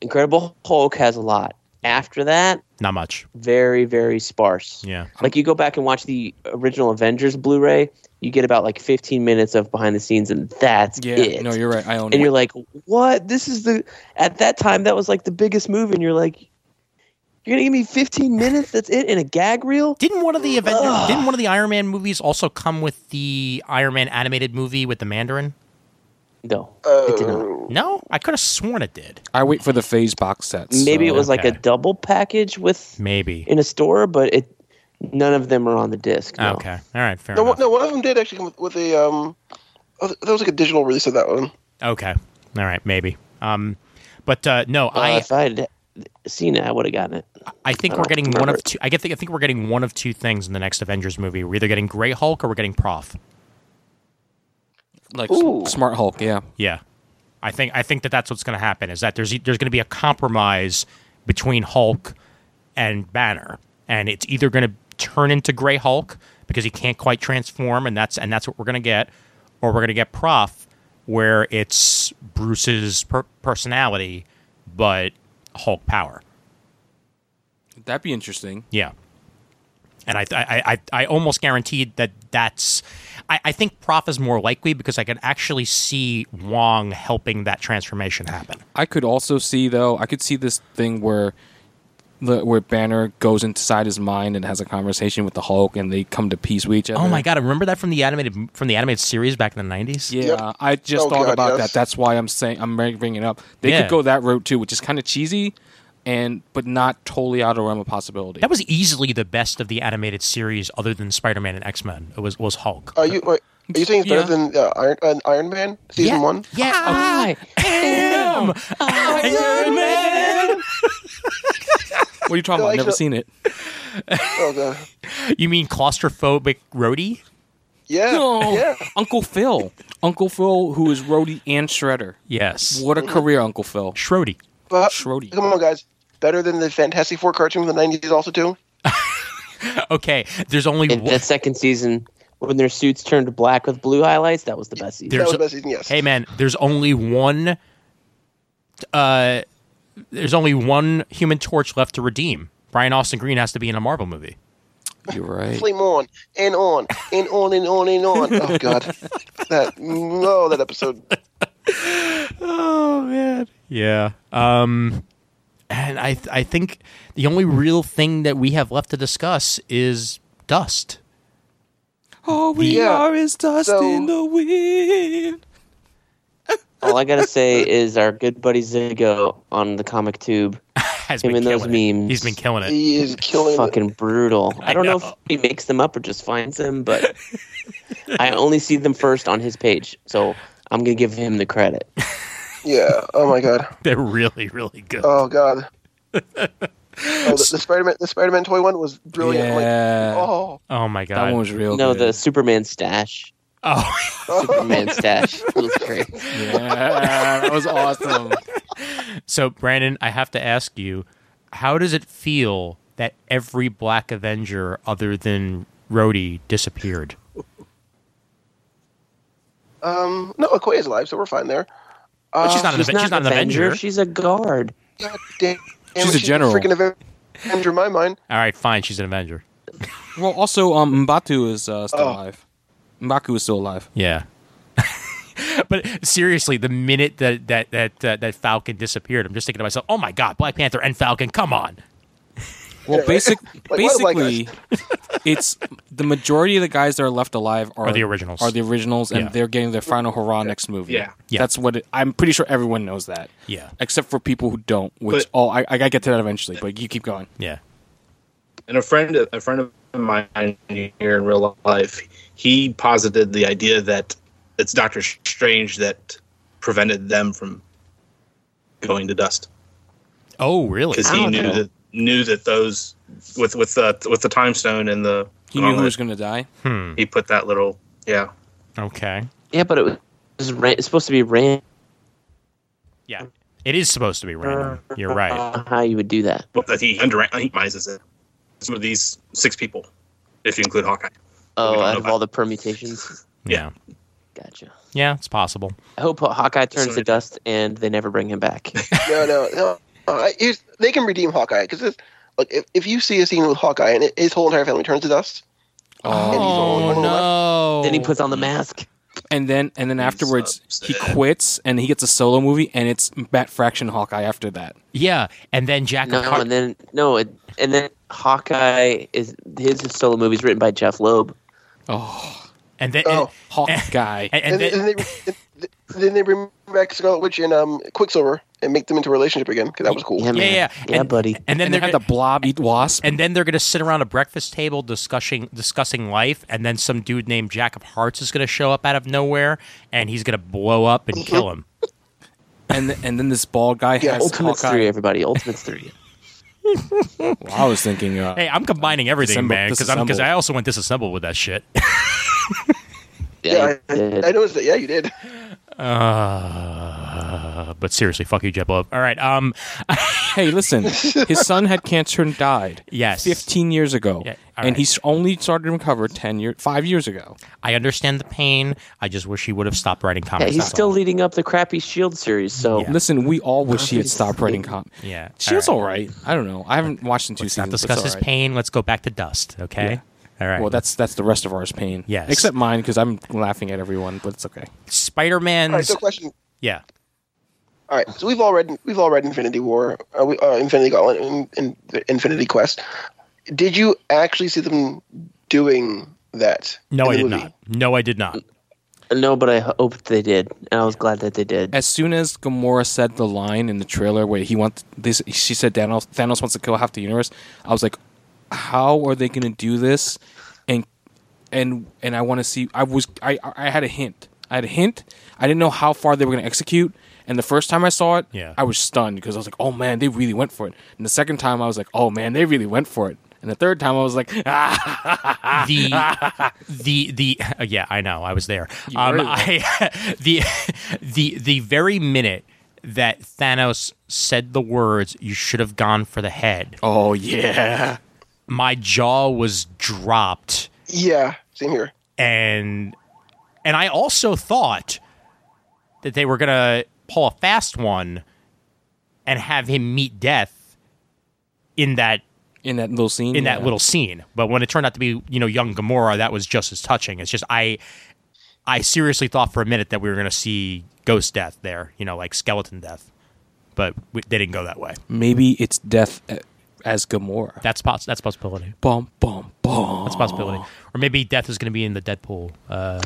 Incredible Hulk has a lot. After that,
not much
very very sparse.
yeah
Like you go back and watch the original Avengers Blu-ray, you get about like 15 minutes of behind the scenes, and that's
yeah,
it.
no, you're right. I own
and
it.
you're like, what? This is the at that time that was like the biggest movie, and you're like, you're gonna give me 15 minutes? That's it in a gag reel?
didn't one of the event
Ugh.
didn't one of the iron man movies also come with the iron man animated movie with the mandarin
No, it did not.
Oh,
no i could have sworn it did
I wait for the Phase box sets.
Maybe
so-
it was like a
okay. Mm.
double package with
maybe
in a store, but it none of them are on the disc. no.
okay all right fair
no, one-
enough
no, one of them did actually come with, with a um. Oh, that was like a digital release of that one.
okay all right maybe um but uh no
Uh,
i
if I had seen it, I would have gotten it.
I think
I
we're
don't
getting one
remember
of
it.
two. I get. I think we're getting one of two things in the next Avengers movie. We're either getting Gray Hulk or we're getting Prof.
like
Ooh.
Smart Hulk. Yeah,
Yeah, I think. I think that that's what's going to happen. Is that there's there's going to be a compromise between Hulk and Banner, and it's either going to turn into Gray Hulk because he can't quite transform, and that's and that's what we're going to get, or we're going to get Prof, where it's Bruce's per- personality but Hulk power.
that'd be interesting.
Yeah. And I, I, I, I almost guaranteed that that's. I, I think Prof is more likely because I can actually see Wong helping that transformation happen.
I could also see though. I could see this thing where the- where Banner goes inside his mind and has a conversation with the Hulk, and they come to peace with each other.
Oh my god! I remember that from the animated from the animated series back in the nineties.
Yeah,
Yep.
I just
Oh
thought
God,
about
yes.
that. That's why I'm saying I'm bringing it up. They
Yeah.
could go that route too, which is kind of cheesy, and but not totally out of realm of possibility.
That was easily the best of the animated series, other than Spider Man and X Men. It was was Hulk.
Are you wait, are you saying it's better
Yeah.
than uh, Iron uh, Iron Man season
yeah,
one?
Yeah. I am Iron Man.
what are you talking
No,
about? I've never
actually-
seen it.
Oh, God.
You mean claustrophobic roadie?
Yeah, yeah.
Uncle Phil, Uncle Phil, who is Rhodey and Shredder.
Yes.
What a
Mm-hmm.
career, Uncle Phil.
Shrody.
But
Schrody.
come on, guys, better than the Fantastic Four cartoon from the nineties, also too.
Okay. There's only
And
one.
that second season, when their suits turned to black with blue highlights, that was the best season.
That
There's
was
a-
the best season, yes.
Hey man, there's only one. Uh, there's only one Human Torch left to redeem. Brian Austin Green has to be in a Marvel movie.
You're right.
Flame on and on and on and on and on. Oh God, that no, that episode.
Oh man. Yeah. Um and I I think the only real thing that we have left to discuss is dust.
All we
Yeah.
are is dust
So-
in the wind.
All I gotta say is our good buddy Zigo on the comic tube,
Has
Him
been
and those
killing it.
memes.
He's been killing it.
He is killing.
fucking brutal. I don't know. if he makes them up or just finds them, but I only see them first on his page, so I'm gonna give him the credit.
Yeah. Oh my God.
They're really really good.
Oh God. Oh, the, the Spider-Man, the Spider-Man toy one was brilliant. I'm
Yeah.
Like, oh,
oh my god.
That one was real.
no, the
good.
Superman stash.
oh.
Superman stash. It was great.
Yeah, that was awesome.
so Brandon, I have to ask you, how does it feel that every black Avenger other than Rhodey disappeared?
um, no, Okoye's alive, so we're fine there.
But Uh, she's not an,
She's
Aven-
not,
she's not an Avenger.
She's a guard.
God damn.
She's a general.
Freaking Avenger in my mind.
All right, fine, she's an Avenger.
Well, also, um, M'Batu is uh, still
Oh.
alive. M'Baku is still alive.
Yeah. but seriously, the minute that that that uh, that Falcon disappeared, I'm just thinking to myself, "Oh my god, Black Panther and Falcon, come on."
Well, basic,
why the black
basically, it's the majority of the guys that are left alive are,
Are the originals.
Are the originals, and
Yeah.
they're getting their final hurrah next movie.
Yeah.
Yeah.
that's what it, I'm pretty sure everyone knows that.
Yeah.
except for people who don't. Which
But-
oh, I, I gotta get to that eventually. But you keep going.
Yeah.
and a friend a friend of mine here in real life he posited the idea that it's doctor strange that prevented them from going to dust
Oh, really?
because he
Wow.
knew that knew that those with with the with the time stone and the
He knew who
gauntlet,
was gonna die.
he put that little yeah
Okay.
Yeah, but it was ra- it's supposed to be random.
Yeah. It is supposed to be random. You're right.
How you would do that?
that he under he minds it some of these six people if you include hawkeye
Oh,
don't
out
know
of
that.
all the permutations.
Yeah.
Gotcha.
Yeah, it's possible.
I hope Hawkeye turns
So-
to dust and they never bring him back.
No, no, no. Uh, here's- they can redeem Hawkeye because look, if, if you see a scene with Hawkeye and his whole entire family turns to dust, and he's the only one left,
Oh, no.
then he puts on the mask.
And then and then afterwards he
upset.
quits and he gets a solo movie and it's Bat Fraction Hawkeye after that.
Yeah, and then Jack
No,
O'Connor-
and then no, it, and then Hawkeye is his solo movie is written by Jeff Loeb.
and then
Oh.
Hawkeye.
and, and
and,
then
then, and they, then they bring back Scarlet Witch and um, Quicksilver and make them into a relationship again because that was cool.
Yeah, man.
yeah, yeah,
yeah,
and,
buddy.
And then
and
they're
they
gonna-
had the blob eat wasp.
and then they're going to sit around a breakfast table discussing discussing life and then some dude named jack of hearts is going to show up out of nowhere and he's going to blow up and kill him
And th- and then this bald guy
Yeah,
has
Ultimates three,
Hawkeye.
everybody. Ultimates three.
Well, I was thinking, uh,
hey i'm combining everything
Disassemble-
man because i'm because
disassemble.
i also went disassembled with that shit
Yeah,
Yeah,
I,
he did.
I noticed that. Yeah, you did.
Hmm. uh, but seriously fuck you jeff Loeb. all right um
hey, listen, his son had cancer and died.
Yes.
15 years ago.
Yeah, all
and
right.
he's only started to recover 10 years, 5 years ago.
i understand the pain i just wish he would have stopped writing
Yeah,
comics
he's
that's
still
all.
leading up the crappy Shield series, so
Yeah.
Listen, we all wish he had stopped writing com.
Yeah, all
She was
right.
all right. I don't know. I haven't watched in two
let's
seasons.
not
but it's
discuss
all
his
right.
pain let's go back to dust okay all right
Well, that's that's the rest of ours pain.
Yes.
Except mine because I'm laughing at everyone, but it's okay.
All right,
spider-man's
so question.
yeah
All right, so we've all read we've all read Infinity War, uh, we- uh, Infinity Gauntlet, and, and Infinity Quest. Did you actually see them doing that?
no
in
i
the
did
movie?
not no i did not
No, but I hoped they did, and I was glad that they did.
as soon as Gamora said the line in the trailer where he wants this, she said Thanos, Thanos wants to kill half the universe. I was like, how are they going to do this? And and and I want to see. I was I I had a hint. I had a hint. I didn't know how far they were going to execute. And the first time I saw it,
Yeah.
I was stunned because I was like, oh man, they really went for it. And the second time I was like, oh man, they really went for it. And the third time I was like, ah,
the the the uh, yeah i know i was there um i the the the very minute that thanos said the words you should have gone for the head
oh yeah.
my jaw was dropped
Yeah, same here.
and and i also thought that they were gonna pull a fast one and have him meet death in that
In that little scene,
in that
yeah.
little scene. But when it turned out to be, you know, young Gamora, that was just as touching. It's just I I seriously thought for a minute that we were going to see ghost death there, you know, like skeleton death. But we, they didn't go that way.
maybe it's death uh, as Gamora.
That's pos- that's a possibility.
bum bum bum.
That's a possibility. Or maybe death is going to be in the Deadpool. Uh,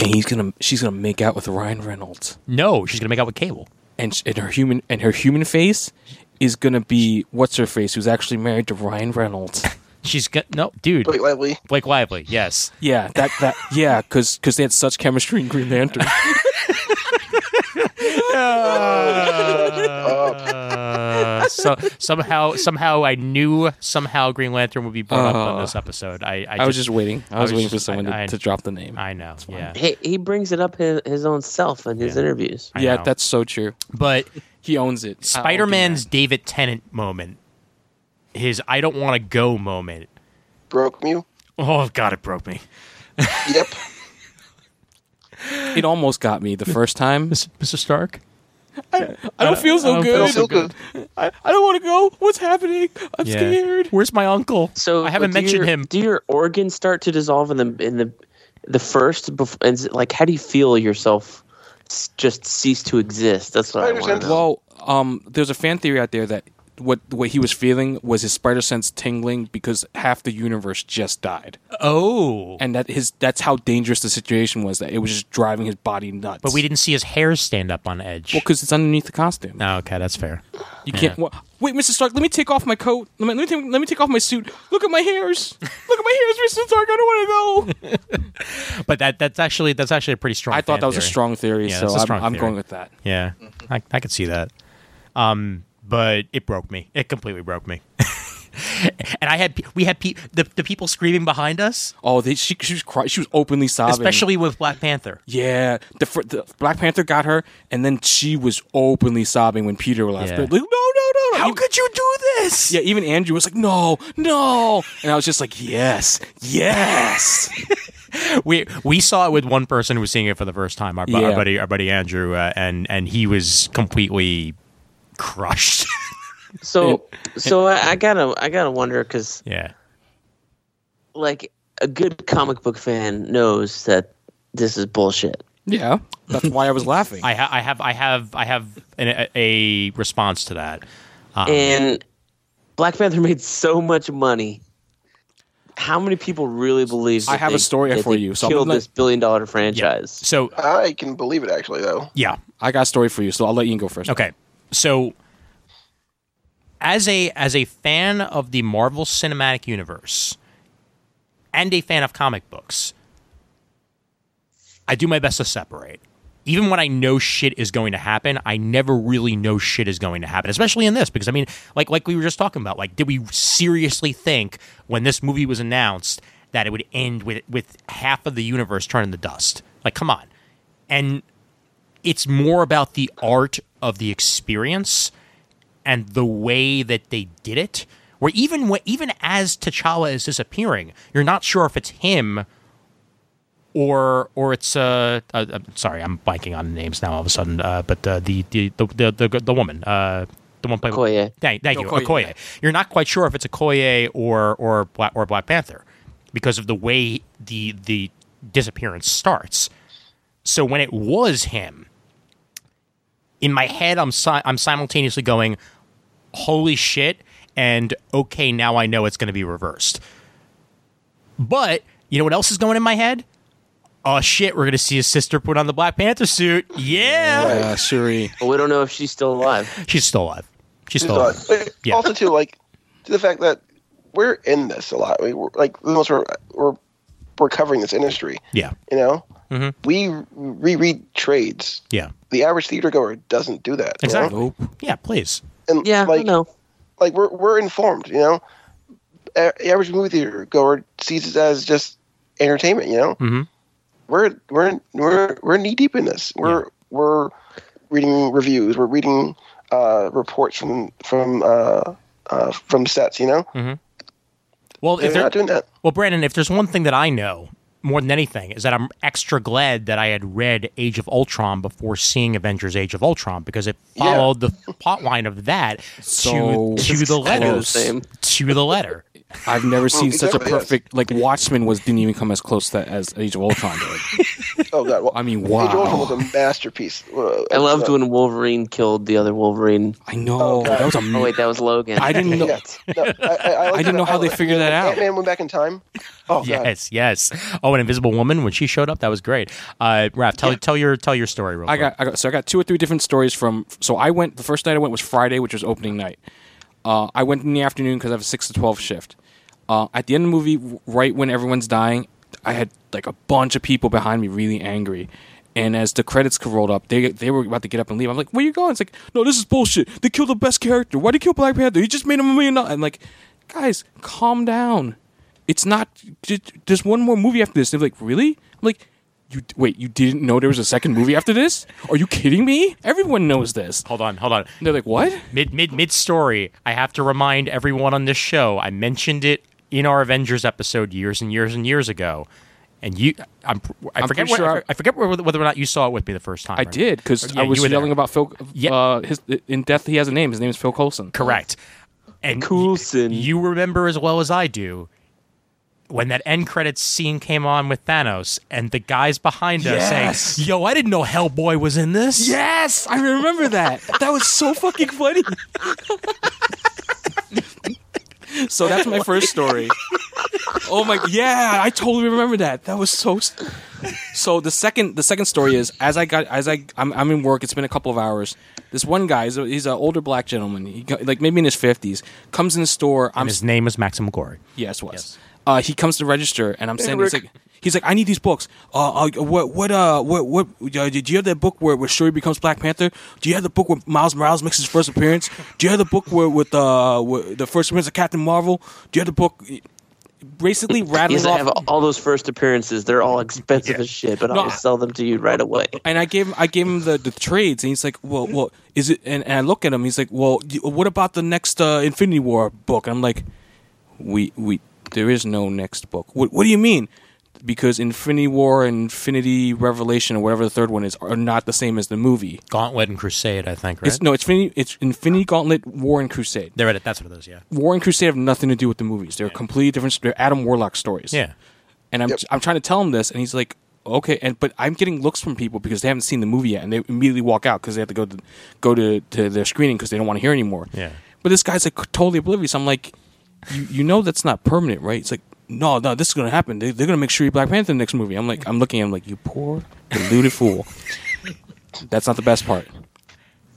and he's gonna she's gonna make out with Ryan Reynolds,
no, she's going to make out with Cable.
and sh- and her human and her human face is gonna be what's her face, who's actually married to Ryan Reynolds.
She's going no, dude.
Blake Lively.
Blake Lively, yes.
yeah, that that yeah, because they had such chemistry in Green Lantern.
Uh, so somehow, somehow, I knew somehow Green Lantern would be brought up on this episode. I, I,
Uh-huh. I was just waiting. I was,
was
waiting
just-
for someone to,
I- I-
to drop the name.
I know, yeah,
he, he brings it up his, his own self in his interviews.
I
yeah,
know.
that's so true.
but
He owns it. I- Uh, I'll do
Spider Man's David Tennant moment, his I don't want to go moment.
Broke Mew.
Oh, God, it broke me.
Yep.
that. it almost got me the first time.
Mr. Stark?
I don't feel so
Feel
good.
so good.
I, I don't want to go. What's happening? I'm scared.
Where's my uncle?
So
I haven't
do
mentioned
your-
him.
Do your organs start to dissolve in the in the the first? Bef- and is it like, how do you feel yourself s- just cease to exist? That's what I,
I
want
understand.
to know.
Well, um, there's a fan theory out there that what what he was feeling was his spider sense tingling because half the universe just died,
Oh.
and that his that's how dangerous the situation was. That it was just driving his body nuts.
But we didn't see his hair stand up on edge.
because it's underneath the costume.
Oh, okay, that's fair.
you can't. Well, wait, Mr. Stark, let me take off my coat. Let me let me, take, let me take off my suit. Look at my hairs. Look at my hairs, Mr. Stark. I don't want to know.
But that that's actually that's actually a pretty strong.
I
fan
thought that was a
theory.
strong theory,
Yeah,
so
that's a
I'm,
strong
I'm
theory.
going with that.
Yeah, I, I could see that. Um, but it broke me. It completely broke me. and I had pe- we had pe- the the people screaming behind us,
Oh, they, she she was cry, she was openly sobbing,
especially with Black Panther.
Yeah, the, fir- the Black Panther got her, and then she was openly sobbing when Peter left.
Yeah.
Like, no, no, no, no.
How
Even-
could you do this?
Yeah, even Andrew was like, no, no, and I was just like, yes, yes.
we we saw it with one person who was seeing it for the first time. Our, bu- our
Yeah.
buddy, our buddy Andrew, uh, and and he was completely crushed.
so so I, I gotta I gotta wonder because
yeah,
like a good comic book fan knows that this is bullshit.
yeah, that's why I was laughing.
I, ha- I have I have I have an, a, a response to that.
Oh,
and Black Panther made so much money. How many people really believe?
I
that
have a
they-
story
that
for
they
you, so I'm
killed
gonna let-
this billion-dollar franchise.
So
I can believe it actually though.
yeah,
I got a story for you, so I'll let you go first.
Okay. So as a as a fan of the Marvel Cinematic Universe and a fan of comic books, I do my best to separate. Even when I know shit is going to happen, I never really know shit is going to happen, especially in this because I mean, like like we were just talking about, like did we seriously think when this movie was announced that it would end with with half of the universe turning to dust? Like come on. And it's more about the art of the experience and the way that they did it. Where even wh- even as T'Challa is disappearing, you're not sure if it's him or or it's uh, uh uh, sorry, I'm blanking on names now all of a sudden. Uh, but uh, the, the the the the the woman uh. The one played
Okoye.
Thank, thank you, Okoye. You're not quite sure if it's Okoye or or Black, or Black Panther because of the way the the disappearance starts. So when it was him, in my head, I'm si- I'm simultaneously going, "Holy shit!" and "Okay, now I know it's going to be reversed." But you know what else is going in my head? oh shit, we're gonna see his sister put on the Black Panther suit. Yeah,
Uh, Shuri.
But we don't know if she's still alive.
she's still alive. She's still
But,
alive.
but
Yeah.
Also, too, like to the fact that we're in this a lot. We, we're like the most we're, we're we're covering this industry.
Yeah,
You know,
Mm-hmm.
we reread trades.
yeah,
The average theater goer doesn't do that. you
exactly.
know?
Yeah, please.
And
Yeah, I
like
know.
like we're we're informed. You know, A- the average movie theater goer sees it as just entertainment. You know,
Mm-hmm.
Mhm.
we're we're we're we're knee deep in this. We're we're reading reviews. We're reading uh, reports from from uh, uh, from sets. You know,
Hmm.
Well, if
and we're
there,
not doing that.
well, Brandon, if there's one thing that I know more than anything is that I'm extra glad that I had read Age of Ultron before seeing Avengers: Age of Ultron because it
Yeah.
followed the plot line of that
So
to to the
kinda the
letter,
same.
to the letter.
I've never seen such a
exactly, yes.
perfect like Watchmen was didn't even come as close to as Age of Ultron did.
Oh god! Well,
I mean,
Age of Ultron was
wow.
a masterpiece. Uh,
I loved
uh,
when Wolverine killed the other Wolverine.
I know that was a.
Oh wait, that was Logan.
Mm. I didn't know.
Yeah. No, I, I, I, liked
I didn't
it.
know how they
liked-
figured that out.
Ant-Man went back in time. Oh god!
Yes, yes. Oh, an Invisible Woman when she showed up, that was great. Uh, Raph, tell tell your tell your story real
I
quick.
got, I got so I got two or three different stories from. So I went the first night I went was Friday, which was opening night. Uh, I went in the afternoon because I have a six to twelve shift. Uh, at the end of the movie, w- right when everyone's dying, I had like a bunch of people behind me really angry. And as the credits c- rolled up, they they were about to get up and leave. I'm like, "Where you going?" It's like, "No, this is bullshit. They killed the best character. Why would they kill Black Panther? You just made him a million dollars." I'm like, "Guys, calm down. It's not. j- j- There's one more movie after this." They're like, "Really?" I'm like, you wait, you didn't know there was a second movie after this? Are you kidding me? Everyone knows this.
Hold on, hold on.
And they're like, what?
Mid mid mid story. I have to remind everyone on this show. I mentioned it in our Avengers episode years and years and years ago. And you, I'm, I
I'm
forget.
pretty
where-
sure I-
I forget whether whether or not you saw it with me the first time.
I
right?
did because
Yeah,
I was
you were there.
yelling about Phil.
Yeah.
Uh, his, in death, he has a name. His name is Phil Coulson.
Correct. And
Coulson.
You remember as well as I do when that end credits scene came on with Thanos and the guys behind us
Yes.
saying, "Yo, I didn't know Hellboy was in this."
Yes, I remember that. that was so fucking funny. so that's my first story. Oh my yeah, I totally remember that. That was so s- So the second the second story is as I got as I I'm, I'm in work, it's been a couple of hours. This one guy, he's, a, he's an older black gentleman. He got, like maybe in his 50s, comes in the store. I'm
And his name is Maxim Gore.
Yes, was. Uh, he comes to register, and I'm saying he's like, he's like, I need these books. Uh, uh what, what, uh, what, what? Uh, do you have that book where, where Shuri becomes Black Panther? Do you have the book where Miles Morales makes his first appearance? Do you have the book where with uh, where the first appearance of Captain Marvel? Do you have the book? Basically
He
rattling
doesn't
off.
have all those first appearances. They're all expensive as shit, but I'll
No.
sell them to you right away.
and I gave him, I gave him the, the trades, and he's like, "Well, well, is it?" And, and I look at him, he's like, "Well, y- what about the next uh, Infinity War book?" And I'm like, "We, we, there is no next book. What, what do you mean?" Because Infinity War and Infinity Revelation, or whatever the third one is, are not the same as the movie.
Gauntlet and Crusade, I think, right?
It's no, it's Infinity, it's Infinity Gauntlet, War and Crusade.
They're at it. That's what it is. Yeah.
War and Crusade have nothing to do with the movies. They're completely different. They're Adam Warlock stories.
Yeah.
and I'm I'm trying to tell him this, and he's like, okay, and but I'm getting looks from people because they haven't seen the movie yet, and they immediately walk out because they have to go to go to, to their screening because they don't want to hear anymore.
Yeah.
But this guy's like totally oblivious. I'm like, you you know that's not permanent, right? It's like. No, no, this is gonna happen. They, they're gonna make sure you Black Panther in the next movie. I'm like, I'm looking at him like, you poor deluded fool. That's not the best part.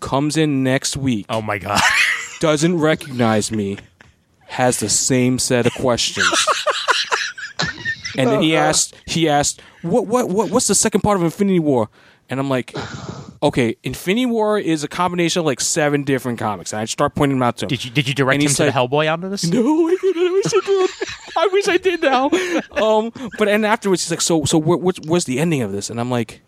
Comes in next week,
Oh my god.
doesn't recognize me, has the same set of questions. and then
Uh-huh.
he asked, he asked, what, what, what, what's the second part of Infinity War? And I'm like, okay, Infinity War is a combination of like seven different comics. And I start pointing them out to him.
did you did you direct
And
him
he
to
said-
the Hellboy onto this?
No, I didn't. I wish I did. I wish I did now. Um, but and afterwards, he's like, so, so what, what's, what's the ending of this? And I'm like,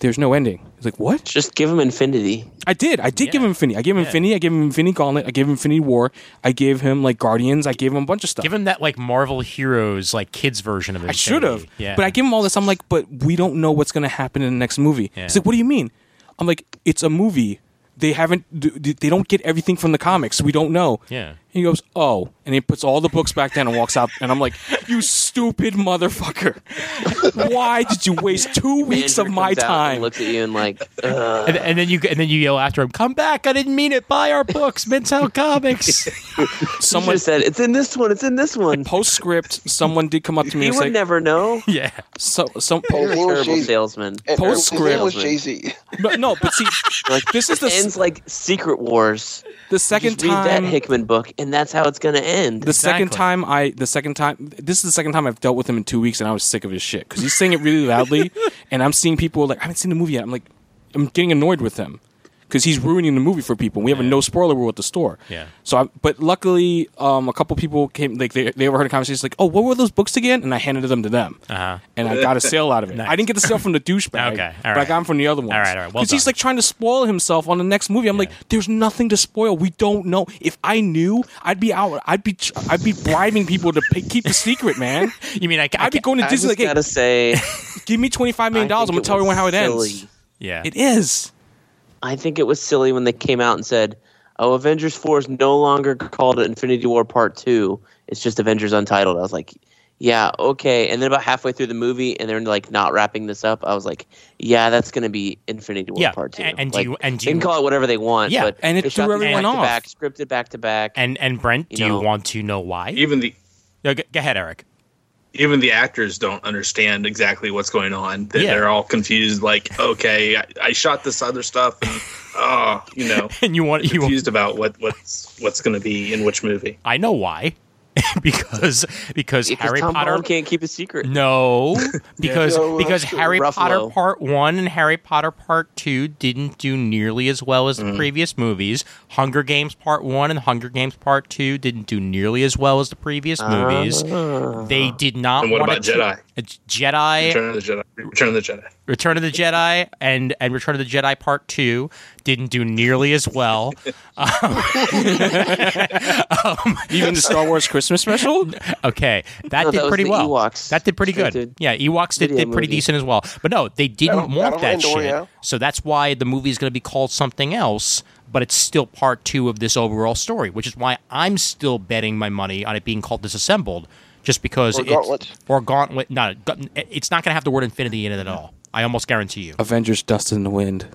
there's no ending. He's like, what?
Just give him Infinity.
I did. I did give him Infinity. I gave him Infinity. I gave him Infinity Gauntlet. I gave him Infinity War. I gave him like Guardians. I gave him a bunch of stuff.
Give him that like Marvel Heroes like kids version of it.
I should have.
Yeah.
But I give him all this. I'm like, but we don't know what's going to happen in the next movie.
Yeah.
He's like, what do you mean? I'm like, it's a movie. They haven't. d- d- They don't get everything from the comics. We don't know.
Yeah.
And he goes, "Oh," and he puts all the books back down and walks out. And I'm like, "You stupid motherfucker! Why did you waste two weeks of
Manager
my
comes out and
time?"
looks at you and like, uh, "Ugh."
And, and then you and then you yell after him, "Come back! I didn't mean it. Buy our books, Midtown Comics."
Someone
Just said it's in this one. It's in this one.
postscript. Someone did come up to me
You
and
would
say,
never know.
yeah,
"So, so
His name was
Terrible
Jay-Z.
salesman.
And his name was
Postscript.
Jay Z.
but no, but see,
Like
this is the s-
ends like Secret Wars.
the second
Just read that
time."
Hickman book, and that's how it's going to end.
the second
Exactly.
time I, the second time, this is the second time I've dealt with him in two weeks, and I was sick of his shit because he's saying it really loudly, and I'm seeing people like I haven't seen the movie yet. I'm like, I'm getting annoyed with him because he's ruining the movie for people. We have a no spoiler rule at the store.
Yeah.
So, I, but luckily, um, a couple people came like they they overheard a conversation like, oh, what were those books again? And I handed them to them,
Uh-huh.
and I got a sale out of it. I didn't get the sale from the douchebag,
Okay, all
but I
right.
got him from the other ones.
All right, all right, well
he's
done.
like trying to spoil himself on the next movie. I'm like, there's nothing to spoil. We don't know. If I knew, I'd be out. I'd be I'd be bribing people to pay, keep the secret, man.
you mean I? I,
I'd be going to
I just
Disney like, hey,
gotta say,
give me twenty five million
I
dollars. I'm
think
gonna
it
tell everyone
was
how it ends.
silly.
Yeah,
It is.
I think it was silly when they came out and said, "Oh, Avengers Four is no longer called Infinity War Part Two. It's just Avengers Untitled." I was like, "Yeah, okay." And then about halfway through the movie, and they're like not wrapping this up. I was like, "Yeah, that's going to be Infinity War
Yeah,
Part 2.
and- and do
like,
you- and do
they can
you-
call it whatever they want.
Yeah,
but
and it
they shot
threw
these
everyone
back to
off.
back, scripted back to back.
and and Brent, do you
know-
want to know why?
Even the
No, go, go ahead, Eric.
even the actors don't understand exactly what's going on. They,
Yeah.
They're all confused. Like, okay, I, I shot this other stuff, and oh, you know,
And you want you
confused about what what's what's going to be in which movie.
I know why. because because
because
Harry
Tom
Potter
Holland can't keep a secret.
No, because
Yeah, well,
because
that's
Harry
Ruffalo.
Potter Part 1 and Harry Potter Part 2 didn't do nearly as well as
Mm.
the previous movies. Hunger Games Part 1 and Hunger Games Part 2 didn't do nearly as well as the previous
Ah.
movies. They did not
And what
wanna
about
ta-
Jedi?
Uh, Jedi
Return of the Jedi. Return of the Jedi.
Return of the Jedi and and Return of the Jedi Part Two didn't do nearly as well.
Even the Star Wars Christmas special.
Okay, that
No,
did
that was
pretty
the
well.
Ewoks.
That did pretty good.
Scripted
Yeah, Ewoks did,
video
did pretty
movie.
decent as well. But no, they didn't
Battle-
want that
Battle
shit.
Royale, yeah.
So that's why the movie's going to be called something else. But it's still part two of this overall story, which is why I'm still betting my money on it being called Disassembled, just because
Or
it's
Gauntlet.
or Gauntlet. No, Gaunt- it's not going to have the word Infinity in it at all. I almost guarantee you.
Avengers: Dust in the Wind.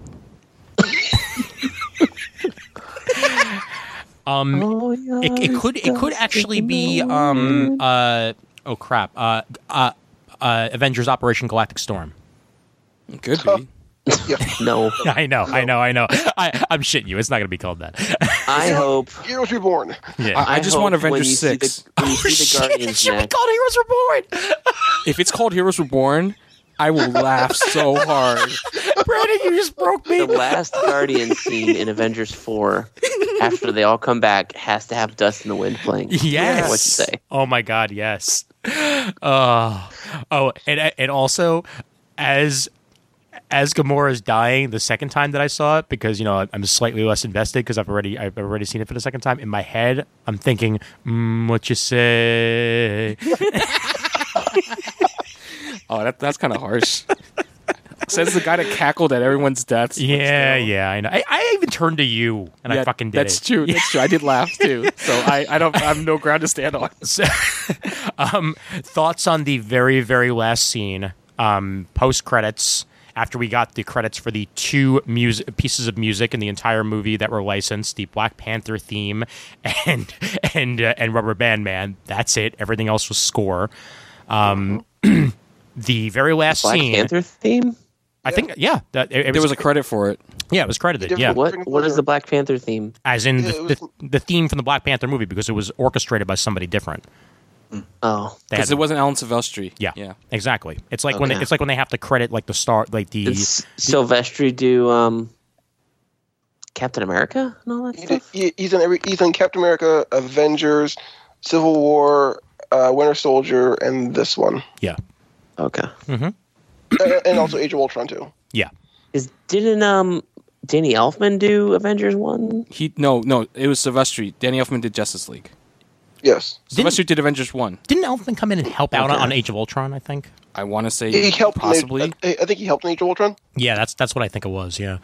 It, it could it could actually be um uh oh crap uh uh, uh Avengers Operation Galactic Storm.
Could be.
No,
I know, I know, I know. I, I'm shitting you. It's not going to be called that.
I hope.
Heroes Reborn.
Yeah.
I just
hope
want
when
Avengers
you see the-
six.
when you see the
it
Guardians
should be
next.
called Heroes Reborn.
If it's called Heroes Reborn, I will laugh so hard.
Brandon, you just broke me.
the last Guardian scene in Avengers Four, after they all come back, has to have Dust in the Wind playing.
Yes.
What you say?
Oh my God. Yes. Oh. Oh, and and also, as as Gamora's dying the second time that I saw it, because you know I'm slightly less invested because I've already I've already seen it for the second time. In my head, I'm thinking, mm, "What you say?"
Oh, that, that's kind of harsh. Says the guy that cackled at everyone's death.
yeah, yeah. I know. I, I even turned to you, and I
Yeah,
fucking did
That's
it.
true. That's true. I did laugh too. So I, I don't. I have no ground to stand on.
So, um, thoughts on the very, very last scene, um, post credits, after we got the credits for the two music pieces of music in the entire movie that were licensed, the Black Panther theme and and uh, and Rubber Band Man. That's it. Everything else was score. Um, the very last
Black
scene,
Panther theme?
I think, yeah, that, it, it
There was a credit for it.
yeah, it was credited,
Different-
yeah,
What What is the Black Panther theme?
as in
it
the,
was-
the, the theme from the Black Panther movie because it was orchestrated by somebody different.
Oh,
They
Because
had-
it wasn't Alan Silvestri.
Yeah,
Yeah.
exactly. It's like when they,
Okay.
it's like when they have to credit like the star, like the
did S- Silvestri do um, Captain America and all that
He did,
stuff?
he, he's in every. He's in Captain America, Avengers, Civil War, uh, Winter Soldier, and this one,
yeah,
Okay.
Uh, and also Age of Ultron too.
yeah.
Is didn't um Danny Elfman do Avengers One?
He no no. It was Silvestri. Danny Elfman did Justice League.
Yes,
Silvestri did Avengers One.
Didn't Elfman come in and help out on Age of Ultron? I think.
I want to say
he helped. in Age-
possibly.
I, I think he helped in Age of Ultron.
Yeah, that's that's what I think it was. Yeah.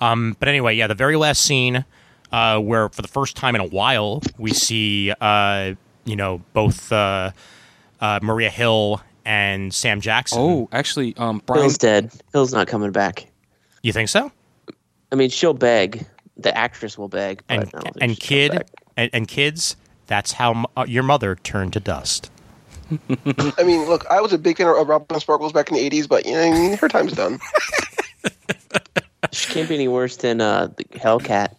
Um, but anyway, yeah, the very last scene. uh, where for the first time in a while we see uh, you know both uh, uh, Maria Hill and Sam Jackson.
Oh, actually, um, Brian.
Hill's dead. Hill's not coming back.
you think so?
I mean, she'll beg. The actress will beg. but
And
I don't think
and
she's coming
kid
back.
and, and kids. That's how m- uh, your mother turned to dust.
I mean, look, I was a big fan of Robin Sparkles back in the '80s, but you know, I mean, her time's done.
She can't be any worse than uh, the Hellcat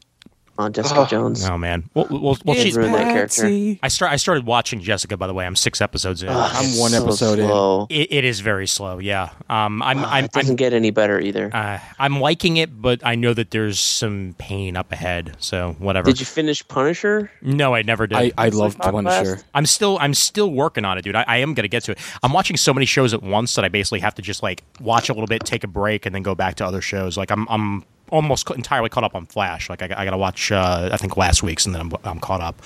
on Jessica Jones.
Oh man. Well, well, well
It's
she's.
ruined that character.
Patsy.
I start. I started watching Jessica. By the way, I'm six episodes in.
Ugh,
I'm
it's
one
so
episode in.
slow.
It, it is very slow. Yeah. Um. I'm. I'm.
It
I'm
doesn't get any better either.
uh, I'm liking it, but I know that there's some pain up ahead. So whatever.
Did you finish Punisher?
No, I never did.
I, I love
like Conquest.
Punisher.
I'm still I'm still working on it, dude. I, I am gonna get to it. I'm watching so many shows at once that I basically have to just like watch a little bit, take a break, and then go back to other shows. Like I'm I'm almost ca- entirely caught up on Flash. Like I, got- I gotta watch uh, I think last week's, and then I'm I'm caught up.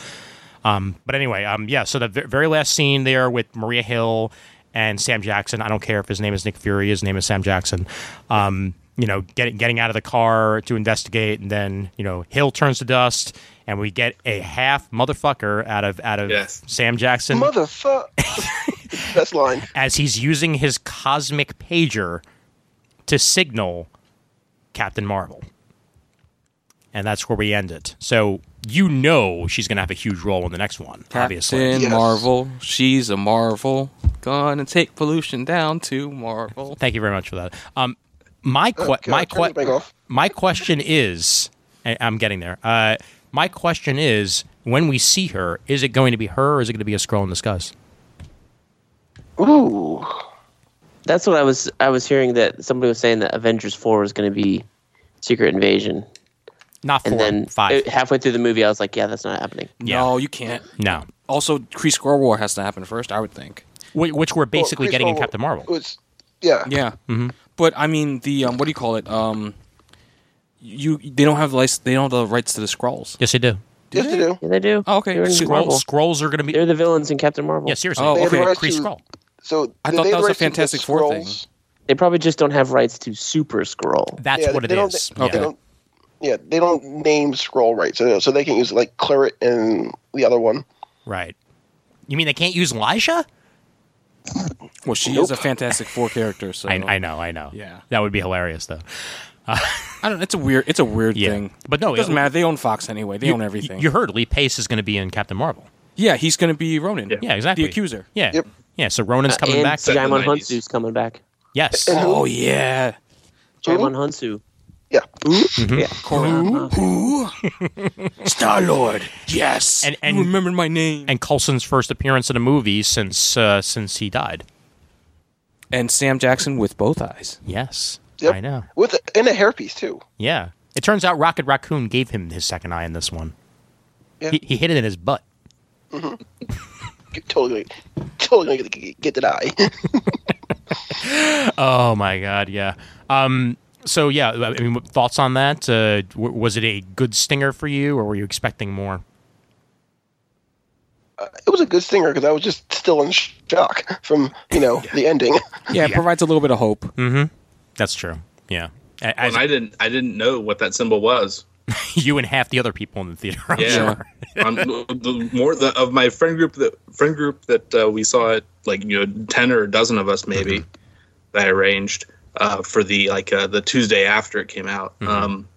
Um, but anyway, um, yeah. So the ve- very last scene there with Maria Hill and Sam Jackson. I don't care if his name is Nick Fury. His name is Sam Jackson. Um, you know, getting getting out of the car to investigate, and then you know Hill turns to dust, and we get a half motherfucker out of out of
Yes.
Sam Jackson
Motherfucker, best line.
as he's using his cosmic pager to signal Captain Marvel. And that's where we end it. So you know she's going to have a huge role in the next one, obviously.
Captain
Yes.
Marvel. She's a Marvel. Gonna take pollution down to Marvel.
Thank you very much for that. Um, my que-
Okay,
my que-
turn the mic off.
my question is, I- I'm getting there. Uh, my question is, when we see her, is it going to be her, or is it going to be a scroll in disguise?
Ooh,
That's what I was. I was hearing that somebody was saying that Avengers Four was going to be Secret Invasion,
Not four,
and then
five.
it- halfway through the movie, I was like, "Yeah, that's not happening."
No, you can't.
no,
Also, Kree Score War has to happen first, I would think.
Wh- which we're basically
Chris
getting in
Hall
Captain Marvel.
Was, yeah,
Yeah.
Mm-hmm.
But I mean, the um, what do you call it? Um, you they don't have lic- they don't have the rights to the scrolls.
Yes, they do.
yes, they do.
Yeah, they do.
Oh, okay.
They're in
Scroll-
Marvel.
Scrolls are going to be.
They're the villains in Captain Marvel.
Yeah, seriously.
Oh, They have okay. the
right
Kree
to-
Skrull.
So
I
they-
thought
they
that was a
write to the
Fantastic Four thing.
Skrulls.
They probably just don't have rights to Super Scroll.
That's
Yeah,
what it
they don't-
is.
they-
yeah.
They don't, yeah, they don't name scroll right, so so they can use like Claret and the other one.
Right. You mean they can't use Elijah?
Well, she is a Fantastic Four character, so
I, I know, I know.
Yeah.
That would be hilarious, though.
I don't. It's a weird. It's a weird
Yeah.
thing.
But no,
it doesn't
it-
matter. They own Fox anyway. They own everything.
You heard Lee Pace is going to be in Captain Marvel.
yeah, he's going to be Ronan.
Yeah, exactly.
The accuser.
Yeah.
Yep.
Yeah, so Ronan's coming
Uh, and
back.
Set in
Jaimon
the 90s.
Hunsu's coming back.
yes.
Oh yeah.
Jaimon Hunsu.
Yeah,
Star Lord. Yes.
And
Uh-huh. you
and
remembered my name.
and Coulson's first appearance in a movie since uh, since he died.
and Sam Jackson with both eyes.
Yes.
Yep.
I know.
with a, and a hairpiece too.
Yeah. It turns out Rocket Raccoon gave him his second eye in this one.
Yeah.
He, he hid it in his butt.
You're Totally, totally gonna get, get that eye.
Oh my god, yeah. Um, so yeah, I mean, thoughts on that? Uh, w- was it a good stinger for you, or were you expecting more?
it was a good stinger because I was just still in shock from you know the ending.
Yeah, it provides a little bit of hope.
Mm. That's true. Yeah, A- as
And I didn't I didn't know what that symbol was.
you and half the other people in the theater. I'm
Yeah.
sure.
um, the more the, of my friend group that friend group that uh, we saw it like you know ten or a dozen of us maybe
Mm-hmm.
that I arranged uh, for the like uh, the Tuesday after it came out.
Mm-hmm.
Um,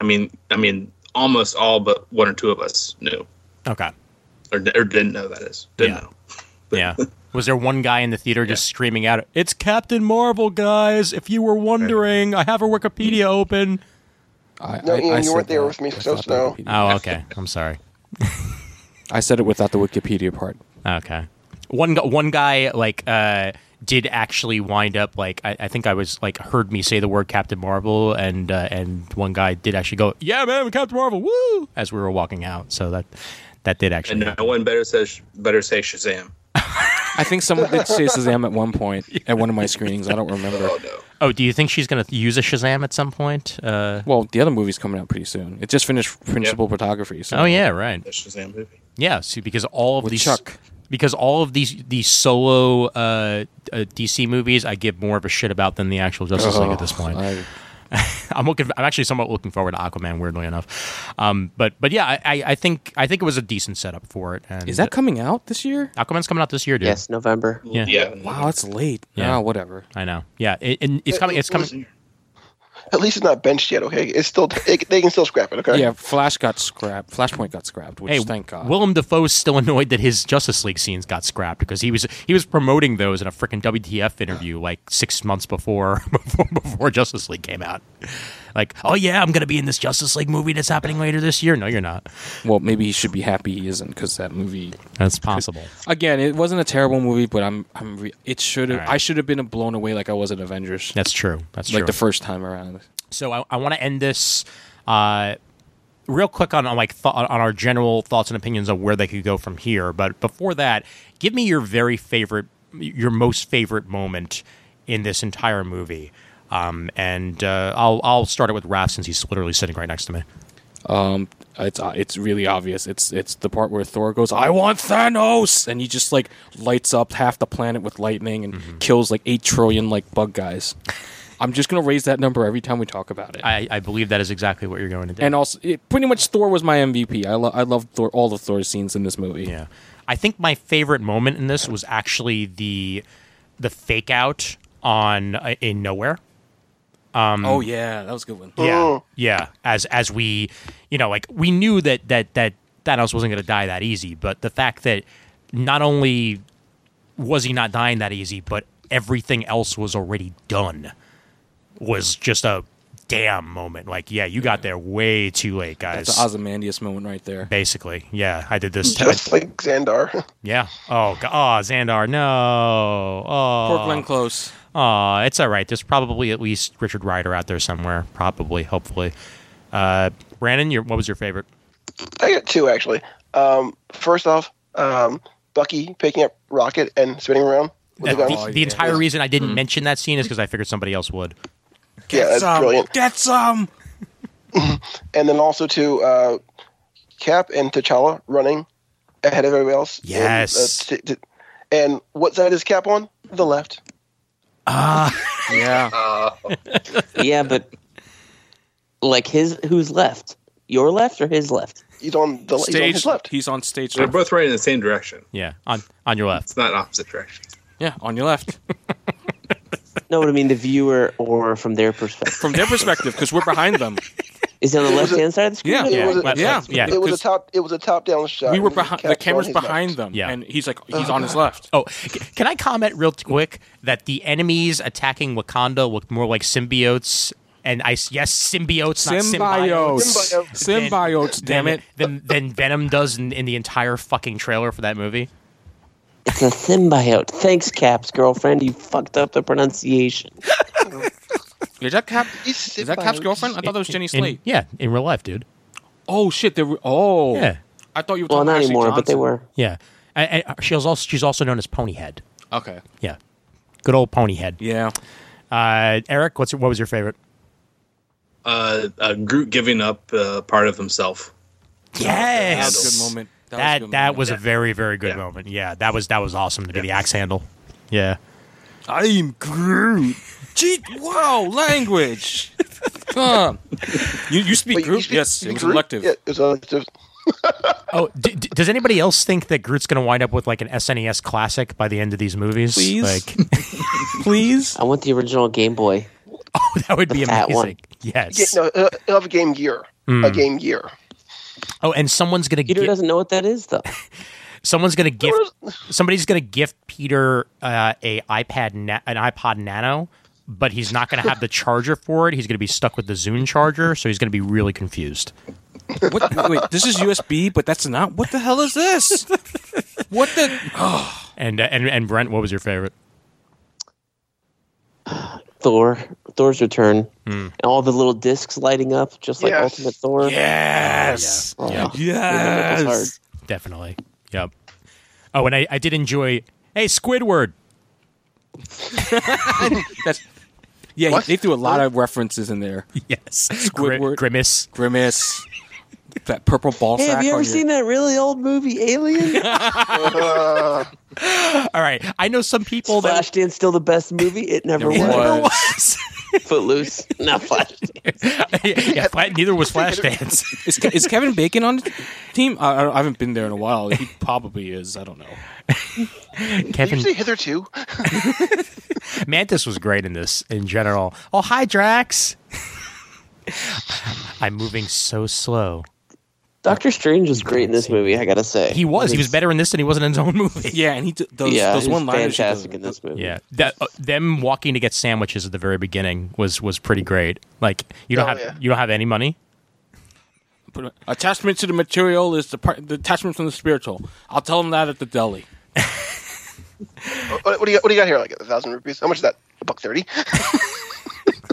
I mean, I mean, almost all but one or two of us knew
Okay.
or, or didn't know that is didn't
Yeah.
know.
Yeah. Was there one guy in the theater just screaming out, "It's Captain Marvel, guys! If you were wondering, I have her Wikipedia open."
I,
No,
I,
Ian,
I
you
said
weren't there
that
with me, so
without the
no.
Wikipedia.
Oh, okay. I'm sorry.
I said it without the Wikipedia part.
Okay. One gu- one guy like uh, did actually wind up like I, I think I was like heard me say the word Captain Marvel and uh, and one guy did actually go yeah man Captain Marvel woo as we were walking out so that that did actually
And uh, no one better says better say Shazam.
I think someone did say Shazam at one point at one of my screenings. I don't remember.
Oh no.
oh do you think she's gonna use a Shazam at some point uh,
Well, the other movie's coming out pretty soon. It just finished Principal Photography. So
oh yeah right
The Shazam movie.
yeah see, because all of
With
these
Chuck.
because all of these these solo uh, uh, DC movies I give more of a shit about than the actual Justice League at this point
I,
I'm looking. I'm actually somewhat looking forward to Aquaman. Weirdly enough, um, but but yeah, I- I, I think I think it was a decent setup for it. And
Is that coming out this year?
Aquaman's coming out this year, dude?
Yes, November.
Yeah.
Wow, that's late.
Yeah.
Yeah, whatever.
I know. Yeah, it, and it's coming. It's coming.
At least it's not benched yet. Okay, it's still it, they can still scrap it. Okay.
Yeah, Flash got scrapped. Flashpoint got scrapped, which
Hey,
thank God.
Willem Dafoe's still annoyed that his Justice League scenes got scrapped because he was he was promoting those in a freaking WTF interview like six months before before before Justice League came out. Like, oh yeah, I'm gonna be in this Justice League movie that's happening later this year. No, you're not.
well, maybe he should be happy he isn't because that movie.
That's possible.
Again, it wasn't a terrible movie, but I'm I'm re- it should have
All right.
I should have been blown away like I was at Avengers,
That's true. That's
like
true.
the first time around.
so I, I want to end this uh, real quick on, on like th- on our general thoughts and opinions of where they could go from here. But before that, give me your very favorite, your most favorite moment in this entire movie. Um, and uh, I'll I'll start it with Raph since he's literally sitting right next to me.
It's uh, it's really obvious. It's it's the part where Thor goes, "I want Thanos," and he just like lights up half the planet with lightning and
Mm-hmm.
kills like eight trillion like bug guys. I'm just gonna raise that number every time we talk about it.
I, I believe that is exactly what you're going to do.
and also, it, pretty much Thor was my MVP. I lo- I love Thor all of Thor's scenes in this movie.
Yeah. I think my favorite moment in this was actually the the fake out on uh, in nowhere.
Oh yeah, that was a good one.
Yeah, yeah. As as we, you know, like we knew that that that Thanos wasn't going to die that easy, but the fact that not only was he not dying that easy, but everything else was already done was just a damn moment. Like, yeah, you got there way too late, guys.
It's an Ozymandias moment right there.
Basically, yeah, I did this.
Just like Xandar.
yeah. Oh, go- oh, Xandar, no. Oh,
Poor Glenn Close.
Aw, it's all right. There's probably at least Richard Ryder out there somewhere. Probably, hopefully. Uh, Brandon, your, what was your favorite?
I got two actually. Um, first off, um, Bucky picking up Rocket and spinning around. With
The,
the gun.
the entire reason I didn't
Mm.
mention that scene is because I figured somebody else would.
yeah, that's brilliant.
Get some.
And then also to uh, Cap and T'Challa running ahead of everybody else.
Yes.
And, uh, t- t- and what side is Cap on? The left. Uh,
Yeah.
yeah, but like his who's left? Your left or his left?
He's on the he's on
Stage
his left.
He's on stage
They're
left.
both running in the same direction.
Yeah, on on your left.
It's not opposite direction.
Yeah, on your left.
No, but I mean the viewer or from their perspective.
From their perspective, because we're behind them.
Is it on the left hand side of the screen?
Yeah.
It
Yeah,
was a-
left,
yeah,
left, yeah.
It was a
'cause
top. It was a top-down shot.
We were
and
behind. The
Cap's on
camera's
his
behind
left.
them.
Yeah.
And he's like, he's on his left.
Oh, c- can I comment real quick that the enemies attacking Wakanda looked more like symbiotes? And I s- yes, symbiotes, not symbiotes.
Symbiotes. Symbiotes. Damn it.
Than, than Venom does in, in the entire fucking trailer for that movie.
It's a symbiote. Thanks, Cap's girlfriend. You fucked up the pronunciation.
Is that Cap?
He's
Is that
symbiote.
Cap's girlfriend? I thought that was Jenny
In-
Slate.
yeah, in real life, dude.
Oh shit! They were. Oh.
Yeah.
I thought you were.
Well,
talking
not
about Ashley
anymore, but they
Johnson.
were.
Yeah, and, and she was also she's also known as Ponyhead.
Okay.
Yeah, good old Ponyhead.
Yeah.
Uh, Eric, what's what was your favorite?
Uh, uh, Groot giving up uh, part of himself.
That
Yes,
was a good moment. That,
That
was a good
that
moment.
was a very very good
Yeah.
moment. Yeah, that was that was awesome to do the axe handle. Yeah,
I'm Groot. Gee, wow, language. Come. You you speak
Wait, you
Groot?
speak-
yes,
you
it was
Groot?
elective.
Yeah, it was elective.
Oh, d- d- does anybody else think that Groot's going to wind up with like an SNES classic by the end of these movies?
Please?
Like,
Please.
I want the original Game Boy.
oh, that would be
That one.
amazing. Yes.
Yeah, no, he'll- he'll have a Game Gear.
Hmm.
A Game Gear.
Oh, and someone's going to
Peter
get
doesn't know what that is, though.
someone's going to gift somebody's going to gift Peter uh, a iPad na- an iPod Nano, but he's not going to have the charger for it. He's going to be stuck with the Zune charger, so he's going to be really confused.
What, wait, wait, this is USB, but that's not. What the hell is this? What the?
And uh, and and Brent, what was your favorite?
Thor, Thor's return, and all the little discs lighting up, just like
Yes.
Ultimate Thor.
Yes.
Oh,
Yes.
it was
Definitely. Yep. Oh, and I, I did enjoy. Hey, Squidward.
That's, yeah,
What?
they threw a lot of references in there.
Yes,
Squidward.
Grimace.
Grimace, that purple ball
Hey,
sack.
have you
on
ever
your-
seen that really old movie, Alien?
All right, I know some people that
Flashdance still the best movie. It never
It
was.
was.
was.
Footloose. Not Flash.
yeah, yeah, Fla- neither was Flashdance.
Is, Ke- is Kevin Bacon on the team? I, I don't- I haven't been there in a while. He probably is. I don't know.
Kevin
Usually hitherto.
Mantis was great in this in general. Oh, hi, Drax. I'm moving so slow.
Doctor Strange was great in this movie. I gotta say,
He was. He was better in this than he was in his own movie.
Yeah, and he d- those
Yeah,
those
he was
one liners.
fantastic in this movie.
Yeah, that uh, them walking to get sandwiches at the very beginning was was pretty great. Like you don't
Oh,
have
yeah.
you don't have any money.
Attachment to the material is the part. The attachment from the spiritual. I'll tell him that at the deli.
What, what do you got, what do you got here? Like a thousand rupees? How much is that? A buck thirty?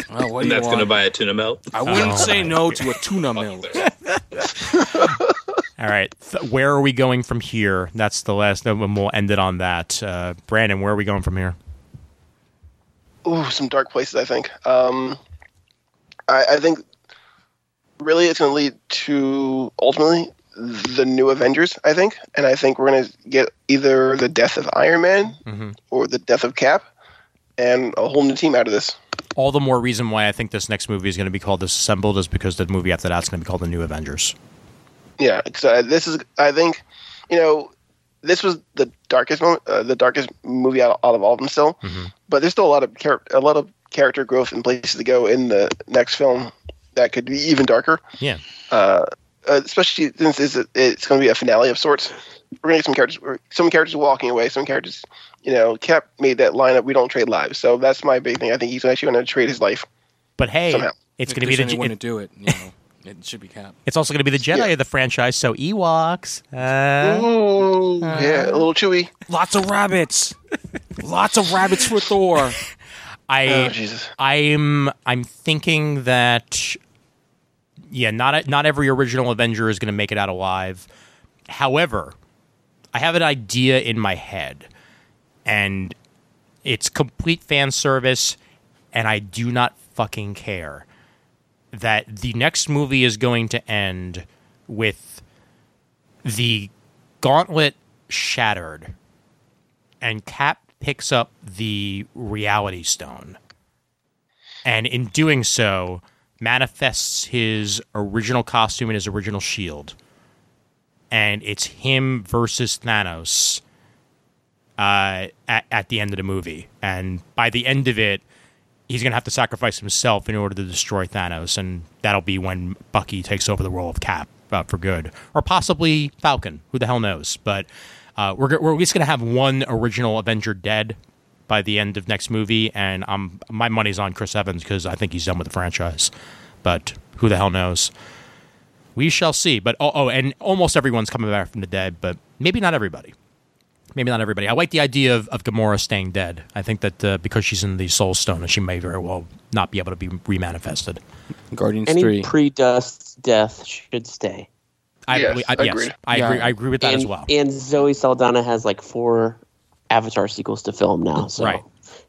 Well, what
And
do you
that's going to
want?
buy a tuna melt.
I wouldn't
Oh,
say no to a tuna mill.
All right, Th- where are we going from here? That's the last. no, And we'll end it on that. Uh, Brandon, where are we going from here?
Ooh, some dark places. I think. Um, I, I think really it's going to lead to ultimately the new Avengers. I think, and I think we're going to get either the death of Iron Man or the death of Cap, and a whole new team out of this.
All the more reason why I think this next movie is going to be called Disassembled is because the movie after that's going to be called The New Avengers.
Yeah, because uh, this is, I think, you know, this was the darkest moment, uh, the darkest movie out, out of all of them still. But there's still a lot of char- a lot of character growth and places to go in the next film that could be even darker.
Yeah.
Uh, especially since it's, it's going to be a finale of sorts. We're going to get some characters, or some characters walking away, some characters, you know, Cap made that line up. We don't trade lives, so that's my big thing. I think he's actually going to trade his life.
But hey,
Somehow.
it's going to be the
anyone to
it,
do it. You know, it should be Cap.
it's also going to be the Jedi
Yeah.
of the franchise. So Ewoks. Uh,
Ooh, yeah, a little chewy.
Lots of rabbits. Lots of rabbits for Thor.
I
Oh, Jesus.
I'm I'm thinking that yeah, not not every original Avenger is going to make it out alive. However, I have an idea in my head, and it's complete fan service, and I do not fucking care that the next movie is going to end with the gauntlet shattered, and Cap picks up the Reality Stone and in doing so manifests his original costume and his original shield and it's him versus thanos uh, at, at the end of the movie and by the end of it he's going to have to sacrifice himself in order to destroy thanos and that'll be when bucky takes over the role of cap uh, for good or possibly falcon who the hell knows but uh, we're, go- we're at least going to have one original avenger dead by the end of next movie, and I'm my money's on Chris Evans because I think he's done with the franchise. But who the hell knows? We shall see. But oh, oh, and almost everyone's coming back from the dead, but maybe not everybody. Maybe not everybody. I like the idea of, of Gamora staying dead. I think that uh, because she's in the Soul Stone, she may very well not be able to be remanifested.
Guardians
Any
three.
pre-dust death should stay.
I,
Yes,
I, yes,
agreed.
I
Yeah.
agree. I agree with that
and,
as well.
And Zoe Saldana has like four Avatar sequels to film now, so
Right.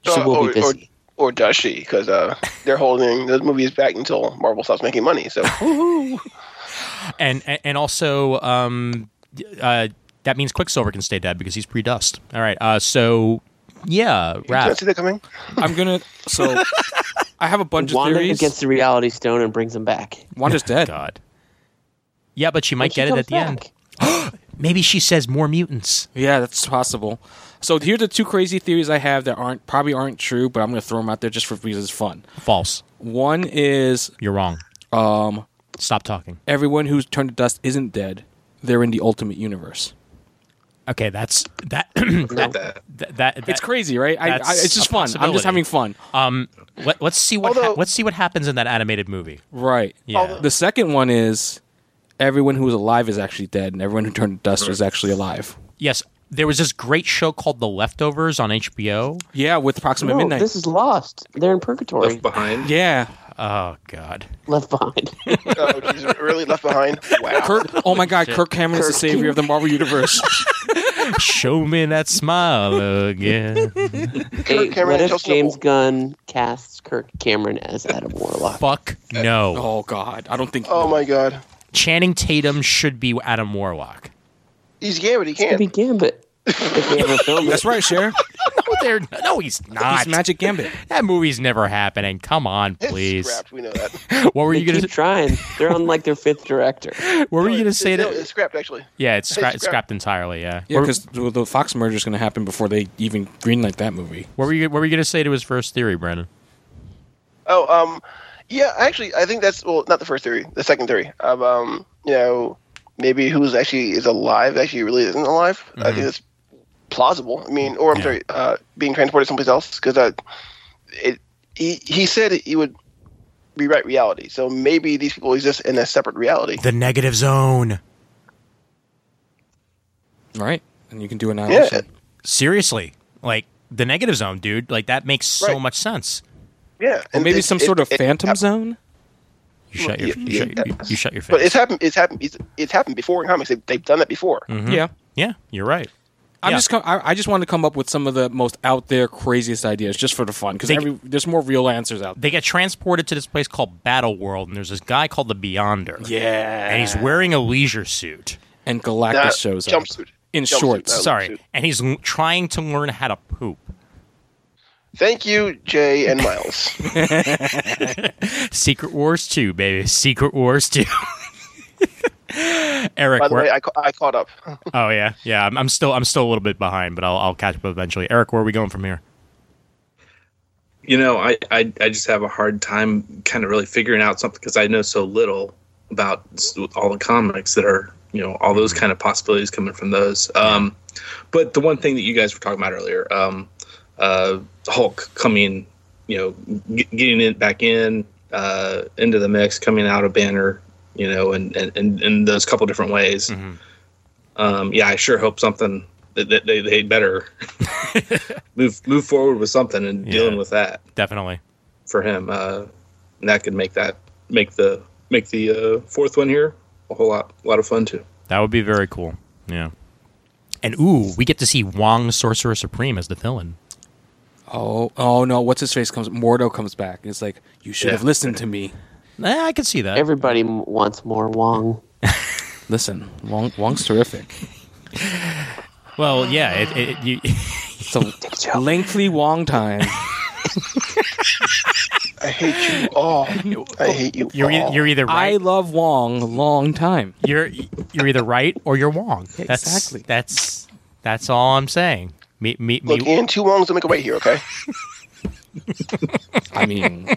she
Uh,
will
or,
be busy.
Or, or does she? Because uh, they're holding those movies back until Marvel stops making money. So
and and- and also um, uh, that means Quicksilver can stay dead because he's pre dust. All right. Uh, so yeah,
do you
Raph.
see that coming?
I'm gonna. So I have a bunch
Wanda
of theories.
gets the Reality Stone and brings him back.
Wanda's dead.
God. Yeah, but she might
She
get it
comes
at the end.
back.
Maybe she says more mutants.
Yeah, that's possible. So here are the two crazy theories I have that aren't probably aren't true, but I'm gonna throw them out there just for because it's fun.
False.
One is
You're wrong.
um,
Stop talking.
everyone who's turned to dust isn't dead. They're in the ultimate universe.
Okay, that's that. that,
Not that.
that, that-
It's crazy, right? I, I,
That's
it's just
a
fun. I'm
possibility.
just having fun.
Um, let, us see what
Although-
ha- let's see what happens in that animated movie.
Right.
Yeah. Although-
The second one is everyone who was alive is actually dead, and everyone who turned to dust is actually alive.
Yes, there was this great show called The Leftovers on HBO.
Yeah, with Proxima
No,
Midnight.
this is lost. They're in purgatory,
Left behind.
yeah.
Oh God.
left behind.
Oh, geez, really left behind? Wow.
Kirk, oh my God, Kirk Cameron is the
Kirk.
savior of the Marvel Universe.
Show me that smile again.
Hey,
Cameron
what
and
if
Chelsea
James
Noble.
Gunn casts Kirk Cameron as Adam Warlock?
Fuck no.
oh God, I don't think.
Oh my God.
Channing Tatum should be Adam Warlock.
He's gay, but he
It'd
can't.
be Gambit. if they ever filmed it.
That's right, Cher.
No, they're, no he's not.
He's Magic Gambit.
that movie's never happening. Come on,
It's
please.
scrapped. We know that.
What were
They
you gonna?
keep trying. They're on like their fifth director.
What were you gonna say?
No,
That
it's scrapped actually.
yeah, it's, scra- it's
scrap-
scrapped entirely. Yeah.
Yeah,
What-
because the, the Fox merger is going to happen before they even greenlight that movie.
what were you? What were you gonna say to his first theory, Brandon?
Oh, um, yeah. Actually, I think that's well, not the first theory, the second theory of um, you know, maybe who's actually is alive actually really isn't alive. I
Mm-hmm.
think that's plausible. I mean, or I'm sorry, uh, being transported someplace else because uh, it he he said he would rewrite reality. So maybe these people exist in a separate reality.
The negative zone.
Right? And you can do
yeah,
analysis.
Seriously, like the negative zone, dude. Like that makes so
Right.
much sense.
yeah.
Or
And
maybe
it's-
some
it-
sort of
it-
phantom
it-
zone.
You shut your
yeah,
you, shut,
yeah.
you, you shut your face.
But it's happened. It's happened. It's, it's happened before in comics. They've, theyve done that before.
Mm-hmm.
Yeah.
yeah, you're right.
I'm
Yeah.
just com- I, I just wanted to come up with some of the most out there craziest ideas just for the fun because
They-
there's more real answers out there.
They get transported to this place called Battle World, and there's this guy called the Beyonder.
Yeah.
and he's wearing a leisure suit.
And Galactus
That
shows up
jumpsuit.
in
Jumpsuit,
shorts.
that-
Sorry,
suit.
and he's l- trying to learn how to poop.
Thank you, Jay and Miles.
Secret Wars 2, baby. Secret Wars 2. Eric,
By the
where-
way, I, ca- I caught up.
oh yeah, yeah. I'm, I'm still I'm still a little bit behind, but I'll, I'll catch up eventually. Eric, where are we going from here?
you know, I, I, I just have a hard time kind of really figuring out something because I know so little about s- all the comics that are, you know, all those kind of possibilities coming from those. Um, but the one thing that you guys were talking about earlier, um, uh, Hulk coming, you know, g- getting it back in uh, into the mix, coming out of Banner, you know, and and, and, and those couple different ways. Um, yeah, I sure hope something that, that they they better move move forward with something and dealing
Yeah.
with that
Definitely.
for him. Uh, and that could make that make the make the uh, fourth one here a whole lot lot of fun too.
That would be very cool. Yeah. And ooh, we get to see Wong Sorcerer Supreme as the villain.
Oh, oh no! What's his face comes? Mordo comes back. It's like you should
Yeah.
have listened to me.
Eh, I can see that.
Everybody m- wants more Wong.
Listen, Wong, Wong's terrific.
well, yeah, it, it, it- you,
It's a lengthy Wong time.
I hate you all. I hate you
you're
all.
e- you're either
I
right,
love Wong. Long time.
you're you're either right or you're Wong. That's,
Exactly.
That's that's all I'm saying. Me, me, me,
Look, Ian, two wrongs don't make a right here, okay?
I mean,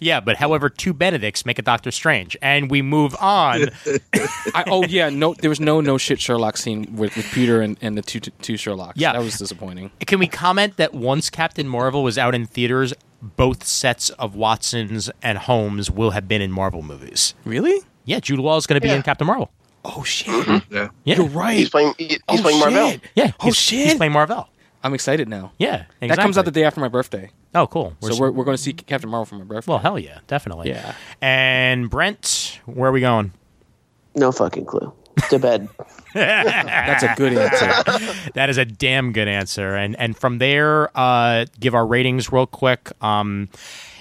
Yeah, but however, two Benedicts make a Doctor Strange, and we move on.
I, oh yeah, no, there was no no shit Sherlock scene with, with Peter and, and the two two Sherlocks.
Yeah.
that was disappointing.
Can we comment that once Captain Marvel was out in theaters, both sets of Watsons and Holmes will have been in Marvel movies?
Really?
Yeah, Jude Law is going to be in Captain Marvel.
Oh shit!
Yeah.
Yeah,
You're right.
He's playing. he- He's
oh,
playing
shit.
Marvel.
Yeah,
Oh
he's,
shit!
he's playing Marvel.
I'm excited now.
Yeah, exactly.
That comes out the day after my birthday,
oh, cool. We're
so we're, we're going to see Captain Marvel for my birthday.
well, hell yeah, definitely.
Yeah.
And Brent, where are we going?
No fucking clue. To bed.
That's a good answer.
That is a damn good answer. And and from there, uh, give our ratings real quick. Um,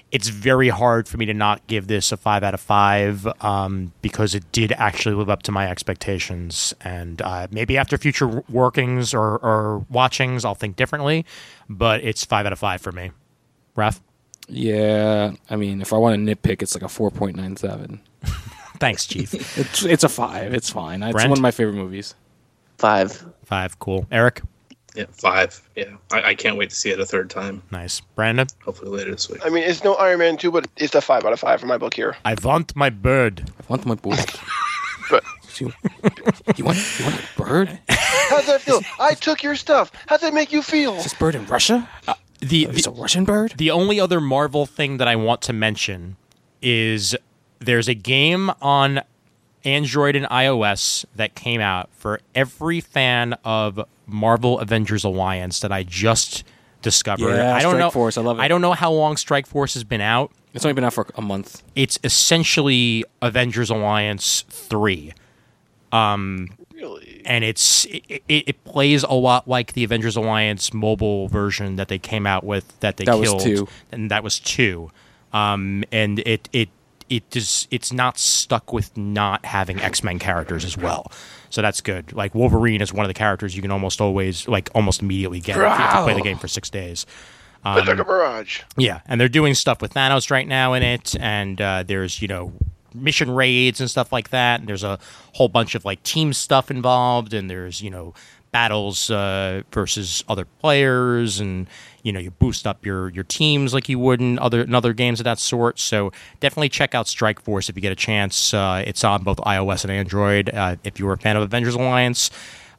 it's very hard for me to not give this a five out of five um, because it did actually live up to my expectations. And uh, maybe after future workings or, or watchings, I'll think differently. But it's five out of five for me. Raf,
yeah, I mean, if I want to nitpick, it's like a four point nine seven.
thanks, Chief.
It's it's a five. It's fine. It's
Brent?
one of my favorite movies.
Five.
five, cool. Eric,
yeah, five. Yeah, I, I can't wait to see it a third time.
nice. Brandon,
Hopefully later this week.
I mean, it's no Iron Man two, but it's a five out of five for my book here.
I want my bird.
I want my bird.
But
you, you want you want a bird?
how does that feel? I took your stuff. How does that make you feel?
This bird in Russia?
Uh, The,
It's
the
a Russian bird.
The only other Marvel thing that I want to mention is there's a game on Android and iOS that came out for every fan of Marvel Avengers Alliance that I just discovered.
Yeah,
I don't
Strike
know.
Force, I love it.
I don't know how long Strike Force has been out.
It's only been out for a month.
It's essentially Avengers Alliance three Um,
Really?
and it's it, it, it plays a lot like the Avengers Alliance mobile version that they came out with that they
That was
killed,
two.
and that was two. Um, and it it it just it's not stuck with not having X Men characters as well. So that's good. Like Wolverine is one of the characters you can almost always like almost immediately get if you have to play the game for six days.
Like a barrage.
Yeah, and they're doing stuff with Thanos right now in it, and uh, there's you know mission raids and stuff like that. And there's a whole bunch of like team stuff involved, and there's you know battles uh, versus other players, and you know you boost up your your teams like you would in other in other games of that sort. So definitely check out Strike Force if you get a chance. Uh, it's on both iOS and Android. Uh, if you were a fan of Avengers Alliance,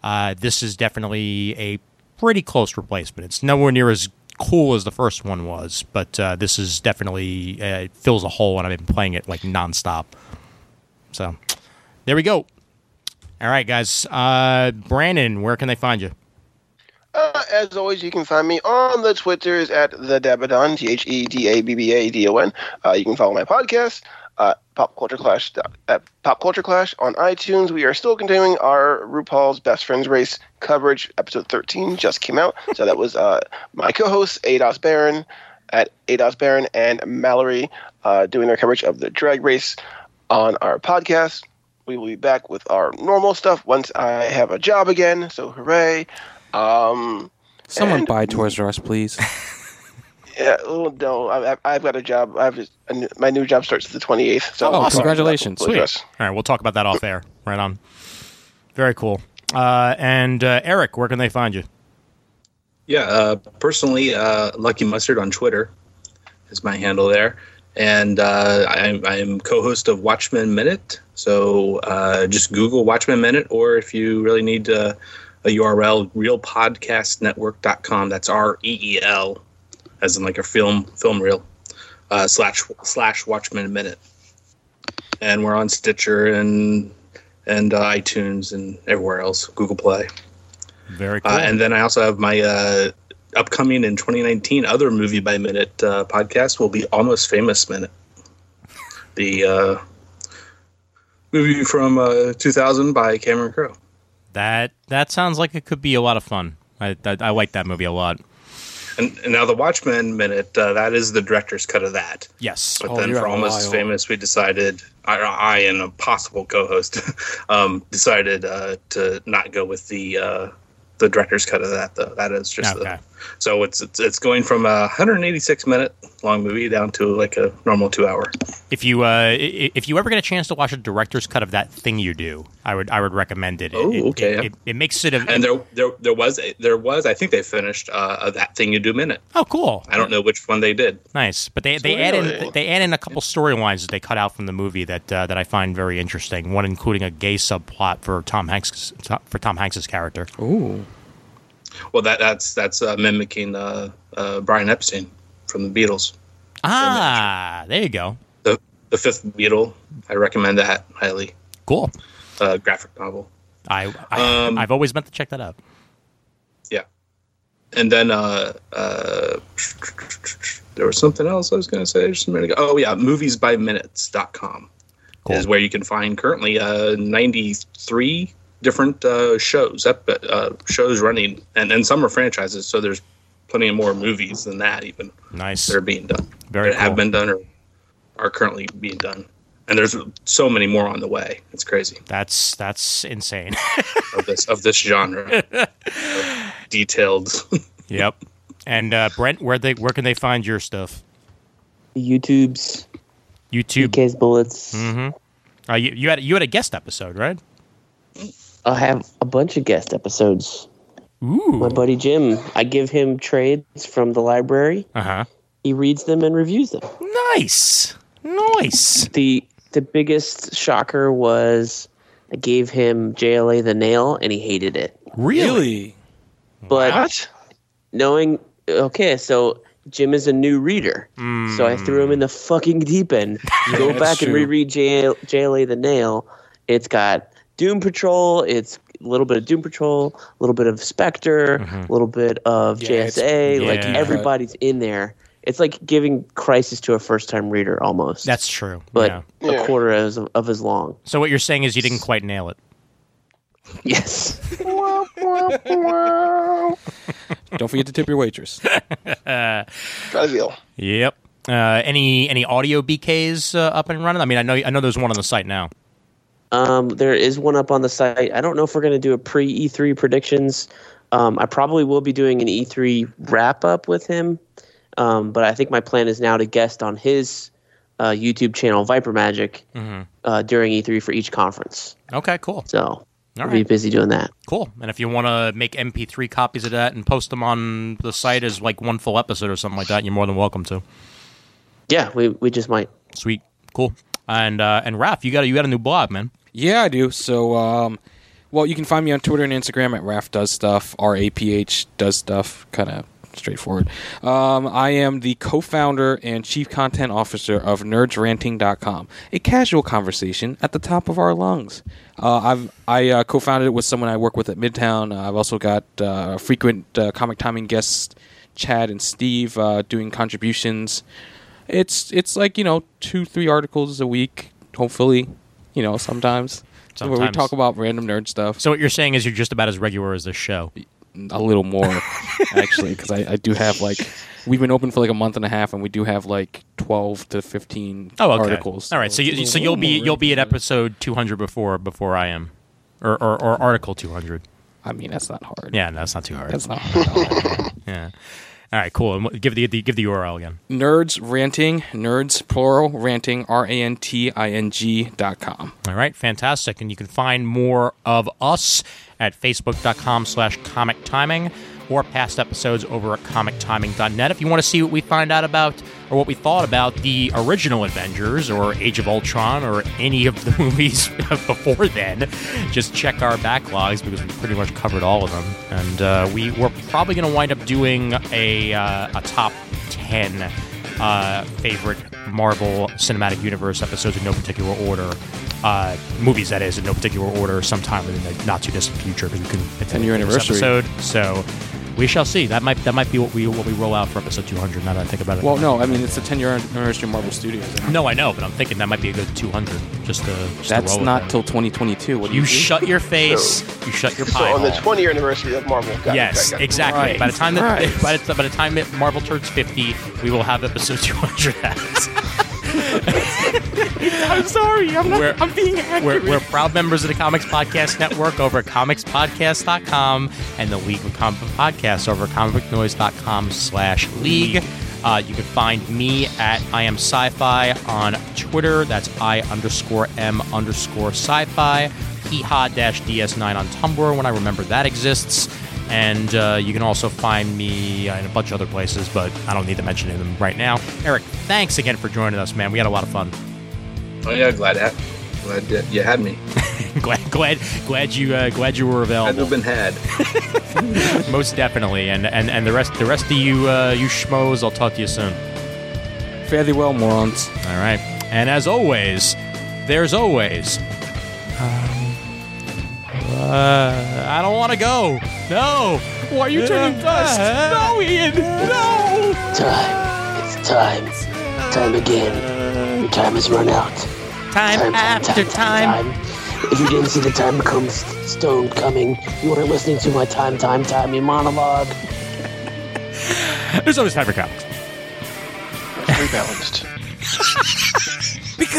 uh, this is definitely a pretty close replacement. It's nowhere near as cool as the first one was, but uh, this is definitely uh, it fills a hole, and I've been playing it like nonstop. So there we go. All right, guys. Uh, Brandon, where can they find you?
Uh, as always, you can find me on the Twitters at the Dabadon, T H E D A B B A D O N. Uh, you can follow my podcast, uh, Pop Culture Clash, dot- at Pop Culture Clash on iTunes. We are still continuing our RuPaul's Best Friends Race coverage. Episode 13 just came out, so that was uh, my co-host Ados Baron at Ados Baron and Mallory uh, doing their coverage of the drag race on our podcast. We will be back with our normal stuff once I have a job again. So hooray! Um,
Someone
And-
buy Toys R Us, please.
yeah, oh, no, I, I- I've got a job. I've just, a new- my new job starts the twenty eighth. So
Oh, congratulations.
Sorry.
Sweet. All right, we'll talk about that off air. Right on. Very cool. Uh, and uh, Eric, where can they find you?
Yeah, uh, personally, uh, Lucky Mustard on Twitter is my handle there. And uh, I'm, I'm co host of Watchmen Minute. So uh, just Google Watchmen Minute, or if you really need uh, a URL, realpodcastnetwork.com. That's R E E L, as in like a film film reel, uh, slash, slash Watchmen Minute. And we're on Stitcher and and uh, iTunes and everywhere else, Google Play.
Very cool.
Uh, and then I also have my uh, upcoming in 2019 other movie by minute uh, podcast will be Almost Famous Minute. The uh, movie from uh, 2000 by Cameron Crowe.
that that sounds like it could be a lot of fun. I, I, I like that movie a lot.
And, and now the Watchmen Minute, uh, that is the director's cut of that.
Yes.
But
Oh,
then
you're
for
a
Almost
wild.
Famous, we decided, I, I and a possible co host, um, decided uh, to not go with the. Uh, the director's cut of that though that is just
Okay.
the, So it's, it's it's going from a 186 minute long movie down to like a normal two hour.
If you uh, i- i- if you ever get a chance to watch a director's cut of that thing you do, I would I would recommend it. It-
Oh,
it-
okay.
It, it, it makes it a
And there there there was a, there was I think they finished uh, a that thing you do minute.
oh cool
I don't know which one they did.
nice. But they, they add in they add in a couple storylines that they cut out from the movie that uh, that I find very interesting. One including a gay subplot for Tom Hanks for Tom Hanks's character.
Oh, Well, that that's that's uh, mimicking uh, uh, Brian Epstein from the Beatles.
ah, there you go.
The the fifth Beatle. I recommend that highly.
Cool.
Uh, graphic novel.
I, I
Um,
I've always meant to check that out.
Yeah. And then uh, uh, there was something else I was going to say just a minute ago. Oh yeah, moviesbyminutes.com
Cool.
is where you can find currently uh, 93 different uh, shows ep- uh, shows running, and, and some are franchises. So there's plenty of more movies than that even
Nice.
that are being done,
Very
that have
cool.
been done or are currently being done. And there's so many more on the way. It's crazy
That's that's insane.
of this of this genre, of detailed.
yep. And uh, Brent, where they where can they find your stuff?
YouTube's
YouTube.
DK's bullets.
Uh, you, you had you had a guest episode, right?
I have a bunch of guest episodes. My
Ooh.
buddy Jim, I give him trades from the library.
Uh huh.
He reads them and reviews them.
Nice. Nice.
the The biggest shocker was I gave him JLA the Nail and he hated it.
really?
But
What?
knowing okay, so Jim is a new reader, so I threw him in the fucking deep end. Go
that's
back and
true.
reread JL, JLA the Nail. It's got Doom Patrol. It's a little bit of Doom Patrol, a little bit of Spectre, a little bit of
Yeah, it's-
JSA. Like
yeah.
everybody's in there. It's like giving Crisis to a first-time reader almost.
That's true.
but
yeah.
Yeah.
a quarter as, of as long.
So what you're saying is you didn't quite nail it.
Yes.
Don't forget to tip your waitress.
Try to feel.
Yep. Uh, any any audio BKs uh, up and running? I mean, I know I know there's one on the site now.
Um, there is one up on the site. I don't know if we're going to do a pre E3 predictions. Um, I probably will be doing an E3 wrap up with him, um, but I think my plan is now to guest on his uh, YouTube channel, Viper Magic, uh, during E3 for each conference.
Okay, cool,
So
All
we'll be
right.
busy doing that.
cool. And if you want to make MP3 copies of that and post them on the site as like one full episode or something like that, you're more than welcome to.
Yeah, we, we just might.
Sweet, cool. And uh, and Raf, you got a, you got a new blog, man.
Yeah, I do. So, um, well, you can find me on Twitter and Instagram at Raf Does Stuff, R A P H Does Stuff, kind of straightforward. Um, I am the co founder and chief content officer of nerdsranting.com, a casual conversation at the top of our lungs. Uh, I've, I uh, co founded it with someone I work with at Midtown. Uh, I've also got uh, frequent uh, comic timing guests, Chad and Steve, uh, doing contributions it's it's like you know two three articles a week hopefully you know sometimes, where we
Sometimes.
talk about random nerd stuff
So what you're saying is you're just about as regular as this show.
a little more actually because I, I do have like we've been open for like a month and a half and we do have like 12 to 15
Oh, okay.
articles
All right, so you, so you'll be you'll be at episode 200 before before I am, or or, or article 200.
i mean that's not hard
Yeah, no, that's not too hard.
that's not hard.
yeah. All right, cool. And what- Give the, the give the URL again.
nerds ranting nerds plural ranting r-a-n-t-i-n-g dot com
All right, fantastic. And you can find more of us at facebook.com slash comic timing or past episodes over at comictiming.net. If you want to see what we find out about or what we thought about the original Avengers or Age of Ultron or any of the movies before then, just check our backlogs because we pretty much covered all of them. And uh, we, we're probably going to wind up doing a, uh, a top 10 uh, favorite Marvel Cinematic Universe episodes in no particular order. Uh, movies, that is, in no particular order, sometime within the not too distant future because we couldn't attend
10-year
this
anniversary.
episode. So we shall see. That might that might be what we what we roll out for episode 200. Now that I think about it.
well no i mean it's a 10 year anniversary of marvel studios
no, I know, but I'm thinking that might be a good 200. Just to just to
that's
roll with
not
them.
till 2022 what do
you
you
shut your face. You shut your
So
pie
on the
hole.
20 year anniversary of Marvel. Got it,
Yes,
got it, got it.
exactly.
Right.
By the time that
Right.
by, the, by the time that Marvel turns fifty, we will have episode two hundred.
i'm sorry i'm
Where-
not i'm being accurate
We're, we're proud members of the Comics Podcast Network over at comicspodcast.com and the League of Comic Book Podcasts over at comicbooknoise.com slash league. Uh, you can find me at I am sci-fi on Twitter. That's I underscore M underscore sci-fi. Heha dash DS9 on Tumblr when I remember that exists. And uh, you can also find me in a bunch of other places, but I don't need to mention them right now. Eric, thanks again for joining us, man. We had a lot of fun.
Oh yeah, glad that glad that you had me.
glad, glad, glad you, uh, glad you were
Had to
available.
have been had.
Most definitely, and, and and the rest, the rest of you, uh, you schmoes. I'll talk to you soon.
fare thee well morons
All right, and as always, there's always. Um, uh, I don't want to go. No. Uh, Why are you turning dust? No, Ian. No.
Time. It's time. Time again. Your time has run out.
Time after time.
If you didn't see the time comes stone coming, you weren't listening to my time, time, timey monologue.
There's always time for comics.
Rebalanced.
Is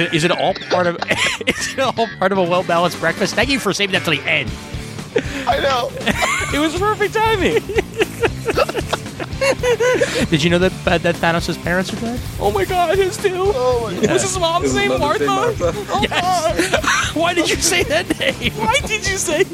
it is it all part of? is it all part of a well balanced breakfast? Thank you for saving that till the end.
I know.
It was perfect timing. Did you know that uh, that Thanos' parents are dead?
oh my god his too
Oh my God.
Was his mom's
His
name
mother's
Martha?
name Martha.
Oh,
Why did you say that name?
Why did you say